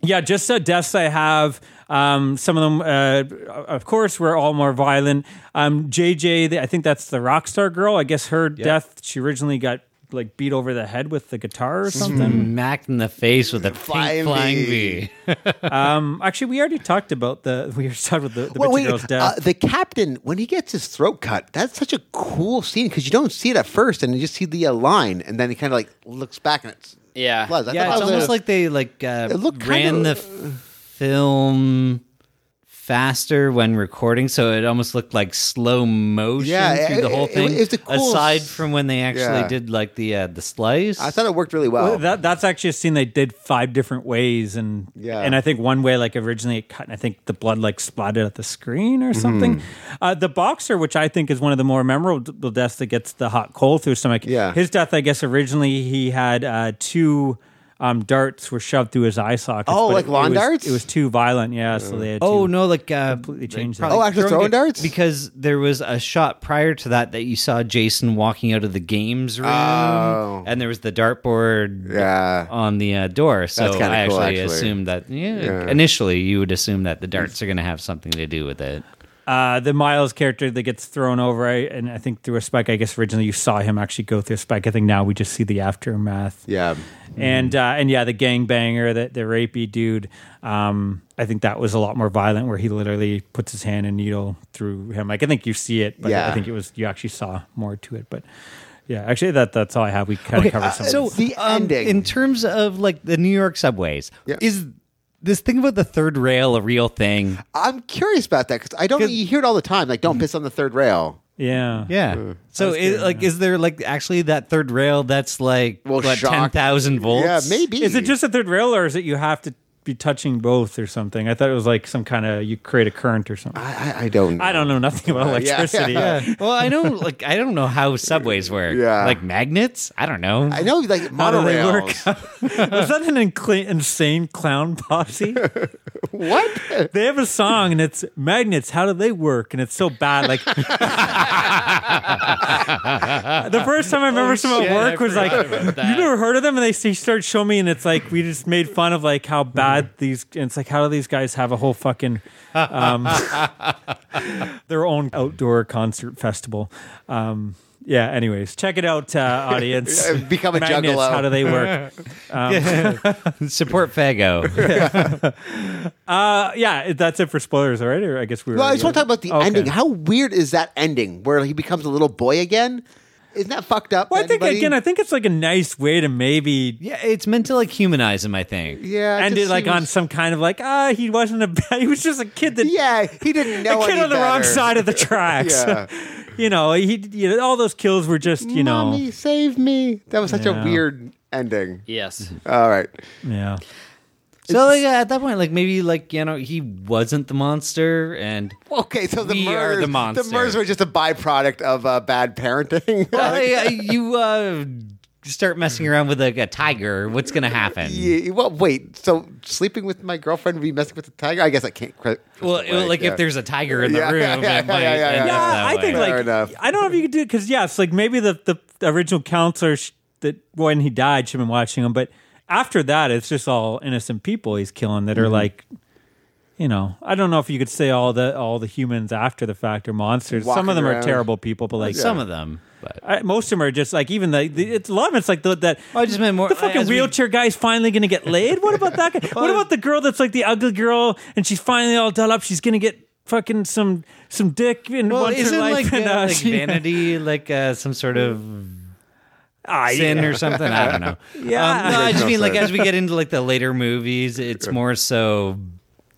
C: Yeah, just uh, deaths I have. Um, some of them, uh, of course, were all more violent. Um, JJ, the- I think that's the rock star girl. I guess her death, she originally got like beat over the head with the guitar or
D: Mm-hmm.
C: something.
A: Smacked in the face with a
D: Flying
A: pink flying
D: bee.
A: bee.
C: Actually, we already talked about the we were started with the, the
D: Well,
C: bitchy
D: wait,
C: girl's
D: uh,
C: death.
D: the captain when he gets his throat cut, that's such a cool scene because you don't see it at first, and you just see the uh, line, and then he kind of like looks back and it's
E: Yeah.
D: Bloods. I
A: Yeah,
D: thought
A: it's
D: that was
A: almost
D: a-
A: like they like uh,
D: It looked
A: ran
D: kinda-
A: the f- film faster when recording, so it almost looked like slow motion
D: Yeah,
A: through the
D: it-
A: whole
D: it-
A: thing.
D: it was the coolest-
A: Aside from when they actually
D: Yeah.
A: did like the uh, the slice,
D: I thought it worked really well.
C: Well, that, that's actually a scene they did five different ways, and
D: Yeah.
C: and I think one way like originally it cut, and I think the blood like splattered at the screen or something.
D: Mm-hmm.
C: Uh, the boxer, which I think is one of the more memorable deaths, that gets the hot coal through his stomach.
D: Yeah.
C: his death, I guess originally he had uh, two um, darts were shoved through his eye sockets.
D: Oh,
C: but
D: like
C: it-
D: lawn
C: it was-
D: darts?
C: It was too violent, yeah. So they had
A: Oh
C: two-
A: no! Like uh,
C: completely
A: they
C: changed
A: probably
D: that. Oh, actually throwing
A: it-
D: darts?
A: because there was a shot prior to that that you saw Jason walking out of the games room,
D: Oh.
A: and there was the dartboard
D: Yeah.
A: on the uh, door. So I
D: That's
A: actually,
D: kinda cool, actually.
A: assumed that yeah, initially you would assume that the darts are going to have something to do with it.
C: uh, the Miles character that gets thrown over, I, and I think through a spike. I guess originally you saw him actually go through a spike. I think now we just see the aftermath.
D: yeah.
C: and uh, and yeah, the gangbanger, the the rapey dude. Um, I think that was a lot more violent, where he literally puts his hand and needle through him. Like I think you see it, but
D: Yeah.
C: I think it was you actually saw more to it. But yeah, actually, that that's all I have. We kind of covered some. of
A: So um,
C: this.
D: The ending.
A: in terms of like the New York subways,
D: Yeah.
A: is this thing about the third rail a real thing?
D: I'm curious about that because I don't. You hear it all the time. Like,
C: Mm.
D: don't piss on the third rail.
C: yeah,
A: Yeah. so, is, like, is there like actually that third rail that's like
D: Well,
A: what
D: shock-
A: ten thousand volts?
D: Yeah, maybe.
C: Is it just a third rail, or is it you have to be touching both or something? I thought it was like some kind of you create a current or something.
D: I, I- I don't.
C: I don't know nothing about
D: yeah,
C: electricity.
D: yeah.
A: well, I don't like I don't know how subways work.
D: Yeah.
A: Like magnets? I don't know.
D: I know like
C: do they
D: monorails.
C: Was that an incl- insane clown posse?
D: what?
C: they have a song and it's magnets how do they work and it's so bad like the first time i remember someone
A: shit,
C: at work
A: I
C: was like
A: forgot about that.
C: you never heard of them and they, they started showing me and it's like we just made fun of like how bad
D: Mm-hmm.
C: these and it's like how do these guys have a whole fucking um, their own outdoor concert festival um, yeah anyways check it out uh, audience
D: Become a
C: magnets
D: juggalo.
C: how do they work
A: Support Fago.
C: uh, yeah that's it for spoilers all right or i guess we were
D: Well, I just want to talk about the
C: Okay.
D: ending. How weird is that ending where he becomes a little boy again? Isn't that fucked up?
C: Well, I think
D: anybody?
C: again, I think it's like a nice way to maybe
A: yeah, it's meant to like humanize him, I think.
D: yeah,
C: end it
D: just
C: like on
D: seems-
C: some kind of like ah, he wasn't a bad, he was just a kid that
D: Yeah, he didn't know.
C: a kid
D: any
C: on the wrong
D: better.
C: side of the tracks.
D: Yeah.
C: you know, he you know, all those kills were just you
D: Mommy, save me! That was such
C: Yeah.
D: a weird ending.
E: Yes.
D: All right.
C: know, yeah.
A: So like uh, at that point, like maybe like you know he wasn't the monster, and
D: Okay, so the
A: We are
D: murders,
A: the monster.
D: murders were just a byproduct of uh, bad parenting.
A: well, yeah, you uh, start messing around with like a tiger. What's gonna happen?
D: Yeah, well, wait. So sleeping with my girlfriend would be messing with the tiger? I guess I can't. Cri-
A: Well, it- like
D: yeah.
A: if there's a tiger in the
D: Yeah,
A: room,
D: yeah, yeah,
A: it might
D: yeah, yeah,
A: end up
D: yeah.
C: Yeah,
A: that
C: I
A: way.
C: think
D: Fair
C: like
D: enough.
C: I don't know if you could do it because yes, like maybe the the the original counselor sh- that when he died, should have been watching him, but after that, it's just all innocent people he's killing that are
D: Mm-hmm.
C: like. You know, I don't know if you could say all the all the humans after the fact are monsters. Some
D: Walking
C: of them
D: around.
C: are terrible people, but like
A: some of them, but
C: I, most of them are just like even the, the it's a lot of it's like the, that.
A: Oh, I just meant more
C: the fucking
A: as we-
C: wheelchair guy's finally gonna get laid. What about that guy? What about the girl that's like the ugly girl and she's finally all done up? She's gonna get fucking some some dick in
A: Well,
C: once
A: isn't
C: her life.
A: like,
C: and,
A: uh,
C: uh,
A: like
C: she-
A: vanity like uh, some sort of
C: Ah, yeah.
A: sin or something? I don't know.
C: Yeah.
A: um, no, I just
D: No
A: mean like
D: sin.
A: as we get into like the later movies, it's more so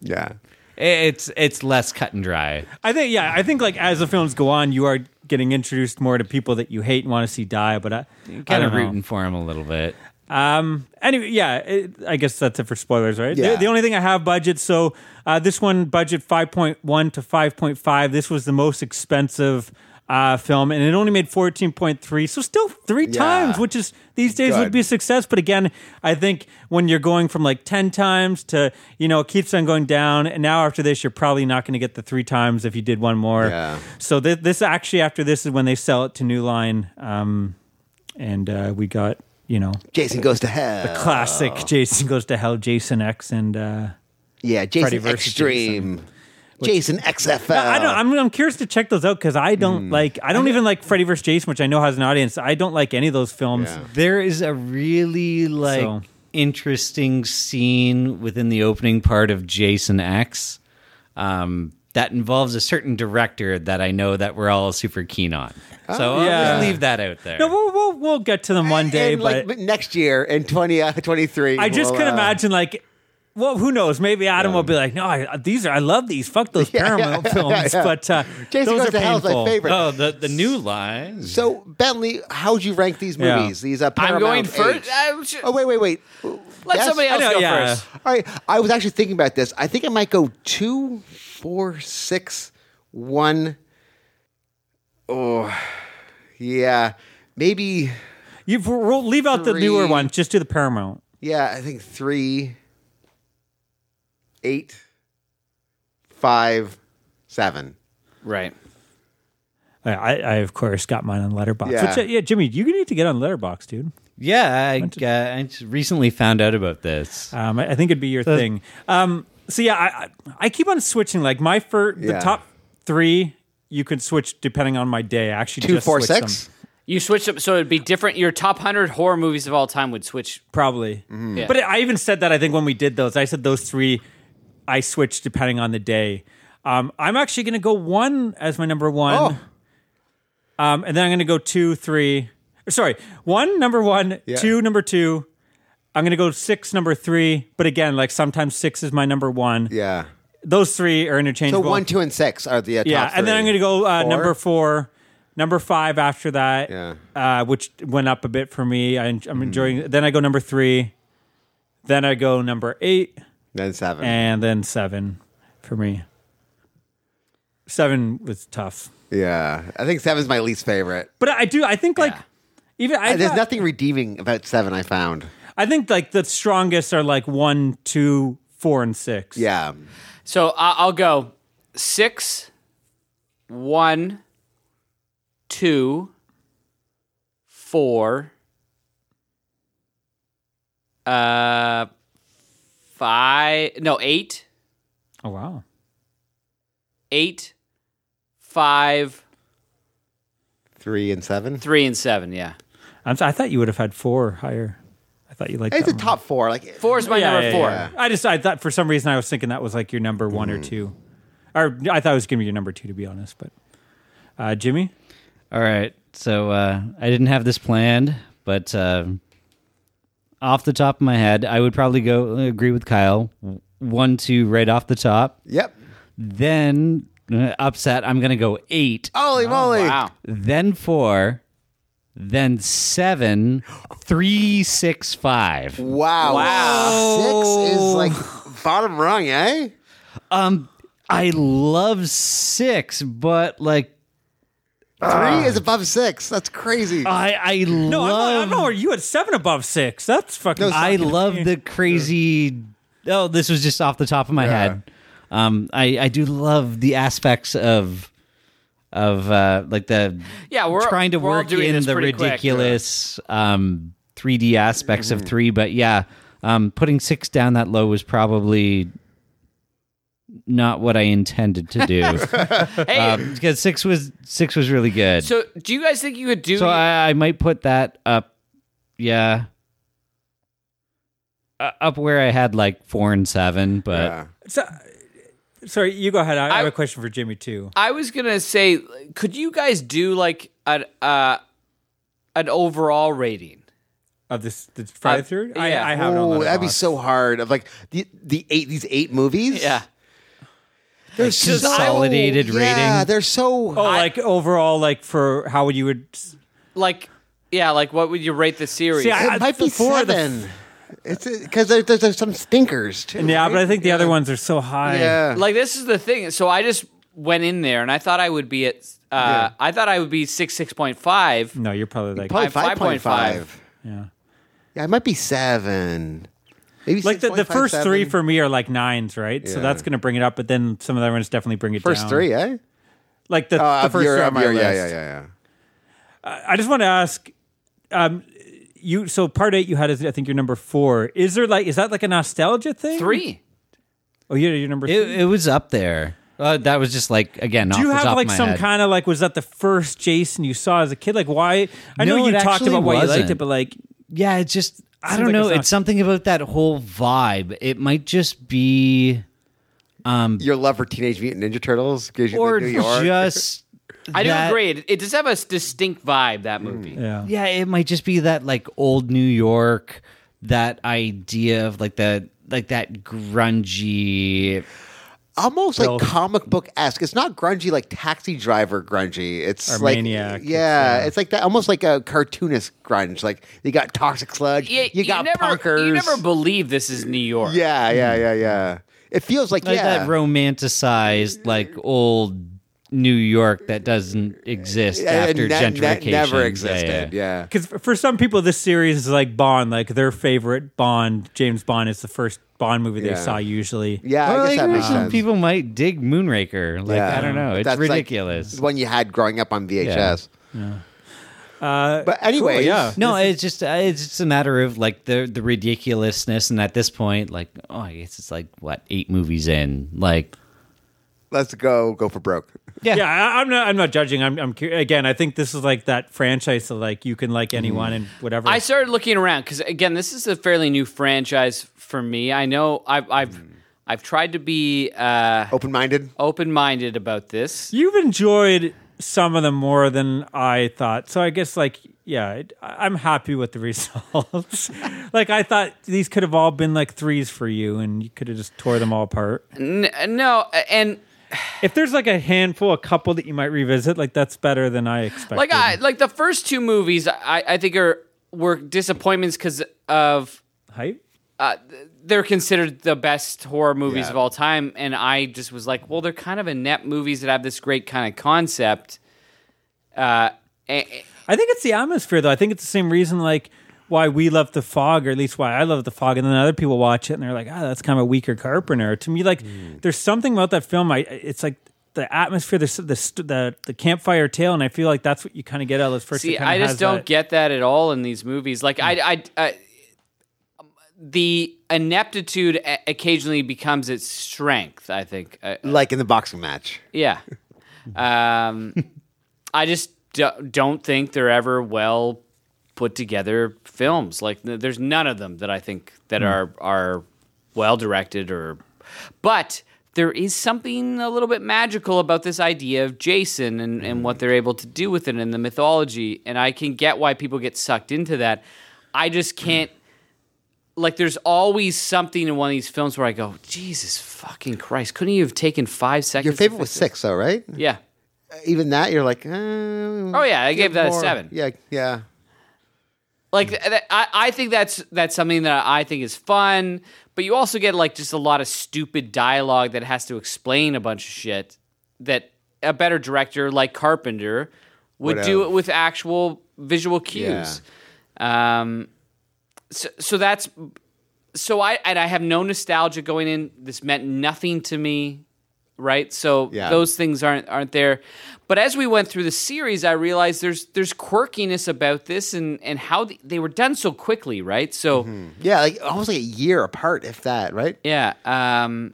D: yeah.
A: it's it's less cut and dry.
C: I think yeah, I think like as the films go on, you are getting introduced more to people that you hate and want to see die. But I I
A: Kind
C: don't
A: of
C: know.
A: rooting for him a little bit.
C: Um. Anyway, yeah. It, I guess that's it for spoilers, right? The-
D: Yeah.
C: The, only thing I have budget. So uh, this one budget five point one to five point five. This was the most expensive uh, film, and it only made fourteen point three. So still three
D: Yeah.
C: times, which is these days
D: Good.
C: would be a success. But again, I think when you're going from like ten times to you know it keeps on going down, and now after this, you're probably not going to get the three times if you did one more.
D: Yeah.
C: So th- this actually after this is when they sell it to New Line. Um, and uh, we got you know,
D: Jason goes to hell.
C: classic
D: Uh,
C: Jason goes to hell, Jason X, and uh,
D: yeah,
C: Freddy
D: Jason
C: versus
D: Extreme. Jason XFL.
C: I don't. I'm, I'm curious to check those out because I
D: hmm.
C: don't like. I don't even like Freddy vs. Jason, which I know has an audience. I don't like any of those films.
D: Yeah.
A: There is a really like
C: So-
A: interesting scene within the opening part of Jason X um, that involves a certain director that I know that we're all super keen on. So I'll
C: Yeah.
A: just leave that out there.
C: No, we'll, we'll we'll get to them one day.
D: And,
C: but
D: like next year in 2023.
C: I just
D: we'll,
C: could
D: uh,
C: imagine like. Well, who knows? Maybe Adam will be like, "No, I, these are I love these. Fuck those Paramount films." But uh,
D: Jason
C: those
D: Goes
C: are
D: to Hell is my
C: painful.
D: favorite.
A: oh, the the new line.
D: So Bentley, how'd you rank these
C: Yeah.
D: movies? These uh,
E: I'm
D: Paramount
E: going
D: age?
E: first. I'm ju-
D: Oh wait, wait, wait.
E: Let
D: Yes?
E: somebody
C: I
E: else
C: know,
E: go
C: yeah.
E: first.
D: Uh, All right, I was actually thinking about this. I think I might go two, four, six, one. Oh, yeah, maybe.
C: You we'll leave out the newer
D: Three.
C: ones. Just do the Paramount.
D: Yeah, I think three, eight, five, seven.
E: Right.
C: I, I, I of course got mine on Letterbox.
D: Yeah.
C: Which, uh, yeah, Jimmy, you need to get on Letterbox, dude.
A: Yeah, I, uh, I just recently found out about this.
C: Um, I, I think it'd be your thing. Um, so yeah, I, I I keep on switching. Like my first, the
D: Yeah.
C: top three, you can switch depending on my day. I actually
D: Two,
C: just
D: four,
C: switched
D: six.
C: them.
E: You switched up, so it'd be different. Your top hundred horror movies of all time would switch.
C: probably.
D: Mm-hmm.
E: Yeah.
C: But I even said that I think when we did those, I said those three, I switched depending on the day. Um, I'm actually going to go one as my number one.
D: Oh,
C: Um, and then I'm going to go two, three. or Sorry, one number one,
D: Yeah.
C: two number two. I'm going to go six number three. But again, like sometimes six is my number one.
D: yeah.
C: Those three are
D: So
C: interchangeable.
D: one, two, and six are the uh, top
C: yeah, and then I'm
D: three.
C: going to go uh,
D: Four?
C: number four, number five after that.
D: Yeah. Mm-hmm.
C: uh, which went up a bit for me. I, I'm enjoying. Then I go number three. Then I go number eight,
D: then seven.
C: and then seven for me. Seven was tough,
D: yeah, I think seven's my least favorite.
C: but I do. I think like even I,
D: Uh, There's
C: thought-
D: nothing redeeming about seven. I found.
C: I think like the strongest are like one, two, four, and six.
D: Yeah.
E: So I I'll go six, one, two, four, uh, five. No, eight,
C: Oh wow.
E: eight, five,
D: Three and seven.
E: three, and seven. Yeah,
C: I'm, so- I thought you would have had four higher. I thought you liked.
D: It's
C: that
D: a
C: one.
D: top four. Like
E: four is my
C: Yeah,
E: number
C: yeah,
E: four.
C: yeah. I just I thought for some reason I was thinking that was like your number one or two, or I thought it was gonna be your number two to be honest. But uh, Jimmy,
A: All right. So uh, I didn't have this planned, but uh, off the top of my head, I would probably go uh, agree with Kyle. W- One, two, right off the top.
D: Yep.
A: Then uh, upset. I'm gonna go eight.
C: Oh,
D: Holy moly!
E: Wow.
A: Then four. Then seven. Three, six, five.
D: Wow.
E: Wow.
D: Six is like bottom rung, eh?
A: I love six, but like
C: Uh.
D: Three is above six. That's crazy.
A: I I
C: no,
A: love
C: I'm, not, I'm not. You had seven above six. That's fucking.
A: I love the crazy. Oh, this was just off the top of my head. Um, I I do love the aspects of of uh, like the
E: Yeah, we're-
A: trying to
E: we're all
A: work
E: doing
A: in
E: this
A: the
E: pretty quick. Mm-hmm.
A: ridiculous um 3D aspects of three, but yeah, um, putting six down that low was probably not what I intended to do Uh,
E: Hey,
A: because six was six was really good.
E: so do you guys think you could do?
A: So I, I might put that up. Yeah. Uh, up where I had like four and seven, but
D: Yeah.
C: So, sorry, you go ahead. I, I have
E: I-
C: a question for Jimmy too.
E: I was gonna say, could you guys do like an uh, an overall rating?
C: Of this, this Friday
E: Uh,
C: through.
E: yeah.
C: I, I have it on
D: Oh, that'd be
C: Letterboxd.
D: so hard. Of like the the eight these eight movies.
E: Yeah,
D: They're
A: consolidated
D: so, Yeah,
A: rating.
D: they're so.
C: Oh, like overall, like for how would you would?
E: like yeah, like what would you rate the series?
C: See, I-
D: it might be
C: four of the-
D: seven. It's because there, there's, there's some stinkers too.
C: Yeah,
D: right?
C: but I think the other ones are so high.
D: Yeah.
E: like this is the thing. So I just went in there and I thought I would be at. Uh, I thought I would be six six point five.
C: No, you're probably like
D: Probably
E: I'm
D: five point
E: 5.5.
D: five.
C: yeah.
D: Yeah, it might be seven. Maybe
C: like the, the
D: 6.57.
C: first three for me are like nines, right? So
D: Yeah.
C: that's going to bring it up, but then some of the other ones definitely bring it
D: First
C: down.
D: three, eh?
C: like the, the
D: Uh, of
C: first
D: your-
C: three on
D: of
C: my
D: your-
C: list.
D: Yeah, yeah, yeah, yeah.
C: I just want to ask, um, you so part eight you had is I think your number four. Is there like is that like a nostalgia thing?
E: Three.
C: Oh, yeah, your number.
A: It,
C: three.
A: it was up there. Uh, that was just like again.
C: Do you have like some kind of like was that the first Jason you saw as a kid? Like why? I know
A: No,
C: you
A: it
C: talked
A: actually
C: about why you liked
A: wasn't.
C: it, but like
A: Yeah, it's just I
C: Seems
A: don't
C: like
A: know.
C: it's not-
A: it's something about that whole vibe. It might just be
D: Your love for Teenage Mutant Ninja Turtles gives you
A: or
D: the New York.
A: just
E: I do
A: that-
E: agree. It, it does have a s- distinct vibe that movie.
C: yeah.
A: Yeah, it might just be that like old New York, that idea of like that like that grungy.
D: almost like comic book esque. It's not grungy like Taxi Driver grungy. It's
C: Or
D: like
C: Maniac.
D: Yeah, it's, like that. Almost like a cartoonist grunge. Like you got Toxic Sludge.
E: Yeah,
D: you, got
E: never,
D: Punkers.
E: You never believe this is New York.
D: yeah, yeah, yeah, yeah. It feels like,
A: Hmm. Like
D: yeah.
A: that romanticized like old New York that doesn't exist
D: Yeah, and
A: after
D: that-
A: gentrification.
D: that never
A: Yeah,
D: existed. Yeah,
A: yeah.
C: Because for some people, this series is like Bond. Like their favorite Bond, James Bond, is the first Bond movie they
D: Yeah.
C: saw. Usually,
D: Yeah,
A: Well,
D: I
A: like,
D: guess that makes
A: some
D: sense.
A: people might dig Moonraker. Like
D: Yeah.
A: I don't know,
D: But
A: it's
D: that's, like,
A: ridiculous.
D: the one you had growing up on VHS.
C: uh,
D: But anyway,
C: yeah.
A: no, it's just uh, it's just a matter of like the the ridiculousness, and at this point, like oh, I guess it's like what eight movies in, like
D: let's go go for broke.
C: yeah, I, I'm not. I'm not judging. I'm. I'm. cur- Again, I think this is like that franchise of like you can like anyone
A: Mm-hmm.
C: and whatever.
E: I started looking around because again, this is a fairly new franchise for me. I know I've I've
D: Hmm.
E: I've tried to be uh,
D: Open minded.
E: open minded about this.
C: You've enjoyed some of them more than I thought. So I guess like yeah, it- I- I'm happy with the results. like I thought these could have all been like threes for you, and you could have just tore them all apart.
E: N- no, and
C: If there's like a handful, a couple that you might revisit, like that's better than I expected.
E: like I like the first two movies, I I think are were disappointments because of
C: hype.
E: uh, th- they're considered the best horror movies
D: Yeah.
E: of all time, and I just was like, well, they're kind of inept movies that have this great kind of concept. Uh, a- a-
C: I think it's the atmosphere, though. I think it's the same reason, like why we love the fog, or at least why I love the fog, and then other people watch it and they're like, "Ah, that's kind of a weaker Carpenter." To me, like
D: Mm.
C: there's something about that film. I it's like the atmosphere, the the the, the campfire tale, and I feel like that's what you kind of get out of this first.
E: See, I just don't get that at all in these movies. Like, I, I, I the ineptitude o- occasionally becomes its strength. I think, uh,
D: Like in the boxing match.
E: yeah. Um, I just do, don't think they're ever well put together films. Like, th- there's none of them that I think that
D: Hmm.
E: are are well directed or, but. There is something a little bit magical about this idea of Jason and, and
D: Hmm.
E: what they're able to do with it and the mythology. And I can get why people get sucked into that. I just
D: Hmm.
E: can't like there's always something in one of these films where I go, Jesus fucking Christ, couldn't you have taken five seconds?
D: Your
E: to
D: favorite was
E: fix it?"
D: six, though, right?
E: Yeah.
D: Even that, you're like, oh
E: Oh yeah, I gave that a seven.
D: Yeah, yeah.
E: Like th- th- I, I think that's that's something that I think is fun, but you also get like just a lot of stupid dialogue that has to explain a bunch of shit that a better director like Carpenter would
D: Would
E: do
D: have.
E: it with actual visual cues. Um, so, so that's so I and I have no nostalgia going in. This meant nothing to me, right? So
D: Yeah.
E: those things aren't aren't there. But as we went through the series, I realized there's there's quirkiness about this and and how th- they were done so quickly, right? So
D: Yeah, like almost like a year apart, if that, right?
E: yeah. Um,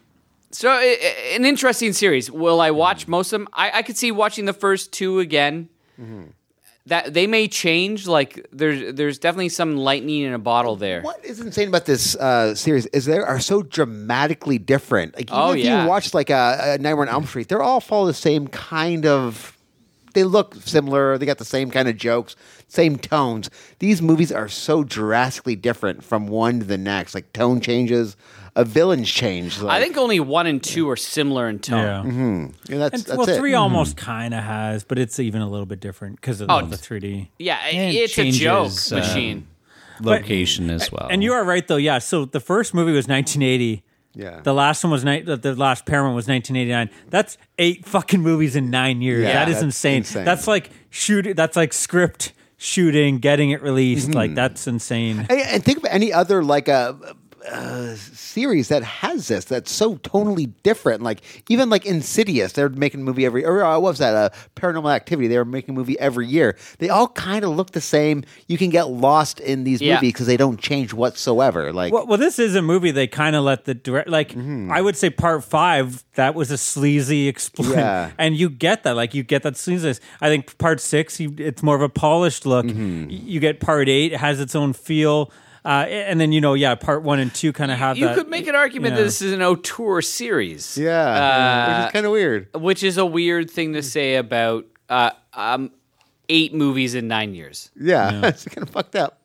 E: so i i- an interesting series. Will I watch most of them? I, I could see watching the first two again. That they may change. Like there's there's definitely some lightning in a bottle there.
D: What is insane about this uh, series is they are so dramatically different. Like, even
E: Oh,
D: if
E: yeah.
D: you watch like a, a Nightmare on Elm Street, they're all follow the same kind of. They look similar. They got the same kind of jokes, same tones. These movies are so drastically different from one to the next. Like tone changes, a villain's change.
E: I
D: Like,
E: think only one and two are similar in tone.
C: Yeah.
D: you know, that's,
C: And,
D: that's
C: well,
D: it. Mm-hmm.
C: three almost kind of has, but it's even a little bit different because of
E: Oh,
C: the 3D.
E: Yeah, it-
A: And
E: it's a joke
A: changes, uh,
E: machine.
A: location as well.
C: And you are right, though. Yeah. So the first movie was 1980.
D: Yeah.
C: The last one was ni- the- the last Paramount was 1989. That's eight fucking movies in nine years.
D: Yeah,
C: that is
D: that's
C: insane.
D: insane.
C: That's like shoot. That's like
D: Mm-hmm.
C: script shooting, getting it released. Like that's insane.
D: And, and think of any other like a uh, series that has this that's so tonally different. Like even like Insidious, they're making a movie every. Or uh, what was that? Uh, Paranormal Activity. They were making a movie every year. They all kind of look the same. You can get lost in these
E: Yeah.
D: movies because they don't change whatsoever. Like
C: Well, well, this is a movie they kind of let the direct. Like,
D: Mm-hmm.
C: I would say part five, that was a sleazy exploit,
D: Yeah.
C: and you get that. Like, you get that sleaziness. I think part six, you, it's more of a polished look.
D: Mm-hmm.
C: Y- You get part eight, it has its own feel, uh, and then you know, yeah, part one and two kind of have.
E: you
C: that,
E: could make an argument that
C: yeah.
E: this is an auteur series. uh,
D: yeah, which is kind of weird.
E: which is a weird thing to say about uh, um, eight movies in nine years.
D: Yeah, it's kind of fucked up.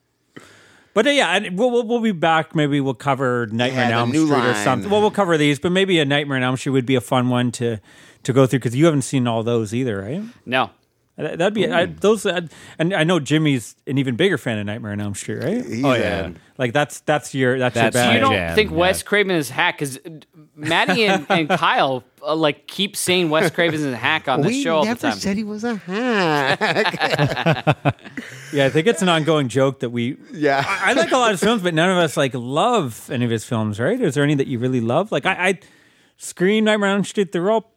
C: But uh, yeah, and we'll, we'll we'll be back. Maybe we'll cover Nightmare
D: Yeah,
C: on
D: the
C: Elm
D: new
C: Street or
D: line.
C: something. Well, we'll cover these, but maybe a Nightmare on Elm Street would be a fun one to to go through because you haven't seen all those either, right?
E: No.
C: That- That'd be
D: Hmm.
C: I, those, i and I know Jimmy's an even bigger fan of Nightmare on Elm Street, right?
D: He's in.
C: like that's that's your that's,
A: That's
C: your
A: my
C: bag.
E: You don't
A: jam,
E: think
A: yeah.
E: Wes Craven is a hack because Maddie and, and Kyle uh, like keep saying Wes Craven is a hack on this
D: we
E: show all the
D: never
E: time.
D: said he was a hack.
C: yeah, I think it's an ongoing joke that we.
D: Yeah.
C: I, I like a lot of his films, but none of us like love any of his films, right? Is there any that you really love? Like I, I Scream, Nightmare on Elm Street, they're all.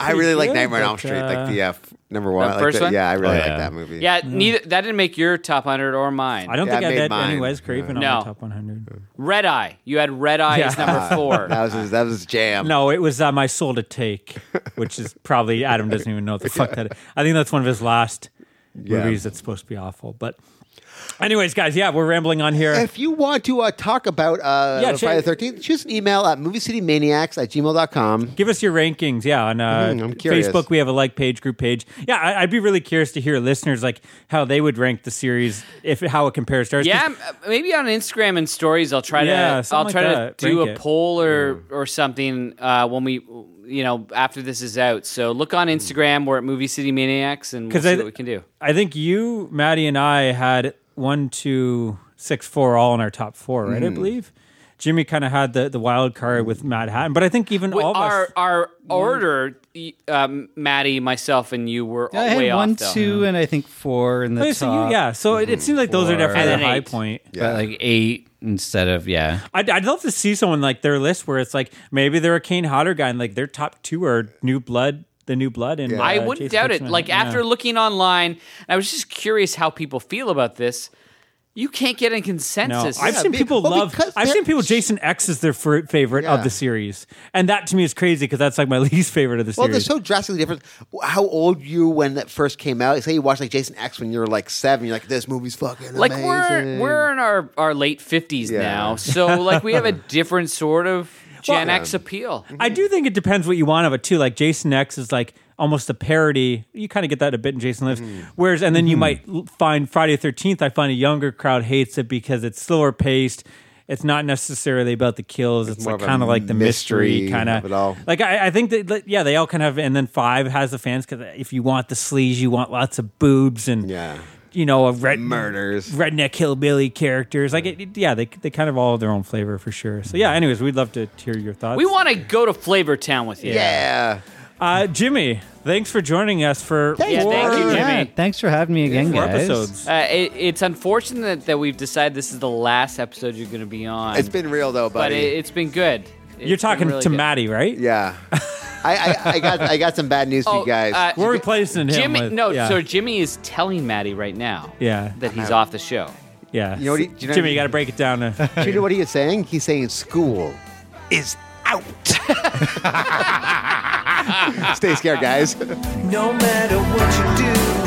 D: I really like
C: good,
D: Nightmare on
C: but,
D: Elm Street,
C: uh,
D: like the uh, f- number one. like
E: first
D: the-
E: one?
D: Yeah, I really
A: Oh,
D: like
A: yeah.
D: that movie.
E: yeah, neither that didn't make your top hundred or mine.
C: I don't
D: Yeah,
C: think
D: I
C: I
D: made
C: had any
D: mine.
C: Wes Craven
E: No.
C: on the top 100.
E: Red Eye. You had Red Eye as
C: Yeah.
E: number four.
D: Uh, that was his, that was his jam.
C: No, it was uh, My Soul to Take, which is probably Adam doesn't even know what the fuck that is. I think that's one of his last movies that's supposed to be awful. But, anyways, guys, yeah, we're rambling on here.
D: If you want to uh, talk about uh,
C: Yeah,
D: Friday
C: check-
D: the 13th, shoot us an email at moviecitymaniacs at gmail.com.
C: Give us your rankings, yeah. On uh,
D: Mhm, I'm curious.
C: Facebook, we have a like page, group page. Yeah, I, I'd be really curious to hear listeners like how they would rank the series, if how it compares to ours. 'Cause
E: Yeah, m- uh, maybe on Instagram and stories, I'll try
C: Yeah,
E: to I'll
C: something
E: try
C: like
E: to
C: that.
E: do
C: Rank
E: a
C: it.
E: poll or or something uh, when we you know after this is out. So look
A: Hmm.
E: on Instagram. We're at Movie City Maniacs, and we'll
C: 'Cause
E: see
C: I-
E: what we can do.
C: I think you, Maddie, and I had one, two, six, four all in our top four, right? I
D: Mm.
C: believe. Jimmy kind of had the, the wild card with Matt Hatton, but I think even all of
E: our
C: us.
E: our order, y- um, Maddie, myself, and you were
A: I
E: way
A: had one,
E: off. Though.
A: two, and I think four in the
C: Oh,
A: top.
C: so you- yeah, so it, it seems like those are
A: Or-
C: definitely
E: And
C: the
E: an
C: high
E: eight.
C: point.
A: but like eight instead of yeah.
C: I'd, I'd love to see someone like their list where it's like maybe they're a Kane Hodder guy and like their top two are New Blood, the New Blood, and
E: I
C: uh,
E: wouldn't
C: Jason
E: doubt it.
C: Fixman.
E: Like
C: Yeah.
E: after looking online, I was just curious how people feel about this. You can't get a
C: No,
E: consensus.
C: I've seen
D: be-
C: people
D: well,
C: love.
D: because
C: I've
D: they're-
C: seen people. Jason X is their fir- favorite of
D: Yeah.
C: the series, and that to me is crazy because that's like my least favorite of the
D: Well, they're
C: series.
D: so drastically different. How old you when that first came out? Say you watched like Jason X when you were like seven. You're like, this movie's fucking
E: like
D: amazing.
E: we're we're in our, our late fifties
D: Yeah.
E: now, so like we have a different sort of Gen
D: Well,
E: X appeal.
C: I do think it depends what you want of it too. Like Jason X is like almost a parody. You kind of get that a bit in Jason Lives.
D: Mm-hmm.
C: Whereas, and then you might l- find Friday Thirteenth. I find a younger crowd hates it because it's slower paced. It's not necessarily about the kills. It's,
D: more
C: like
D: of a
C: kind of like the mystery,
D: mystery
C: kind of
D: of it all.
C: Like I, I think that like, yeah, they all kind of. And then five has the fans because if you want the sleaze, you want lots of boobs and
D: Yeah.
C: you know a red
D: Murders.
C: redneck hillbilly characters. Like it, it- yeah, they they kind of all have their own flavor for sure. So
D: Mm-hmm.
C: yeah, anyways, we'd love to hear your thoughts.
E: We want to go to Flavor Town with you.
D: Yeah.
C: Uh, Jimmy, thanks for joining us for
E: Yeah,
C: four,
E: thank you, Jimmy.
A: Yeah, thanks for having me again,
C: four
A: guys.
C: episodes.
E: Uh, it, it's unfortunate that, that we've decided this is the last episode you're going to be on.
D: It's been real though,
E: but
D: buddy.
E: it, it's been good. It's
C: You're talking
E: been really
C: to
E: good.
C: Maddie, right?
D: yeah. I, I, I got I got some bad news for
E: Oh,
D: you guys.
E: uh,
C: We're replacing him.
E: Jimmy,
C: with-
E: no,
C: yeah,
E: so Jimmy is telling Maddie right now
C: Yeah.
E: that he's off the show.
C: yeah.
D: You know what he- do you know
C: Jimmy,
D: what he-
C: you got to break it down.
E: uh,
C: To,
D: Do you know what he's saying? He's saying school is out. Stay scared, guys.
G: No matter what you do,